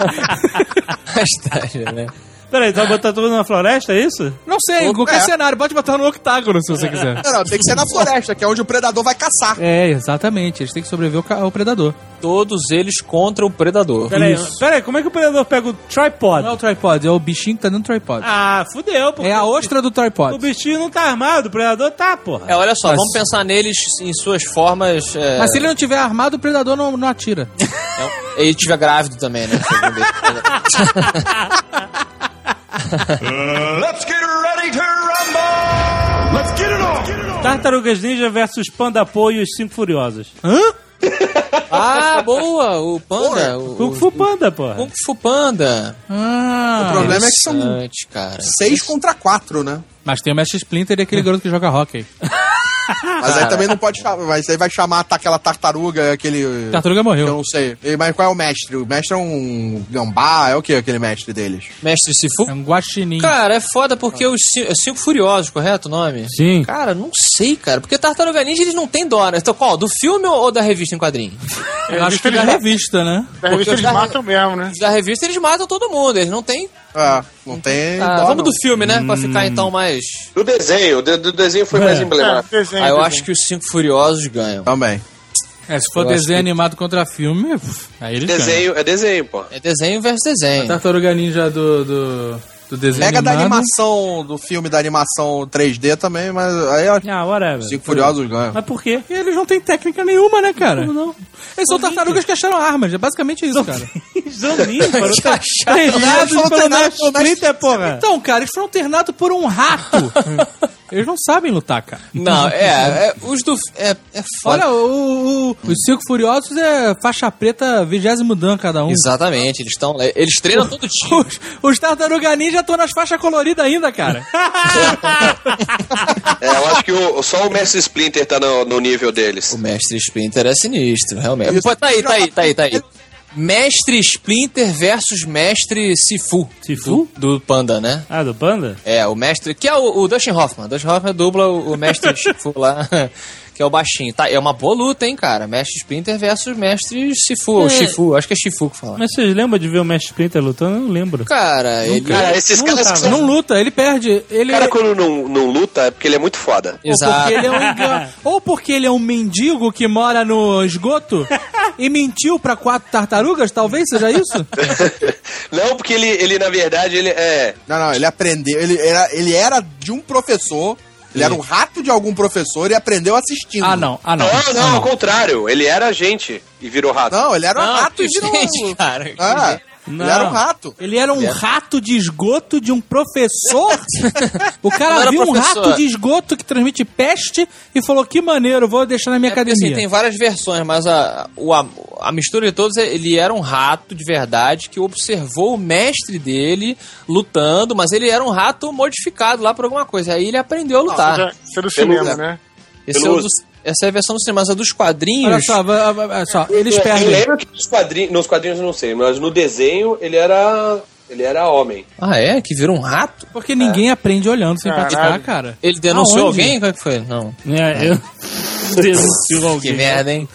Speaker 5: Hashtag, né?
Speaker 2: Peraí, tu vai botar tudo na floresta, é isso?
Speaker 7: Não sei, em qualquer cenário, pode botar no octágono se você quiser.
Speaker 4: Não, não, tem que ser na floresta, que é onde o predador vai caçar.
Speaker 7: É, exatamente. Eles têm que sobreviver ao, ca- ao predador.
Speaker 5: Todos eles contra o predador.
Speaker 2: Peraí,
Speaker 7: Isso.
Speaker 2: peraí, como é que o predador pega o tripod?
Speaker 7: Não é o tripod, é o bichinho que tá dentro do tripod.
Speaker 2: Ah, fudeu, pô.
Speaker 7: é a ostra do tripod.
Speaker 2: O bichinho não tá armado, o predador tá, porra.
Speaker 5: É, olha só, vamos pensar neles em suas formas. É,
Speaker 7: Mas se ele não tiver armado, o predador não, não atira.
Speaker 5: é, ele estiver grávido também, né?
Speaker 2: Tartarugas Ninja versus Panda Po e os Cinco Furiosos.
Speaker 5: ah, boa! O panda. O,
Speaker 2: Kung Fu Panda, porra.
Speaker 5: Kung Fu Panda.
Speaker 7: Ah.
Speaker 4: o problema é que são
Speaker 5: Interessante, cara.
Speaker 4: seis contra quatro, né?
Speaker 7: Mas tem o Mestre Splinter e aquele garoto que joga hockey.
Speaker 4: Mas aí também não pode chamar, mas aí vai chamar tá, aquela tartaruga, aquele...
Speaker 7: Tartaruga
Speaker 4: Eu
Speaker 7: morreu.
Speaker 4: não sei. E- Mas qual é o mestre? O mestre é um gambá? É o que aquele mestre deles?
Speaker 5: Mestre Sifu.
Speaker 7: É um guaxinim.
Speaker 5: Cara, é foda porque os ci- é Cinco Furiosos, correto o nome?
Speaker 7: Sim.
Speaker 5: Cara, não sei, cara. Porque Tartaruga Ninja eles não têm dó, né? Então, qual? Do filme ou ou da revista em quadrinho?
Speaker 7: Eu acho que é da revista, né?
Speaker 6: Da revista eles matam mesmo, né?
Speaker 5: Da revista eles matam todo mundo, eles não têm.
Speaker 4: Ah, não tem...
Speaker 5: Ah,
Speaker 4: dó,
Speaker 5: vamos
Speaker 4: não.
Speaker 5: do filme, né? Pra ficar então mais.
Speaker 3: Do desenho, do, do desenho foi mais
Speaker 6: É,
Speaker 3: emblemático.
Speaker 6: desenho,
Speaker 5: Ah, eu
Speaker 6: desenho.
Speaker 5: acho que os Cinco Furiosos ganham.
Speaker 4: Também.
Speaker 7: É, se for
Speaker 5: Eu acho
Speaker 7: desenho animado contra filme, pff, aí eles ganham.
Speaker 3: Desenho, é desenho, pô.
Speaker 5: É desenho versus desenho.
Speaker 7: Tartaruga Ninja do, do, do desenho
Speaker 4: Pega da
Speaker 7: animado.
Speaker 4: animação, do filme da animação 3D também, mas aí ó,
Speaker 2: Ah, whatever.
Speaker 4: Cinco Furiosos ganham.
Speaker 2: Mas por quê?
Speaker 7: E eles não têm técnica nenhuma, né, cara?
Speaker 2: Como não?
Speaker 7: Eles são tartarugas que acharam armas, é basicamente isso, cara.
Speaker 2: Zombinho, foram
Speaker 5: Que achado.
Speaker 2: treinados
Speaker 4: Foram
Speaker 2: pelo
Speaker 4: treinados
Speaker 2: Mestre
Speaker 4: pelo Mestre
Speaker 2: Splinter, porra.
Speaker 7: Então, cara, eles foram ternados por um rato. eles não sabem lutar, cara.
Speaker 5: Não, é, é, Os do. É, é foda.
Speaker 7: Olha, o, o- os Cinco Furiosos é faixa preta, vigésimo dan cada um.
Speaker 5: Exatamente, eles estão. Eles treinam todo time.
Speaker 7: Os, os Tartaruga Ninja estão nas faixas coloridas ainda, cara.
Speaker 3: É, eu acho que o- só o Mestre Splinter tá no, no nível deles.
Speaker 5: O mestre Splinter é sinistro, realmente.
Speaker 4: Isso.
Speaker 5: Pô, tá aí, tá aí, tá aí, tá aí. Mestre Splinter versus Mestre Sifu.
Speaker 2: Sifu?
Speaker 5: Do, do Panda, né?
Speaker 2: Ah, do Panda?
Speaker 5: É, o mestre. Que é o, o Dustin Hoffman. Dustin Hoffman dubla o, o mestre Sifu lá. Que é o baixinho. Tá, é uma boa luta, hein, cara? Mestre Splinter versus mestre Sifu. Ou Shifu, acho que é Shifu que fala.
Speaker 2: Mas vocês lembram de ver o Mestre Splinter lutando? Eu não lembro.
Speaker 5: Cara, ele. é-
Speaker 3: Cara, É, esses caras que são.
Speaker 7: Não luta, ele perde. Ele
Speaker 3: O cara quando não, não luta é porque ele é muito foda.
Speaker 7: Ou porque ele
Speaker 5: Exato.
Speaker 7: é um engano. Ou porque ele é um mendigo que mora no esgoto e mentiu pra quatro tartarugas, talvez seja isso?
Speaker 3: Não, porque ele, ele na verdade, ele é.
Speaker 4: Não, não, ele aprendeu. Ele era, ele era de um professor. Ele era um rato de algum professor e aprendeu assistindo.
Speaker 2: Ah, não. Ah, não.
Speaker 3: Não, não, ao contrário. Ele era gente e virou rato.
Speaker 4: Não, ele era um
Speaker 5: Não,
Speaker 4: rato de
Speaker 5: gente,
Speaker 4: novo.
Speaker 5: cara.
Speaker 4: Ah,
Speaker 2: Não.
Speaker 4: Ele era um rato.
Speaker 7: Ele era um rato de esgoto de um professor. o
Speaker 5: Não
Speaker 7: cara
Speaker 5: era
Speaker 7: viu um
Speaker 5: professor.
Speaker 7: rato de esgoto que transmite peste e falou: que maneiro, vou deixar na
Speaker 5: É
Speaker 7: minha
Speaker 5: porque,
Speaker 7: academia.
Speaker 5: assim, tem várias versões, mas a, o- a, a mistura de todos, é- ele era um rato de verdade que observou o mestre dele lutando, mas ele era um rato modificado lá por alguma coisa. Aí ele aprendeu a lutar.
Speaker 6: Você, é do cinema, né?
Speaker 5: Esse é o dos- essa é a versão do cinema, mas a dos quadrinhos.
Speaker 7: Olha só, va- va- olha só, eles
Speaker 3: Eu- Eu
Speaker 7: perdem.
Speaker 3: lembro que nos quadrinhos, nos quadrinhos eu não sei, mas no desenho ele era. Ele era homem.
Speaker 5: Ah, é? Que virou um rato?
Speaker 7: Porque ninguém aprende olhando sem
Speaker 6: Caralho.
Speaker 7: praticar, cara.
Speaker 5: Ele denunciou
Speaker 7: Aonde?
Speaker 5: alguém? Como é que foi? Não.
Speaker 2: É, eu... Denunciou
Speaker 5: Que
Speaker 2: alguém.
Speaker 5: merda, hein?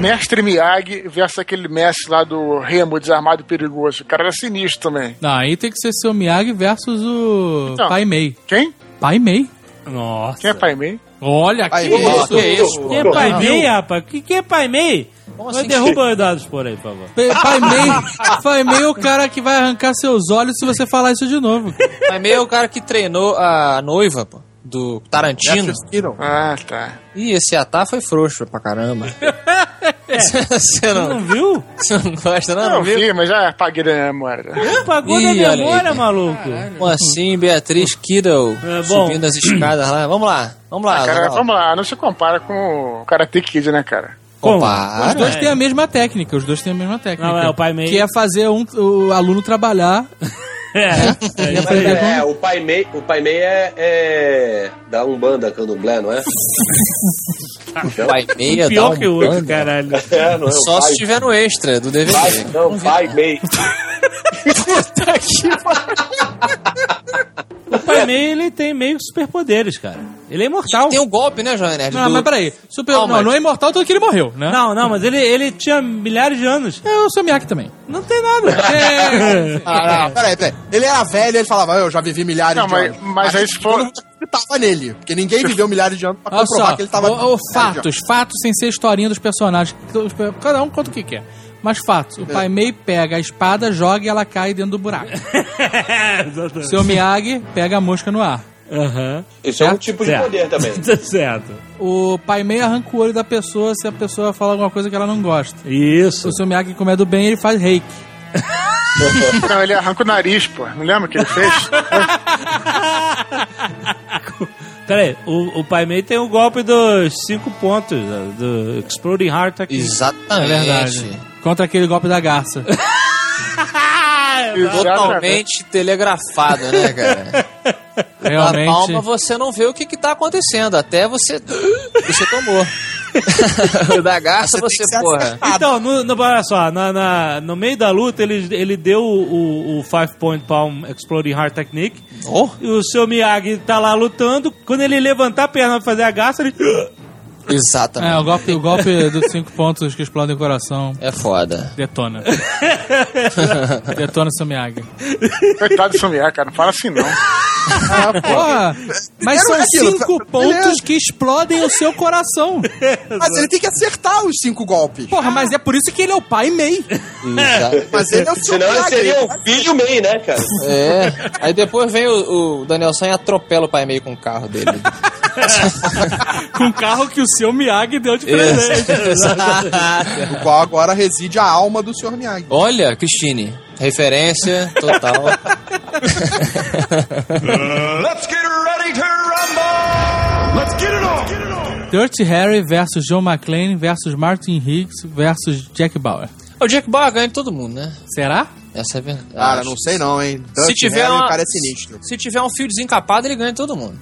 Speaker 6: Mestre Miyagi versus aquele mestre lá do Remo, desarmado e perigoso. O cara era sinistro também.
Speaker 7: Não, aí tem que ser seu Miyagi versus o
Speaker 6: Então.
Speaker 7: Pai Mei.
Speaker 6: Quem?
Speaker 7: Pai Mei?
Speaker 2: Nossa.
Speaker 6: Quem é Pai Mei?
Speaker 7: Olha que
Speaker 4: Pai Mei.
Speaker 7: isso.
Speaker 5: que é isso?
Speaker 2: Quem é Pai Mei, rapaz? Que que é Pai Mei? Mas
Speaker 5: assim?
Speaker 2: derruba os dados por aí, por favor.
Speaker 7: Pe- Pai Mei, Pai Mei é o cara que vai arrancar seus olhos se você falar isso de novo.
Speaker 5: Mas meio é o cara que treinou a noiva, pô, do Tarantino.
Speaker 4: Assistiram.
Speaker 6: Ah, tá.
Speaker 5: Ih, esse Atá foi frouxo pra caramba. Você
Speaker 2: Não
Speaker 5: não,
Speaker 2: viu?
Speaker 5: você não gosta, não?
Speaker 6: Não,
Speaker 5: não
Speaker 6: eu
Speaker 5: viu?
Speaker 6: vi, mas já apaguei da memória.
Speaker 2: Apagou
Speaker 5: Ih,
Speaker 2: da
Speaker 5: olha aí.
Speaker 2: memória, maluco.
Speaker 5: Como assim, Beatriz Kiddo
Speaker 2: É, bom.
Speaker 5: subindo as escadas lá? Vamos lá, vamos lá.
Speaker 6: Ah, Cara,
Speaker 5: Zagal.
Speaker 6: vamos lá, não se compara com o Karate Kid, né, cara?
Speaker 2: Como?
Speaker 5: Compara.
Speaker 7: Os dois têm a mesma técnica, os dois têm a mesma técnica.
Speaker 2: Não, é o Pai Mei.
Speaker 7: Que é fazer um, o aluno trabalhar
Speaker 2: É.
Speaker 7: e
Speaker 3: Mas,
Speaker 7: aprender
Speaker 3: é,
Speaker 7: como...
Speaker 3: o Pai Mei, o pai Mei é, é da Umbanda Candomblé, não é?
Speaker 5: Vai meia, dá
Speaker 2: Pior
Speaker 5: um
Speaker 2: que o outro,
Speaker 5: bando.
Speaker 2: caralho.
Speaker 3: É, não é?
Speaker 5: Só
Speaker 3: o pai,
Speaker 5: se tiver no extra do DVD.
Speaker 3: pai, não, Pai Mei.
Speaker 2: O Pai Mei, ele tem meio que superpoderes, cara. Ele é imortal.
Speaker 5: Tem um golpe, né, Jovem Nerd?
Speaker 7: Não,
Speaker 5: do-
Speaker 7: Ah, mas peraí. Super...
Speaker 5: Não,
Speaker 7: Não,
Speaker 5: mas-
Speaker 7: não é imortal tanto que ele morreu, né?
Speaker 2: Não, não, mas ele, ele tinha milhares de anos.
Speaker 7: É o seu Miyagi também.
Speaker 2: Não tem nada.
Speaker 7: É...
Speaker 4: Ah, não, peraí, peraí. Ele era velho, ele falava, "Ah, eu já vivi milhares
Speaker 6: Não,
Speaker 4: de
Speaker 6: mas,
Speaker 4: anos.
Speaker 6: mas aí se for.
Speaker 4: Eu tava nele, porque ninguém viveu milhares de anos pra
Speaker 7: Olha
Speaker 4: comprovar
Speaker 7: só,
Speaker 4: que ele tava.
Speaker 7: o, o
Speaker 4: milhares de anos.
Speaker 7: fatos, fatos sem ser historinha dos personagens. Os- Cada um conta o que quer. Mas fatos.
Speaker 5: É.
Speaker 7: O Pai Mei pega a espada, joga e ela cai dentro do buraco.
Speaker 2: Exatamente.
Speaker 7: Seu Miyagi pega a mosca no ar.
Speaker 2: Aham.
Speaker 3: Isso é um tipo de
Speaker 2: Certo.
Speaker 3: poder também.
Speaker 2: Tá certo.
Speaker 7: O Pai Mei arranca o olho da pessoa se a pessoa fala alguma coisa que ela não gosta.
Speaker 2: Isso.
Speaker 7: O seu Miyagi, como é do bem, ele faz reiki.
Speaker 6: Não, ele arranca o nariz, pô. Não lembra o que ele fez?
Speaker 2: Pera aí, o, o Pai Mei tem o golpe dos cinco pontos, né, do Exploding Heart aqui.
Speaker 5: Exatamente.
Speaker 7: É Contra aquele golpe da garça.
Speaker 6: É, Exatamente.
Speaker 5: Totalmente telegrafado, né, cara?
Speaker 7: Realmente.
Speaker 5: Na palma você não vê o que, que tá acontecendo, até você. Você tomou. o da garça você, porra.
Speaker 2: Então, no, no, olha só, na, na- no meio da luta ele, ele deu o, o, o Five Point Palm Exploding Heart Technique.
Speaker 5: Oh.
Speaker 2: E o seu Miyagi tá lá lutando. Quando ele levantar a perna pra fazer a garça, ele.
Speaker 7: É,
Speaker 5: Exatamente.
Speaker 7: o golpe, o golpe dos cinco pontos que explodem o coração.
Speaker 5: É foda.
Speaker 7: Detona. Detona seu Miyagi.
Speaker 6: Coitado de Sumiar, cara. Não fala assim, não. Ah,
Speaker 7: Porra, mas
Speaker 4: Era
Speaker 7: são
Speaker 4: aquilo,
Speaker 7: cinco
Speaker 4: beleza.
Speaker 7: pontos que explodem o seu coração.
Speaker 4: Mas ele tem que acertar os cinco golpes.
Speaker 7: Porra, mas é por isso que ele é o pai MEI.
Speaker 5: Exa-
Speaker 4: Mas ele é o seu
Speaker 3: Senão ele
Speaker 4: milagre.
Speaker 3: seria um filho Mei, né, cara?
Speaker 5: É. Aí depois vem o, o Daniel San e atropela o pai meio com o carro dele.
Speaker 7: Com o carro que o seu Miyagi deu de presente.
Speaker 5: Exato.
Speaker 4: No qual agora reside a alma do Sr. Miyagi.
Speaker 5: Olha, Cristine, referência total.
Speaker 7: Dirty Harry versus John McClane versus Martin Higgs versus Jack Bauer.
Speaker 5: o Jack Bauer ganha de todo mundo, né?
Speaker 7: Será?
Speaker 5: Essa é verdade.
Speaker 4: Cara, não sei não, hein?
Speaker 5: Se tiver,
Speaker 4: Harry,
Speaker 5: uma-
Speaker 4: o cara é sinistro.
Speaker 5: se tiver um fio desencapado, ele ganha todo mundo.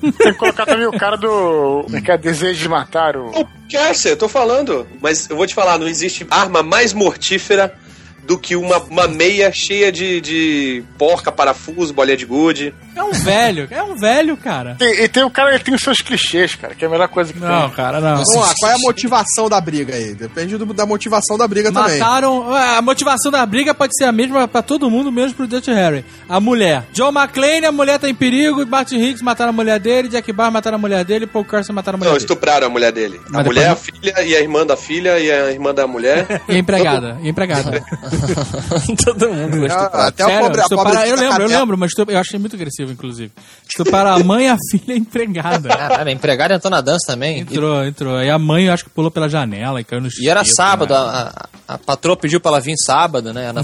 Speaker 6: Tem que colocar também o cara do. que é desejo de matar o.
Speaker 3: O Kerser, eu tô falando. Mas eu vou te falar, não existe arma mais mortífera do que uma, uma meia cheia de, de porca, parafuso, bolinha de gude.
Speaker 7: É um velho, é um velho, cara.
Speaker 6: E, e tem o cara que tem os seus clichês, cara, que é a melhor coisa que
Speaker 7: Não,
Speaker 6: tem.
Speaker 7: cara, não.
Speaker 4: Vamos lá, qual é a motivação da briga aí? Depende do- da motivação da briga também.
Speaker 7: Mataram. é, A motivação da briga pode ser a mesma pra todo mundo, menos pro Dutch Harry. A mulher. John McClane, a mulher tá em perigo. Martin Hicks mataram a mulher dele. Jack Barr mataram a mulher dele. Paul Carson mataram a mulher
Speaker 3: Não,
Speaker 7: dele.
Speaker 3: estupraram a mulher dele. a
Speaker 7: Mas
Speaker 3: mulher, a
Speaker 7: depois-
Speaker 3: filha e a irmã da filha e a irmã da mulher.
Speaker 7: E a empregada. E a empregada.
Speaker 5: todo mundo
Speaker 4: Ah,
Speaker 5: gostou.
Speaker 4: até a
Speaker 7: Sério,
Speaker 4: pobre, a
Speaker 7: estuprar-
Speaker 4: pobrecita
Speaker 7: eu lembro, eu
Speaker 4: Canela-
Speaker 7: lembro, mas estup- eu achei muito agressivo, inclusive. Estuparam a mãe, a filha e a empregada.
Speaker 5: Caralho, a empregada entrou na dança também. E,
Speaker 7: Entrou, entrou. Aí a mãe, eu acho que pulou pela janela e caiu no
Speaker 5: e era
Speaker 7: espeto,
Speaker 5: sábado,
Speaker 7: né?
Speaker 5: a, a, a patroa pediu pra ela vir sábado, né? Ela-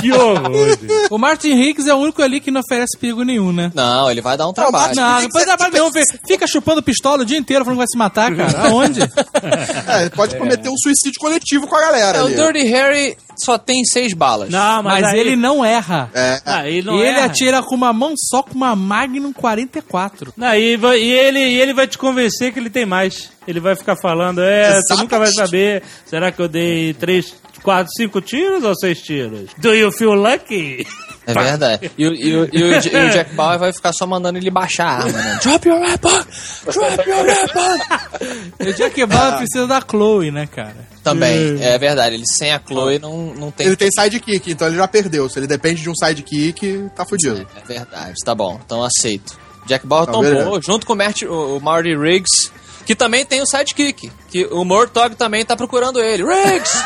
Speaker 2: Que horror, gente.
Speaker 7: O Martin Higgs é o único ali que não oferece perigo nenhum, né?
Speaker 5: Não, ele vai dar um
Speaker 7: Não,
Speaker 5: trabalho.
Speaker 7: não depois trabalho nenhum. fi- Fica chupando pistola o dia inteiro falando que vai se matar, cara. Aonde?
Speaker 4: É, pode cometer um suicídio coletivo com a galera.
Speaker 5: É, o
Speaker 4: ali.
Speaker 5: Dirty Harry só tem seis balas.
Speaker 2: Não, Ah, mas,
Speaker 7: Mas
Speaker 2: aí-
Speaker 7: ele não erra.
Speaker 4: É,
Speaker 2: Ah, ele não
Speaker 7: e ele
Speaker 2: erra.
Speaker 7: atira com uma mão só com uma Magnum 44.
Speaker 2: Não, e, vai- e ele, e ele vai te convencer que ele tem mais. Ele vai ficar falando, é, você nunca vai saber. Será que eu dei três, quatro, cinco tiros ou seis tiros? Do you feel lucky?
Speaker 5: É verdade. E, o- e o- e o, e o Jack Bauer vai ficar só mandando ele baixar a arma, né? Drop your weapon! Drop your weapon!
Speaker 7: O Jack Bauer precisa da Chloe, né, cara?
Speaker 5: Também, é verdade. Ele sem a Chloe não, não tem...
Speaker 4: Ele tem sidekick, então ele já perdeu. Se ele depende de um sidekick, tá fudido.
Speaker 5: É verdade, tá bom. Então aceito. Jack Bauer
Speaker 4: Tá,
Speaker 5: tombou
Speaker 4: beleza.
Speaker 5: junto com o, Mert, o, o Marty Riggs, que também tem o sidekick. Que o Mortog também tá procurando ele. Riggs!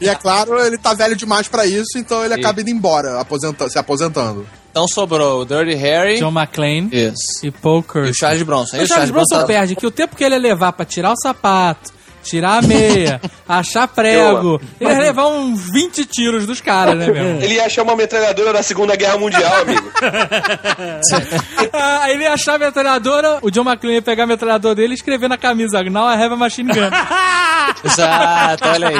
Speaker 4: E é claro, ele tá velho demais pra isso, então ele acaba indo embora, aposenta- se aposentando.
Speaker 5: então sobrou o Dirty Harry
Speaker 7: John McClane
Speaker 5: Isso.
Speaker 7: e Paul
Speaker 5: e
Speaker 7: Curry.
Speaker 5: o Charles Bronson. E
Speaker 7: O Charles Bronson
Speaker 5: tá-
Speaker 7: perde que o tempo que ele ia levar pra tirar o sapato, tirar a meia, achar prego, ele ia levar uns 20 tiros dos caras, né, meu?
Speaker 3: Ele ia achar uma metralhadora da Segunda Guerra Mundial, amigo.
Speaker 7: Ah, Aí ele ia achar a metralhadora, o John McClane ia pegar a metralhadora dele e escrever na camisa, Now I have a machine gun.
Speaker 5: Exato, olha aí.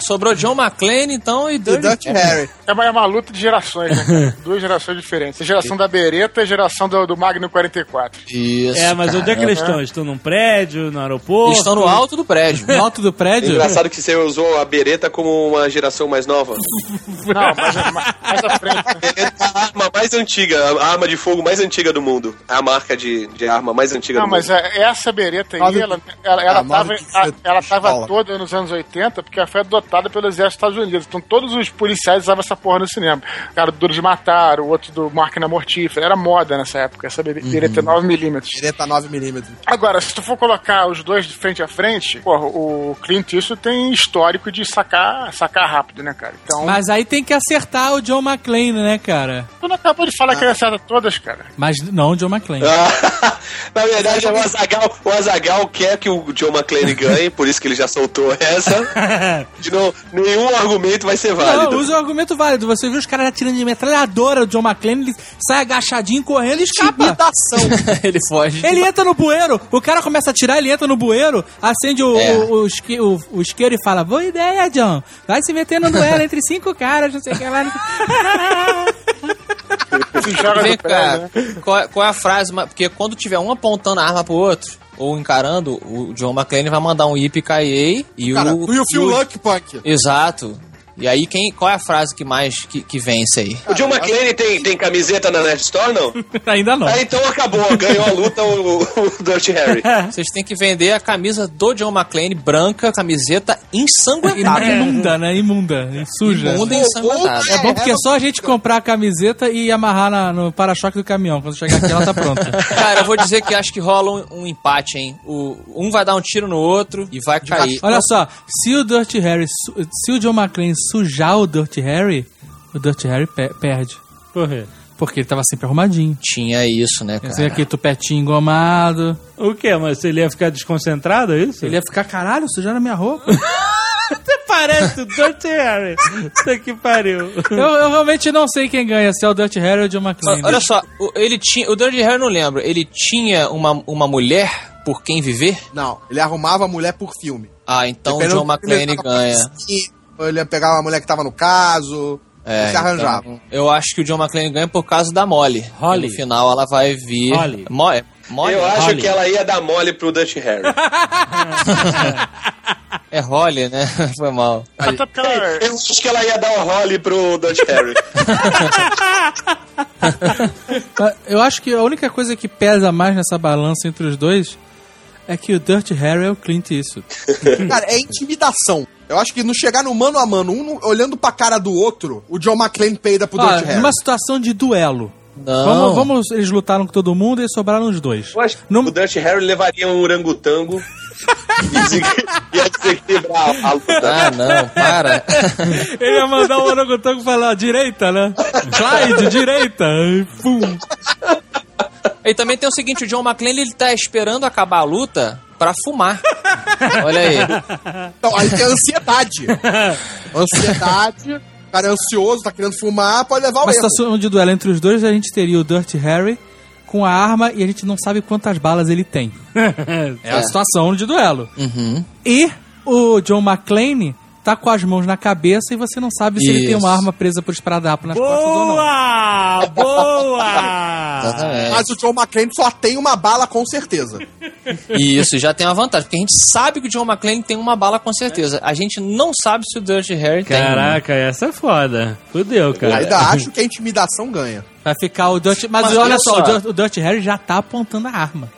Speaker 5: Sobrou John McClane, então, e
Speaker 4: E
Speaker 5: Dirty
Speaker 4: Dutch Harry.
Speaker 6: É uma, é uma luta de gerações, né? cara? Duas gerações diferentes. A geração da Beretta e a geração do, do Magno 44.
Speaker 5: Isso,
Speaker 2: é, mas onde é que
Speaker 5: cara.
Speaker 2: eles estão? Eles Estão num prédio, no aeroporto?
Speaker 5: Eles estão no alto do prédio.
Speaker 7: No alto do prédio?
Speaker 3: Engraçado que você usou a bereta como uma geração mais nova.
Speaker 6: Não, mas é ma- mais à frente. né?
Speaker 3: Beretta é a arma mais antiga, a arma de fogo mais antiga do mundo. É a marca de, de arma mais antiga
Speaker 6: Não,
Speaker 3: do mundo.
Speaker 6: mas é- essa Beretta aí,
Speaker 4: Nove-
Speaker 6: ela, ela, ela
Speaker 4: Ah,
Speaker 6: tava,
Speaker 4: nove de
Speaker 6: a- ela tava
Speaker 4: pistola.
Speaker 6: toda nos anos 80, porque ela foi adotada pelo exército dos Estados Unidos. Então todos os policiais usavam essa porra no cinema. O cara do Duro de Matar, o outro do Máquina Mortífera. Era moda nessa época, essa Bere- Beretta 9mm.
Speaker 4: Ele tá 9mm.
Speaker 6: Agora, se tu for colocar os dois de frente a frente, porra, o Clint Eastwood tem histórico de sacar, sacar rápido, né, cara? Então,
Speaker 7: Mas aí tem que acertar o John McClane, né, cara?
Speaker 6: tu não acabou de falar que ele acerta todas, cara.
Speaker 7: Mas não o John McClane.
Speaker 3: Ah, Na verdade, o Azagal, o Azagal quer que o John McClane ganhe, por isso que ele já soltou essa. De novo, nenhum argumento vai ser válido.
Speaker 7: Não, usa um argumento válido. Você viu os caras atirando de metralhadora, o John McClane, ele sai agachadinho, correndo e escapa.
Speaker 5: ele foge.
Speaker 7: Ele entra no bueiro, o cara começa a atirar, ele entra no bueiro, acende o,
Speaker 5: É.
Speaker 7: o, o isque- o- o isqueiro e fala: Boa ideia, John. Vai se meter no duelo entre cinco caras, não sei o que lá.
Speaker 6: Se joga
Speaker 5: Vem
Speaker 6: no pé,
Speaker 5: cá,
Speaker 6: né?
Speaker 5: qual, é- qual é a frase? ma- Porque quando tiver um apontando a arma pro outro, ou encarando, o John McClane vai mandar um yippee ki e
Speaker 4: Cara,
Speaker 5: o...
Speaker 4: do you feel lucky, punk?
Speaker 5: Exato. E aí, quem, qual é a frase que mais que, que vence aí?
Speaker 7: Ah,
Speaker 3: O John McClane tem, tem camiseta na Nerd Store, não?
Speaker 7: Ainda não.
Speaker 3: Ah, então acabou, ganhou a luta o, o Dirty Harry.
Speaker 7: é?
Speaker 5: Vocês têm que vender a camisa do John McClane, branca, camiseta ensanguentada.
Speaker 7: Imunda, né? Imunda. Suja.
Speaker 5: Imunda e ensanguentada.
Speaker 7: É bom porque é só a gente comprar a camiseta e amarrar na- no para-choque do caminhão. Quando chegar aqui, ela tá pronta.
Speaker 5: É. Cara, eu vou dizer que acho que rola um, um empate, hein? O, um vai dar um tiro no outro e vai cair.
Speaker 7: Olha só, se o Dirty Harry, su- se o John McClane sujar o Dirty Harry, o Dirty Harry pe- perde.
Speaker 2: Por quê?
Speaker 7: Porque ele tava sempre arrumadinho.
Speaker 5: Tinha isso, né,
Speaker 7: Esse
Speaker 5: cara?
Speaker 7: aqui, tupetinho engomado.
Speaker 2: O quê? Mas ele ia ficar desconcentrado, é isso?
Speaker 7: Ele ia ficar, caralho, sujaram a minha roupa.
Speaker 2: até
Speaker 5: é-
Speaker 2: parece o Dirty Harry. Puta que pariu.
Speaker 7: eu, eu realmente não sei quem ganha, se é o Dirty Harry ou o John McClane.
Speaker 5: O- Olha só, o, ele tinha. O Dirty Harry eu não lembro. Ele tinha uma, uma mulher por quem viver?
Speaker 4: Não, ele arrumava a mulher por filme.
Speaker 5: Ah, então o
Speaker 4: Dependendo
Speaker 5: John
Speaker 4: do que ele
Speaker 5: McClane
Speaker 4: tava
Speaker 5: ganha.
Speaker 4: assim, ou Ele ia pegar uma mulher que tava no caso.
Speaker 5: É,
Speaker 4: se arranjava.
Speaker 5: então, eu acho que o John McClane ganha por causa da Molly.
Speaker 2: Holly.
Speaker 5: No final ela vai vir.
Speaker 2: Holly.
Speaker 5: Mo- é Molly?
Speaker 3: Eu acho
Speaker 2: Olha.
Speaker 3: que ela ia dar mole pro Dutch Harry.
Speaker 5: É Holly, né? Foi mal.
Speaker 6: Até porque ela,
Speaker 3: Eu acho que ela ia dar o role pro Dutch Harry.
Speaker 7: Ah, Eu acho que a única coisa que pesa mais nessa balança entre os dois é que o Dirty Harry é o Clint Eastwood.
Speaker 5: então.
Speaker 4: Cara, é intimidação. Eu acho que no chegar no mano a mano, um no- olhando pra cara do outro, o John McClane peida pro
Speaker 7: Ah,
Speaker 4: Dutch Harry.
Speaker 7: numa situação de duelo.
Speaker 5: Não.
Speaker 7: Vamos, vamos, eles lutaram com todo mundo e sobraram os dois.
Speaker 3: Eu acho que
Speaker 7: Não-
Speaker 3: o Dutch Harry levaria um orangotango e desen- ia desequilibrar a, a luta.
Speaker 5: Ah, não, para.
Speaker 7: Ele ia mandar o orangotango falar direita, né? Clyde, direita. E pum.
Speaker 5: E também tem o seguinte, o John McClane, ele tá esperando acabar a luta pra fumar. Olha aí.
Speaker 4: Então, aí tem a ansiedade. ansiedade. O cara é ansioso, tá querendo fumar, pode levar o
Speaker 7: Uma
Speaker 5: tá
Speaker 4: erro.
Speaker 7: situação de duelo entre os dois, a gente teria o Dirty Harry com a arma e a gente não sabe quantas balas ele tem. É a situação de duelo.
Speaker 5: Uhum,
Speaker 7: E o John McClane tá com as mãos na cabeça e você não sabe se ele tem
Speaker 5: Isso.
Speaker 7: uma arma presa por esparadrapo nas costas ou não.
Speaker 2: Boa!
Speaker 7: Ah,
Speaker 2: Boa!
Speaker 5: Exatamente.
Speaker 4: Mas o John McClane só tem uma bala com certeza.
Speaker 5: E isso já tem uma vantagem, porque a gente sabe que o John McClane tem uma bala com certeza. A gente não sabe se o Dirty Harry tem.
Speaker 2: Caraca, essa é foda. Fudeu,
Speaker 5: É.
Speaker 2: cara.
Speaker 4: Ainda acho que a intimidação ganha.
Speaker 7: Vai ficar o Dirty... Mas,
Speaker 5: Mas
Speaker 7: olha
Speaker 5: olha
Speaker 7: só, o
Speaker 5: só.
Speaker 7: Dirty- o Dirty Harry já tá apontando a arma.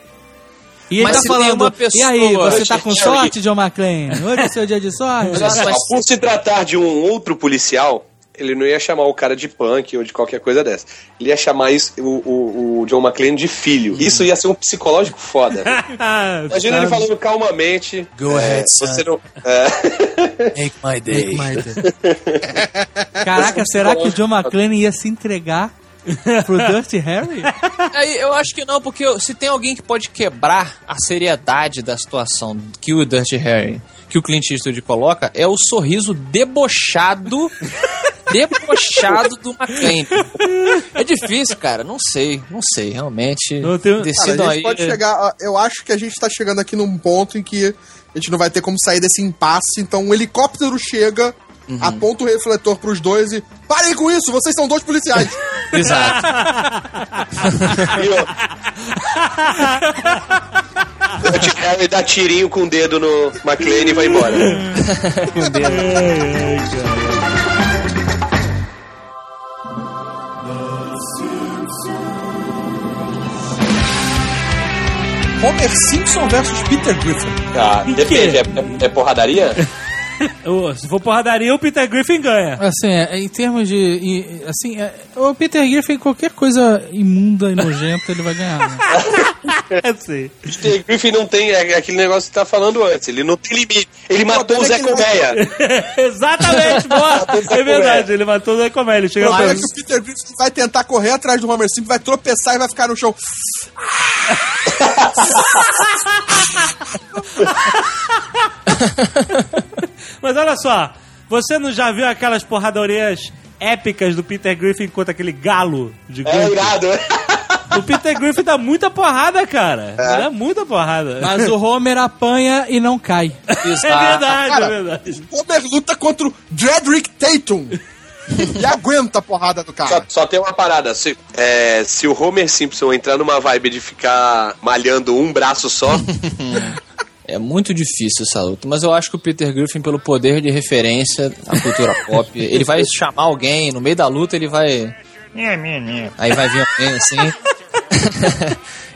Speaker 7: E ele
Speaker 5: Mas
Speaker 7: tá
Speaker 5: se tem
Speaker 7: falando,
Speaker 5: uma pessoa-
Speaker 7: e aí, você tá
Speaker 5: Dirty
Speaker 7: com
Speaker 5: Harry-
Speaker 7: sorte, John McClane? Hoje é seu dia de sorte?
Speaker 5: Olha só,
Speaker 3: Mas por se tratar de um outro policial, ele não ia chamar o cara de punk ou de qualquer coisa dessa. Ele ia chamar isso, o, o- o John McClane de filho. Isso ia ser um psicológico foda. Imagina ele falando calmamente.
Speaker 5: Go ahead, son.
Speaker 3: Você não. É,
Speaker 5: Make my day.
Speaker 7: Caraca, será que o John McClane ia se entregar pro Dirty Harry?
Speaker 5: Aí, É, eu acho que não, porque eu- se tem alguém que pode quebrar a seriedade da situação que o Dirty Harry, que o Clint Eastwood coloca, é o sorriso debochado, debochado do McClane. É difícil, cara, não sei, não sei, realmente.
Speaker 7: Eu tenho-
Speaker 4: Cara,
Speaker 5: Decidam
Speaker 4: a gente
Speaker 5: aí. é.
Speaker 4: pode chegar. a- Eu acho que a gente tá chegando aqui num ponto em que a gente não vai ter como sair desse impasse. Então um helicóptero chega,
Speaker 5: Uhum.
Speaker 4: aponta o refletor pros dois e. Parem com isso, vocês são dois policiais.
Speaker 5: Exato.
Speaker 3: e o... O Dutch Harry dá tirinho com o dedo no McClane e vai embora.
Speaker 4: Homer Simpson versus Peter Griffin.
Speaker 3: Ah, depende, é, é porradaria?
Speaker 2: Ô, Se for porradaria, o Peter Griffin ganha.
Speaker 7: Assim, é, em termos de. e, Assim, é, o Peter Griffin, qualquer coisa imunda e nojenta, ele vai ganhar. né?
Speaker 2: É sim.
Speaker 3: Peter Griffin não tem é aquele negócio que você tá falando antes, ele não tem limite. Ele matou
Speaker 4: é
Speaker 3: o Zé Colmeia.
Speaker 2: Exatamente, boa!
Speaker 3: Zé
Speaker 2: É verdade, ele matou o Zé Comé, ele chega
Speaker 4: O problema é
Speaker 2: pra...
Speaker 4: que o Peter Griffin vai tentar correr atrás do Homer Simpson, vai tropeçar e vai ficar no chão.
Speaker 2: Mas olha só, você não já viu aquelas porradorias épicas do Peter Griffin contra aquele galo de
Speaker 3: É
Speaker 2: Griffin?
Speaker 3: irado, né?
Speaker 2: O Peter Griffin dá muita porrada, cara. Dá muita porrada.
Speaker 7: Mas o Homer apanha e não cai.
Speaker 2: É
Speaker 5: Exato.
Speaker 2: verdade,
Speaker 4: Cara,
Speaker 2: é verdade.
Speaker 4: Homer luta contra o Dredrick Tatum. e aguenta a porrada
Speaker 3: Só,
Speaker 4: do cara.
Speaker 3: só tem uma parada. Se, é, se o Homer Simpson entrar numa vibe de ficar malhando um braço só,
Speaker 5: É muito difícil essa luta, mas eu acho que o Peter Griffin, pelo poder de referência à cultura pop, ele vai chamar alguém, no meio da luta ele vai. Aí vai vir alguém assim.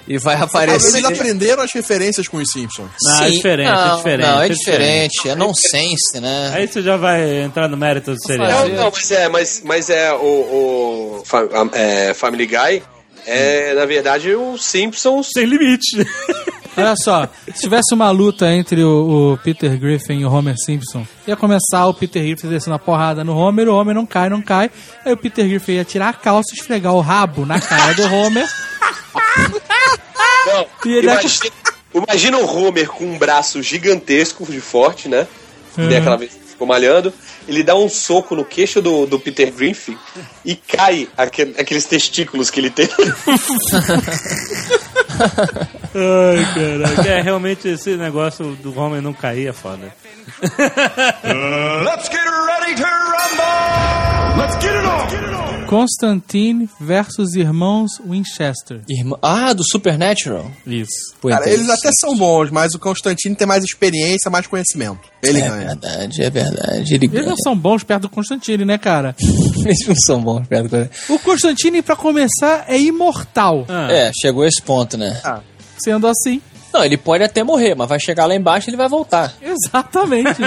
Speaker 5: e vai
Speaker 4: Eles
Speaker 5: aparecer.
Speaker 4: aprenderam as referências com os Simpsons.
Speaker 2: Não, é diferente, é
Speaker 5: não,
Speaker 2: diferente,
Speaker 5: Não,
Speaker 2: é
Speaker 5: é
Speaker 2: diferente.
Speaker 5: diferente. É nonsense, né?
Speaker 2: Aí você já vai entrar no mérito do
Speaker 3: Não,
Speaker 2: seriado.
Speaker 3: não, mas é, mas, mas é o, o fa- é, Family Guy é, na verdade, o Simpsons.
Speaker 2: Sem limite.
Speaker 7: Olha só, se tivesse uma luta entre o, o Peter Griffin e o Homer Simpson, ia começar o Peter Griffin descendo a porrada no Homer, o Homer não cai, não cai. Aí o Peter Griffin ia tirar a calça, esfregar o rabo na cara do Homer.
Speaker 3: Não,
Speaker 7: E ele é-
Speaker 3: imagina, imagina o Homer com um braço gigantesco de forte, né? Tem aquela vez. ficou malhando, ele dá um soco no queixo do, do Peter Griffin e cai aque- aqueles testículos que ele tem.
Speaker 2: Ai, caraca. É, realmente esse negócio do homem não cair é foda.
Speaker 7: Constantine versus Irmãos Winchester.
Speaker 5: Irmã... Ah, do Supernatural? é,
Speaker 7: Isso.
Speaker 5: Pô,
Speaker 4: Cara, eles até
Speaker 5: interessante.
Speaker 4: são bons, mas o Constantino tem mais experiência, mais conhecimento. Ele
Speaker 5: É
Speaker 4: ganha.
Speaker 5: verdade, é verdade. Ele
Speaker 7: Eles
Speaker 5: ganha.
Speaker 7: não são bons perto do Constantine, né, cara?
Speaker 5: Eles não são bons, perto do-
Speaker 7: O Constantine, pra começar, é imortal.
Speaker 2: Ah.
Speaker 5: É, chegou esse ponto, né?
Speaker 4: Ah.
Speaker 7: Sendo assim,
Speaker 5: Não, ele pode até morrer, mas vai chegar lá embaixo e ele vai voltar.
Speaker 7: exatamente.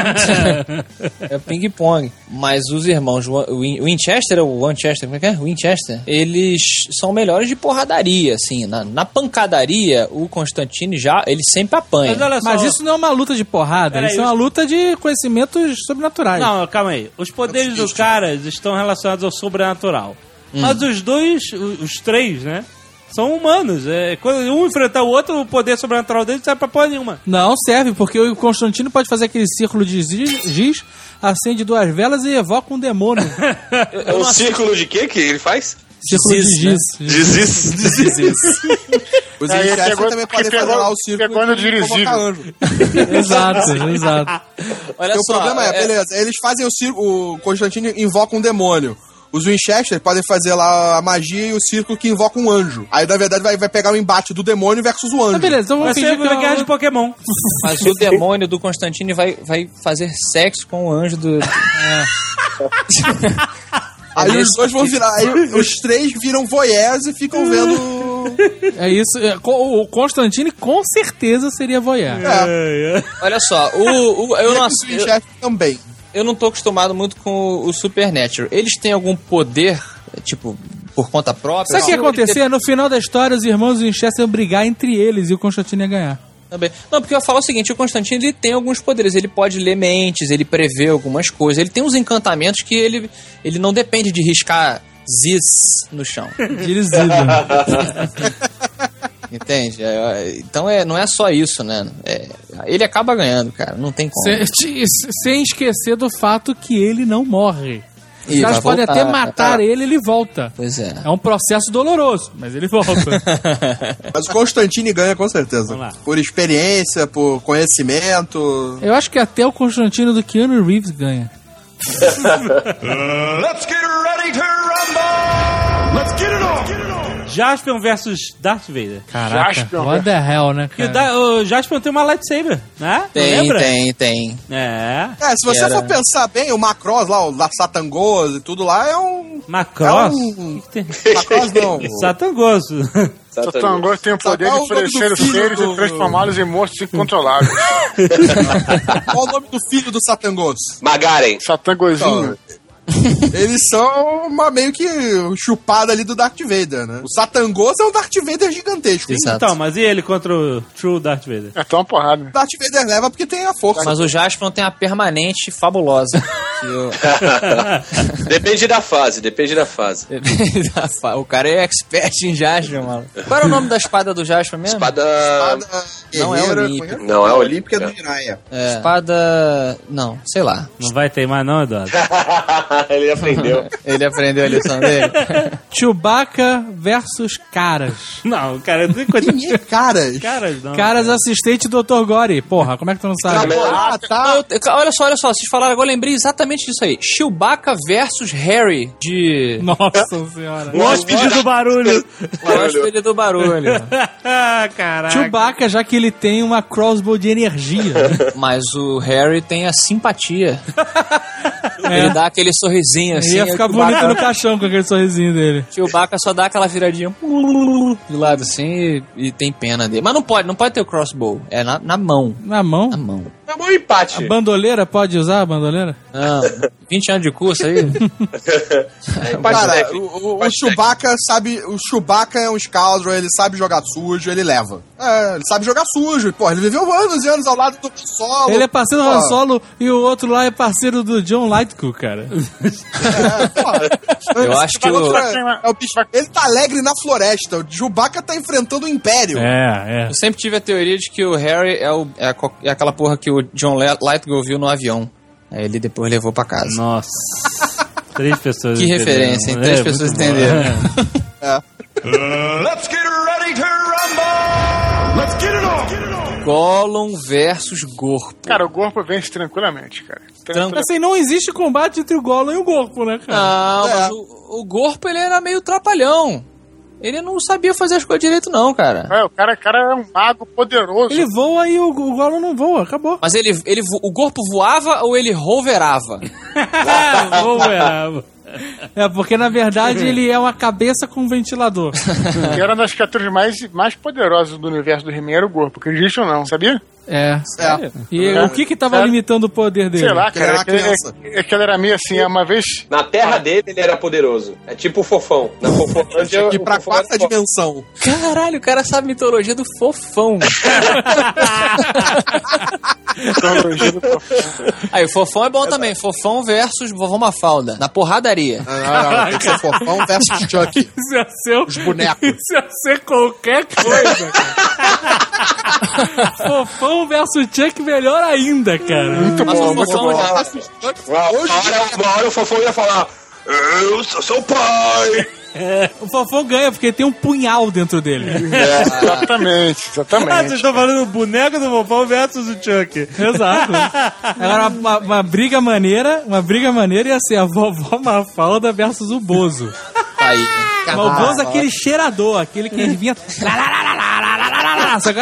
Speaker 5: É ping-pong. Mas os irmãos Wa- Win- Winchester, ou Winchester, como é que é? Winchester, eles são melhores de porradaria, assim. Na, na pancadaria, o Constantine já, ele sempre apanha.
Speaker 2: Mas olha só.
Speaker 7: Mas isso não é uma luta de porrada,
Speaker 2: Peraí,
Speaker 7: isso é uma luta de conhecimentos sobrenaturais.
Speaker 2: Não, calma aí. Os poderes do cara estão relacionados ao sobrenatural.
Speaker 5: Hum.
Speaker 2: Mas os dois, o- os três, né? São humanos. É, quando um enfrentar o outro, o poder sobrenatural dele não serve pra porra nenhuma.
Speaker 7: Não serve, porque o Constantino pode fazer aquele círculo de giz, giz, acende duas velas e evoca um demônio.
Speaker 3: É um círculo de quê que ele faz?
Speaker 7: círculo de giz.
Speaker 2: né?
Speaker 4: Os
Speaker 6: Aí
Speaker 4: iniciais
Speaker 6: É, pegou-
Speaker 4: também
Speaker 6: que
Speaker 4: podem fazer
Speaker 6: pegou-
Speaker 4: lá o círculo
Speaker 6: pegou no
Speaker 4: de
Speaker 6: dirigível.
Speaker 4: convocar anjo.
Speaker 7: exato, exato.
Speaker 5: Olha
Speaker 4: Porque o
Speaker 5: só,
Speaker 4: problema é,
Speaker 5: é-
Speaker 4: beleza, eles fazem o círculo, o Constantino invoca um demônio. Os Winchester podem fazer lá a magia e o círculo que invoca um anjo. Aí, na verdade, vai, vai pegar o embate do demônio versus o anjo.
Speaker 7: Mas beleza, então
Speaker 2: Vai
Speaker 7: vamos
Speaker 2: ser
Speaker 7: fingir que
Speaker 2: uma guerra de
Speaker 7: eu...
Speaker 2: Pokémon.
Speaker 5: Mas o demônio do Constantine vai, vai fazer sexo com o anjo do.
Speaker 4: Aí
Speaker 5: É
Speaker 4: os dois vão virar. Aí os três viram voyeurs e ficam vendo.
Speaker 7: É isso, é, co- o Constantine com certeza seria voyeur.
Speaker 4: É,
Speaker 5: Olha só, o, o- eu, não,
Speaker 4: os
Speaker 5: eu,
Speaker 4: Winchester também.
Speaker 5: eu não tô acostumado muito com o, o Supernatural. Eles têm algum poder, tipo, por conta própria?
Speaker 7: Sabe o que ia
Speaker 5: Não, ele
Speaker 7: acontecer? No final da história, os irmãos Winchester iam brigar entre eles e o Constantino ia ganhar.
Speaker 5: Também. Não, porque eu ia falar o seguinte, o Constantino ele tem alguns poderes, ele pode ler mentes, ele prevê algumas coisas, ele tem uns encantamentos que ele, ele não depende de riscar zis no chão,
Speaker 7: Dirigido.
Speaker 5: entende? É, é, Então é, não é só isso, né? É, ele acaba ganhando, cara, não tem como.
Speaker 7: sem, te- sem esquecer do fato que ele não morre. Os
Speaker 5: Ih,
Speaker 7: caras
Speaker 5: vai
Speaker 7: podem
Speaker 5: voltar,
Speaker 7: até matar
Speaker 5: vai.
Speaker 7: ele, ele volta.
Speaker 5: Pois é.
Speaker 7: É um processo doloroso, mas ele volta.
Speaker 4: Mas o Constantine ganha com certeza.
Speaker 2: Vamos lá.
Speaker 4: Por experiência, por conhecimento.
Speaker 7: Eu acho que até o Constantino do Keanu Reeves ganha.
Speaker 2: Jaspion versus Darth Vader.
Speaker 7: Caraca,
Speaker 6: Jaspion,
Speaker 7: what the hell, né,
Speaker 2: Porque o,
Speaker 7: cara?
Speaker 2: da, o Jaspion tem uma lightsaber, né?
Speaker 5: Tem,
Speaker 2: Lembra?
Speaker 5: tem, tem.
Speaker 2: É.
Speaker 4: É, se você
Speaker 5: Era.
Speaker 4: for pensar bem, o Macross lá, o da Satangos e tudo lá, é um.
Speaker 2: Macross. um
Speaker 4: É um-
Speaker 2: Que que tem?
Speaker 4: Macross
Speaker 5: É
Speaker 4: não.
Speaker 2: Satangoso.
Speaker 6: O Tango tem o poder de
Speaker 4: Satanás é o nome
Speaker 6: oferecer
Speaker 4: do
Speaker 6: os
Speaker 4: filho
Speaker 6: seres
Speaker 4: do-
Speaker 6: e transformá-los em monstros incontroláveis.
Speaker 4: Qual o nome do filho do Satangos?
Speaker 3: Magaren.
Speaker 6: Satangozinho.
Speaker 4: Eles são uma meio que chupada ali do Darth Vader, né? O Satangos é um Darth Vader gigantesco.
Speaker 5: Exato.
Speaker 2: Então, mas e ele contra o True Darth Vader?
Speaker 6: É tão uma porrada.
Speaker 4: O Darth Vader leva porque tem a força.
Speaker 5: Mas o Jaspion tem a permanente fabulosa. que eu-
Speaker 3: Depende da fase, depende da fase.
Speaker 5: o cara é expert em Jaspion, mano. Qual era o nome da espada do Jaspion mesmo?
Speaker 3: Espada.
Speaker 4: Espada
Speaker 5: Não é
Speaker 4: guerreira,
Speaker 5: olímpica.
Speaker 4: como
Speaker 3: Não é
Speaker 4: Olímpica
Speaker 3: olímpica.
Speaker 4: do Jiraiya.
Speaker 5: É. Espada... Não, sei lá.
Speaker 2: Não vai teimar não, Eduardo?
Speaker 3: Ele aprendeu.
Speaker 5: Ele aprendeu a lição dele.
Speaker 7: Chewbacca versus Caras.
Speaker 2: Não, o cara não encontra...
Speaker 4: Quem é caras?
Speaker 2: Caras não.
Speaker 7: Caras assistente do Dr. Gore. Porra, como é que tu não sabe?
Speaker 4: Ah,
Speaker 5: Ah,
Speaker 4: tá.
Speaker 5: eu- eu- olha só, olha só, vocês falaram agora, eu lembrei exatamente disso aí. Chewbacca versus Harry de é
Speaker 7: Nossa senhora.
Speaker 2: O hóspede do barulho.
Speaker 5: O Hóspede do Barulho.
Speaker 2: Ah, Caraca.
Speaker 7: Chewbacca, já que ele tem uma crossbow de energia. né?
Speaker 5: Mas o Harry tem a simpatia. Ele
Speaker 7: É.
Speaker 5: dá aquele sorrisinho assim.
Speaker 7: Ele ia
Speaker 2: é
Speaker 5: aí o
Speaker 7: ficar bonito
Speaker 5: Chewbacca-
Speaker 7: no caixão com aquele sorrisinho dele.
Speaker 5: Chewbacca só dá aquela viradinha de lado assim e, e tem pena dele. Mas não pode, não pode ter o crossbow. É na, na mão.
Speaker 7: Na mão?
Speaker 5: Na mão.
Speaker 3: É um bom empate.
Speaker 7: A bandoleira pode usar a bandoleira?
Speaker 5: Ah, 20 anos de curso aí.
Speaker 3: Empate
Speaker 4: Cara,
Speaker 3: técnico.
Speaker 4: o, o, o
Speaker 3: Empate
Speaker 4: Chewbacca sabe. O Chewbacca é um Scoundrel, ele sabe jogar sujo, ele leva. É, ele sabe jogar sujo. Porra, ele viveu anos e anos ao lado do solo.
Speaker 7: Ele é parceiro do Han
Speaker 4: Ó.
Speaker 7: Solo e o outro lá é parceiro do John Lightcook, cara.
Speaker 5: Eu acho que o, eu
Speaker 4: É o bicho. Ele tá alegre na floresta. O Chewbacca tá enfrentando o Império.
Speaker 7: É, é.
Speaker 5: sempre tive a teoria de que o Harry é, o, é, a co- é aquela porra que o John Le- Lightgo viu no avião. Aí ele depois levou pra casa.
Speaker 2: Nossa. Três pessoas
Speaker 5: Que
Speaker 2: entenderam.
Speaker 5: referência, hein? Três
Speaker 2: É,
Speaker 5: pessoas
Speaker 2: muito bom.
Speaker 5: entenderam. É. Gollum versus Gorpo.
Speaker 6: Cara, o Gorpo vence tranquilamente, cara. Tranquilamente.
Speaker 7: Assim, não existe combate entre o Gollum e o Gorpo, né, cara?
Speaker 5: Não,
Speaker 4: É.
Speaker 5: mas o, o Gorpo ele era meio trapalhão. Ele não sabia fazer as coisas direito, não, cara.
Speaker 6: É, o cara, o cara é um mago poderoso.
Speaker 7: Ele voa e o, o Gollum não voa, acabou.
Speaker 5: Mas ele, ele, vo- o Gorpo voava ou ele roverava?
Speaker 2: Vamos ver.
Speaker 7: É, porque na verdade ele é uma cabeça com um ventilador.
Speaker 6: Ele era uma das criaturas mais, mais poderosas do universo do He-Man, era o Gorpo, acredite ou não, sabia?
Speaker 7: É.
Speaker 4: É.
Speaker 7: E o que que tava
Speaker 6: Sério?
Speaker 7: limitando o poder dele?
Speaker 6: Sei lá,
Speaker 4: Ele
Speaker 6: cara.
Speaker 4: era uma
Speaker 6: É que ele,
Speaker 4: criança.
Speaker 6: é que ele era meio assim, é uma vez.
Speaker 3: Na terra dele, ele era poderoso. É tipo o fofão. Na fofolândia...
Speaker 4: E
Speaker 3: o
Speaker 4: pra
Speaker 3: Fofão era
Speaker 4: quarta
Speaker 3: fofão.
Speaker 4: dimensão.
Speaker 5: Caralho, o cara sabe mitologia do fofão. Aí, o fofão é bom também. Fofão versus vovó Mafalda. Na porradaria.
Speaker 4: Não, não, Ah, não. Tem que ser fofão versus Chuck.
Speaker 7: Isso
Speaker 2: é
Speaker 7: ia ser,
Speaker 4: Os bonecos.
Speaker 7: isso ia ser qualquer coisa. cara. Fofão versus Chuck, melhor ainda, cara. Muito
Speaker 5: Mas o
Speaker 4: muito
Speaker 5: fofão
Speaker 4: bom.
Speaker 5: já.
Speaker 3: Uma
Speaker 4: Hoje-
Speaker 3: hora, uma hora o fofão ia falar... Eu sou seu pai!
Speaker 7: O Fofão ganha porque tem um punhal dentro dele.
Speaker 6: Exatamente,
Speaker 2: Ah, vocês
Speaker 6: exatamente.
Speaker 2: estão falando do boneco do vovó versus o Chuck.
Speaker 7: Exato. Era uma, uma briga maneira, uma briga maneira ia ser a vovó Mafalda versus o Bozo.
Speaker 4: Tá
Speaker 5: Aí.
Speaker 7: Mas o Bozo é aquele cheirador, aquele que ele vinha. Sabe?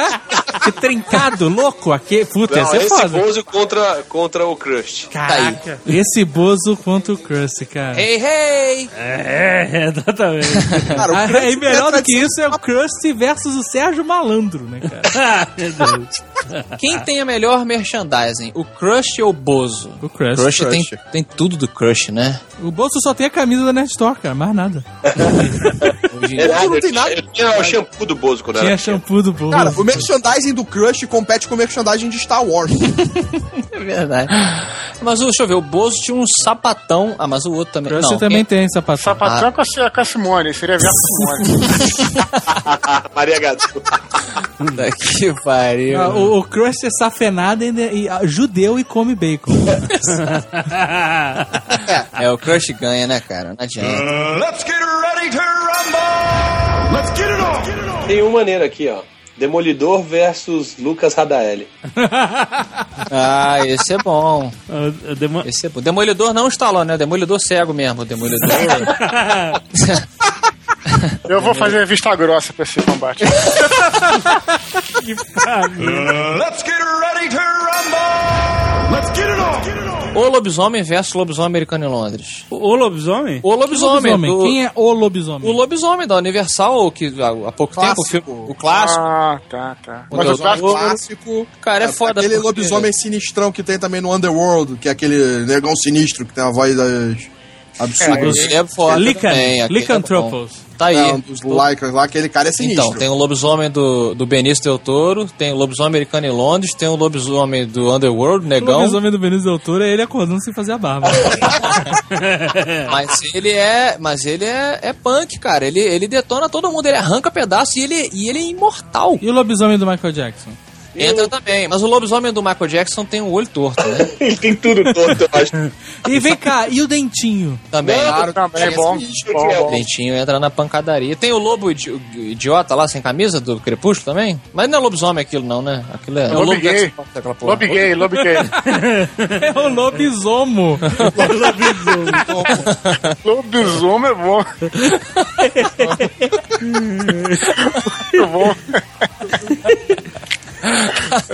Speaker 7: Que trincado, louco. Aquele... Puta, ia
Speaker 3: Não,
Speaker 7: ser
Speaker 3: esse
Speaker 7: foda.
Speaker 3: Bozo contra, contra o Crust.
Speaker 5: Tá aí.
Speaker 7: Esse Bozo contra o Krusty, cara.
Speaker 5: Hey, hey!
Speaker 2: É, exatamente.
Speaker 4: Cara, o Crunch
Speaker 7: Aí, melhor
Speaker 4: é
Speaker 7: do que isso é o Krusty versus o Sérgio Malandro, né, cara?
Speaker 5: Quem tem a melhor merchandising? O Crush ou o Bozo?
Speaker 7: O Krusty.
Speaker 5: Crush,
Speaker 4: Crush.
Speaker 5: Tem, tem tudo do Crush, né?
Speaker 7: O Bozo só tem a camisa da Nerd Store, cara, mais nada.
Speaker 5: Hoje em
Speaker 3: É
Speaker 5: dia.
Speaker 3: nada,
Speaker 4: não tem
Speaker 3: eu
Speaker 4: nada.
Speaker 3: tinha- Eu tinha o shampoo do Bozo quando
Speaker 7: Tinha
Speaker 3: era...
Speaker 7: shampoo do Bozo.
Speaker 4: Cara, o merchandising do Crush compete com o merchandising de Star Wars.
Speaker 5: É verdade. Mas o- deixa eu ver, o Bozo tinha um sapatão. Ah, mas o outro também.
Speaker 7: Krusty
Speaker 5: não,
Speaker 7: também
Speaker 5: quem-
Speaker 7: tem
Speaker 4: Ah.
Speaker 7: sapatão.
Speaker 6: Sapatão com, a, Ci- com a Simone, seria verso Simone.
Speaker 3: Ah, Maria Gadu.
Speaker 5: Puta que pariu.
Speaker 7: Ah, o, o Krusty é safenado e, e- ah, judeu e come bacon.
Speaker 5: É, o Crush ganha, né, cara? Não adianta.
Speaker 3: Tem um maneiro aqui, ó. Demolidor versus Lucas Radaeli.
Speaker 5: Ah, esse é bom.
Speaker 2: Eu- eu demo-
Speaker 5: Esse é bom. Demolidor não instalou, né? Demolidor cego mesmo. Demolidor.
Speaker 7: É.
Speaker 6: Eu vou fazer vista grossa pra esse combate.
Speaker 5: o lobisomem versus lobisomem americano em Londres.
Speaker 2: O lobisomem?
Speaker 5: O lobisomem. do-
Speaker 7: Quem é o
Speaker 5: O
Speaker 7: lobisomem?
Speaker 5: lobisomem da Universal, que há há pouco tempo, o, filme, o clássico.
Speaker 6: Ah, tá, tá.
Speaker 5: Mas
Speaker 6: Mas o clássico.
Speaker 4: clássico.
Speaker 5: Cara, é foda.
Speaker 4: Ah, Aquele
Speaker 5: porque-
Speaker 4: lobisomem sinistrão que tem também no Underworld, que é aquele negão sinistro que tem a voz das. absurdas.
Speaker 5: Ele é foda.
Speaker 7: Lican,
Speaker 5: também, aquele
Speaker 7: Licantropos.
Speaker 5: é bom. tá aí.
Speaker 4: É, um dos Lycans lá, aquele cara é sinistro.
Speaker 5: Então, tem o lobisomem do, do Benício Del Toro, tem o lobisomem americano em Londres, tem o lobisomem do Underworld,
Speaker 7: O
Speaker 5: negão,
Speaker 7: lobisomem do Benício Del Toro é ele acordando sem fazer a barba.
Speaker 5: mas ele é, mas ele é, é punk, cara. Ele, ele detona todo mundo, ele arranca pedaço e ele, e ele é imortal.
Speaker 7: e o lobisomem do Michael Jackson?
Speaker 5: Entra também, mas o lobisomem do Michael Jackson tem um olho torto, né?
Speaker 3: Ele tem tudo torto, eu acho.
Speaker 7: E vem cá, e o dentinho?
Speaker 5: Também.
Speaker 6: Claro, também é bom. bom,
Speaker 5: O
Speaker 6: bom.
Speaker 5: Dentinho entra na pancadaria. Tem o lobo idi- idiota lá sem camisa do Crepúsculo também? Mas não é lobisomem aquilo, não, né? Aquilo é. é o
Speaker 6: Lobo
Speaker 5: lobo
Speaker 6: gay.
Speaker 5: Jackson, aquela porra.
Speaker 6: Lobby gay, lobby gay.
Speaker 7: É o lobisomo.
Speaker 6: Lobisomem é bom. Muito bom.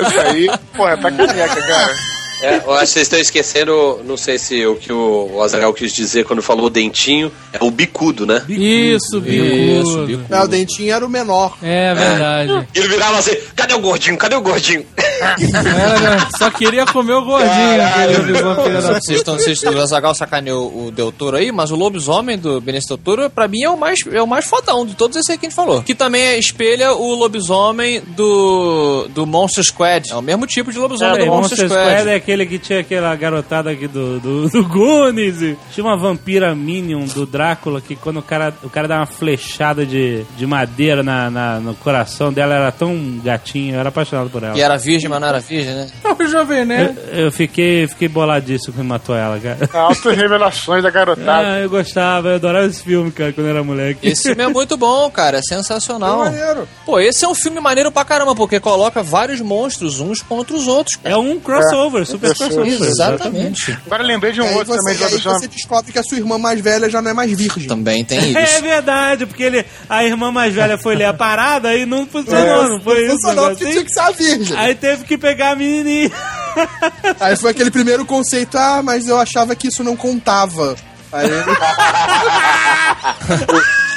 Speaker 6: Isso aí, porra, tá caneca, cara.
Speaker 3: É, eu acho que vocês estão esquecendo, não sei se o que o Azaghal quis dizer quando falou dentinho, é o bicudo, né?
Speaker 7: Isso,
Speaker 5: Isso,
Speaker 7: bico.
Speaker 5: bico.
Speaker 4: É, o dentinho era o menor.
Speaker 7: É verdade.
Speaker 3: Ele virava assim, cadê o gordinho, cadê o gordinho?
Speaker 7: Era, só queria comer o gordinho. aquele lobisomem filho da-
Speaker 5: Vocês estão, vocês, o Azagal sacaneou o Del Toro aí, mas o lobisomem do Benício Del Toro, pra mim, é o mais, é o mais fodão de todos esses aí que a gente falou. Que também é, espelha o lobisomem do, do Monster Squad. É o mesmo tipo de lobisomem
Speaker 2: Peraí,
Speaker 5: do Monster,
Speaker 2: Monster
Speaker 5: Squad.
Speaker 2: Squad é aquele que tinha aquela garotada aqui do, do, do Goonies. e Tinha uma vampira Minion do Drácula que quando o cara, o cara dá uma flechada de, de madeira na, na- no coração dela, era tão gatinho, eu era apaixonado por ela.
Speaker 5: E era virgem, mas não era virgem, né?
Speaker 7: O Jovem Nerd.
Speaker 2: Eu, eu fiquei, fiquei boladíssimo quando matou ela, cara.
Speaker 6: Tá Altas revelações da garotada.
Speaker 2: Ah, eu gostava, eu adorava esse filme, cara, quando eu era moleque.
Speaker 5: Esse filme é muito bom, cara. É sensacional.
Speaker 4: Maneiro.
Speaker 5: Pô, esse é um filme maneiro pra caramba, porque coloca vários monstros uns contra os outros.
Speaker 2: É um crossover, super
Speaker 6: Isso,
Speaker 2: crossover.
Speaker 5: Exatamente.
Speaker 6: Agora eu lembrei de
Speaker 4: É. E
Speaker 6: um
Speaker 4: aí
Speaker 6: outro
Speaker 4: você,
Speaker 6: também,
Speaker 4: e aí
Speaker 6: do Jovem.
Speaker 4: você descobre que a sua irmã mais velha já não é mais virgem.
Speaker 5: Também tem
Speaker 2: É
Speaker 5: isso.
Speaker 2: verdade, porque ele, a irmã mais velha foi ler a parada e não funcionou, não foi isso?
Speaker 4: Funcionou
Speaker 2: negócio
Speaker 4: porque
Speaker 2: assim?
Speaker 4: tinha que ser a virgem.
Speaker 2: Aí teve que pegar a menininha.
Speaker 4: Aí foi aquele primeiro conceito, ah, mas eu achava que isso não contava. Aí,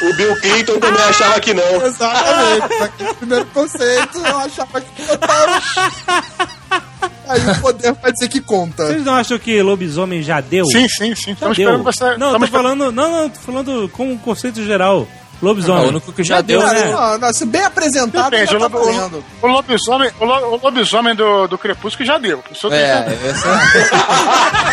Speaker 3: O Bill Clinton também achava que não.
Speaker 4: exatamente, foi aquele primeiro conceito, eu achava que contava. Aí o poder vai dizer que conta.
Speaker 2: Vocês não acham que lobisomem já deu?
Speaker 6: Sim, sim, sim.
Speaker 2: já
Speaker 6: Estamos
Speaker 2: deu.
Speaker 6: esperando você.
Speaker 2: Não, eu tô
Speaker 4: tá
Speaker 6: estamos
Speaker 2: falando. Não, não, tô falando com o conceito geral. Lobisomem.
Speaker 5: É o único que já deu,
Speaker 4: Não,
Speaker 5: né?
Speaker 4: não, não, se bem apresentado,
Speaker 6: Depende,
Speaker 4: já
Speaker 6: o,
Speaker 4: tá
Speaker 6: lobo-
Speaker 4: valendo.
Speaker 6: o lobisomem, o, lo- o lobisomem do, do Crepúsculo já deu. Isso eu tenho certeza.
Speaker 5: É, essa...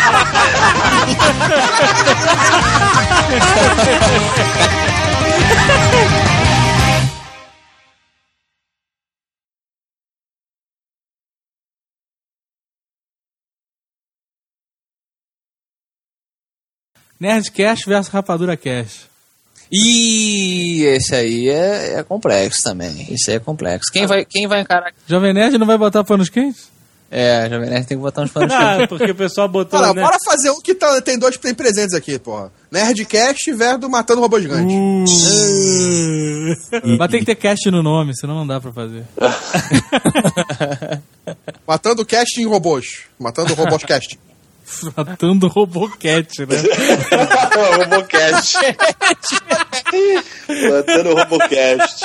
Speaker 7: Nerdcast versus Rapadura Cash.
Speaker 5: E esse aí é, é complexo também. Isso aí é complexo. Quem vai, quem vai encarar?
Speaker 7: Jovem Nerd não vai botar panos quentes?
Speaker 5: É, Jovem Nerd tem que botar uns panos quentes.
Speaker 2: Ah, porque o pessoal botou.
Speaker 4: Cara,
Speaker 2: né?
Speaker 4: bora fazer um que tá- tem dois tem presentes aqui, porra. Nerdcast versus Matando Robô Gigante.
Speaker 7: Mas tem que ter cast no nome, senão não dá pra fazer.
Speaker 4: Matando cast em robôs. Matando robôs cast.
Speaker 7: Matando Robocat, né?
Speaker 3: o Robocast. Plantando o Robocast.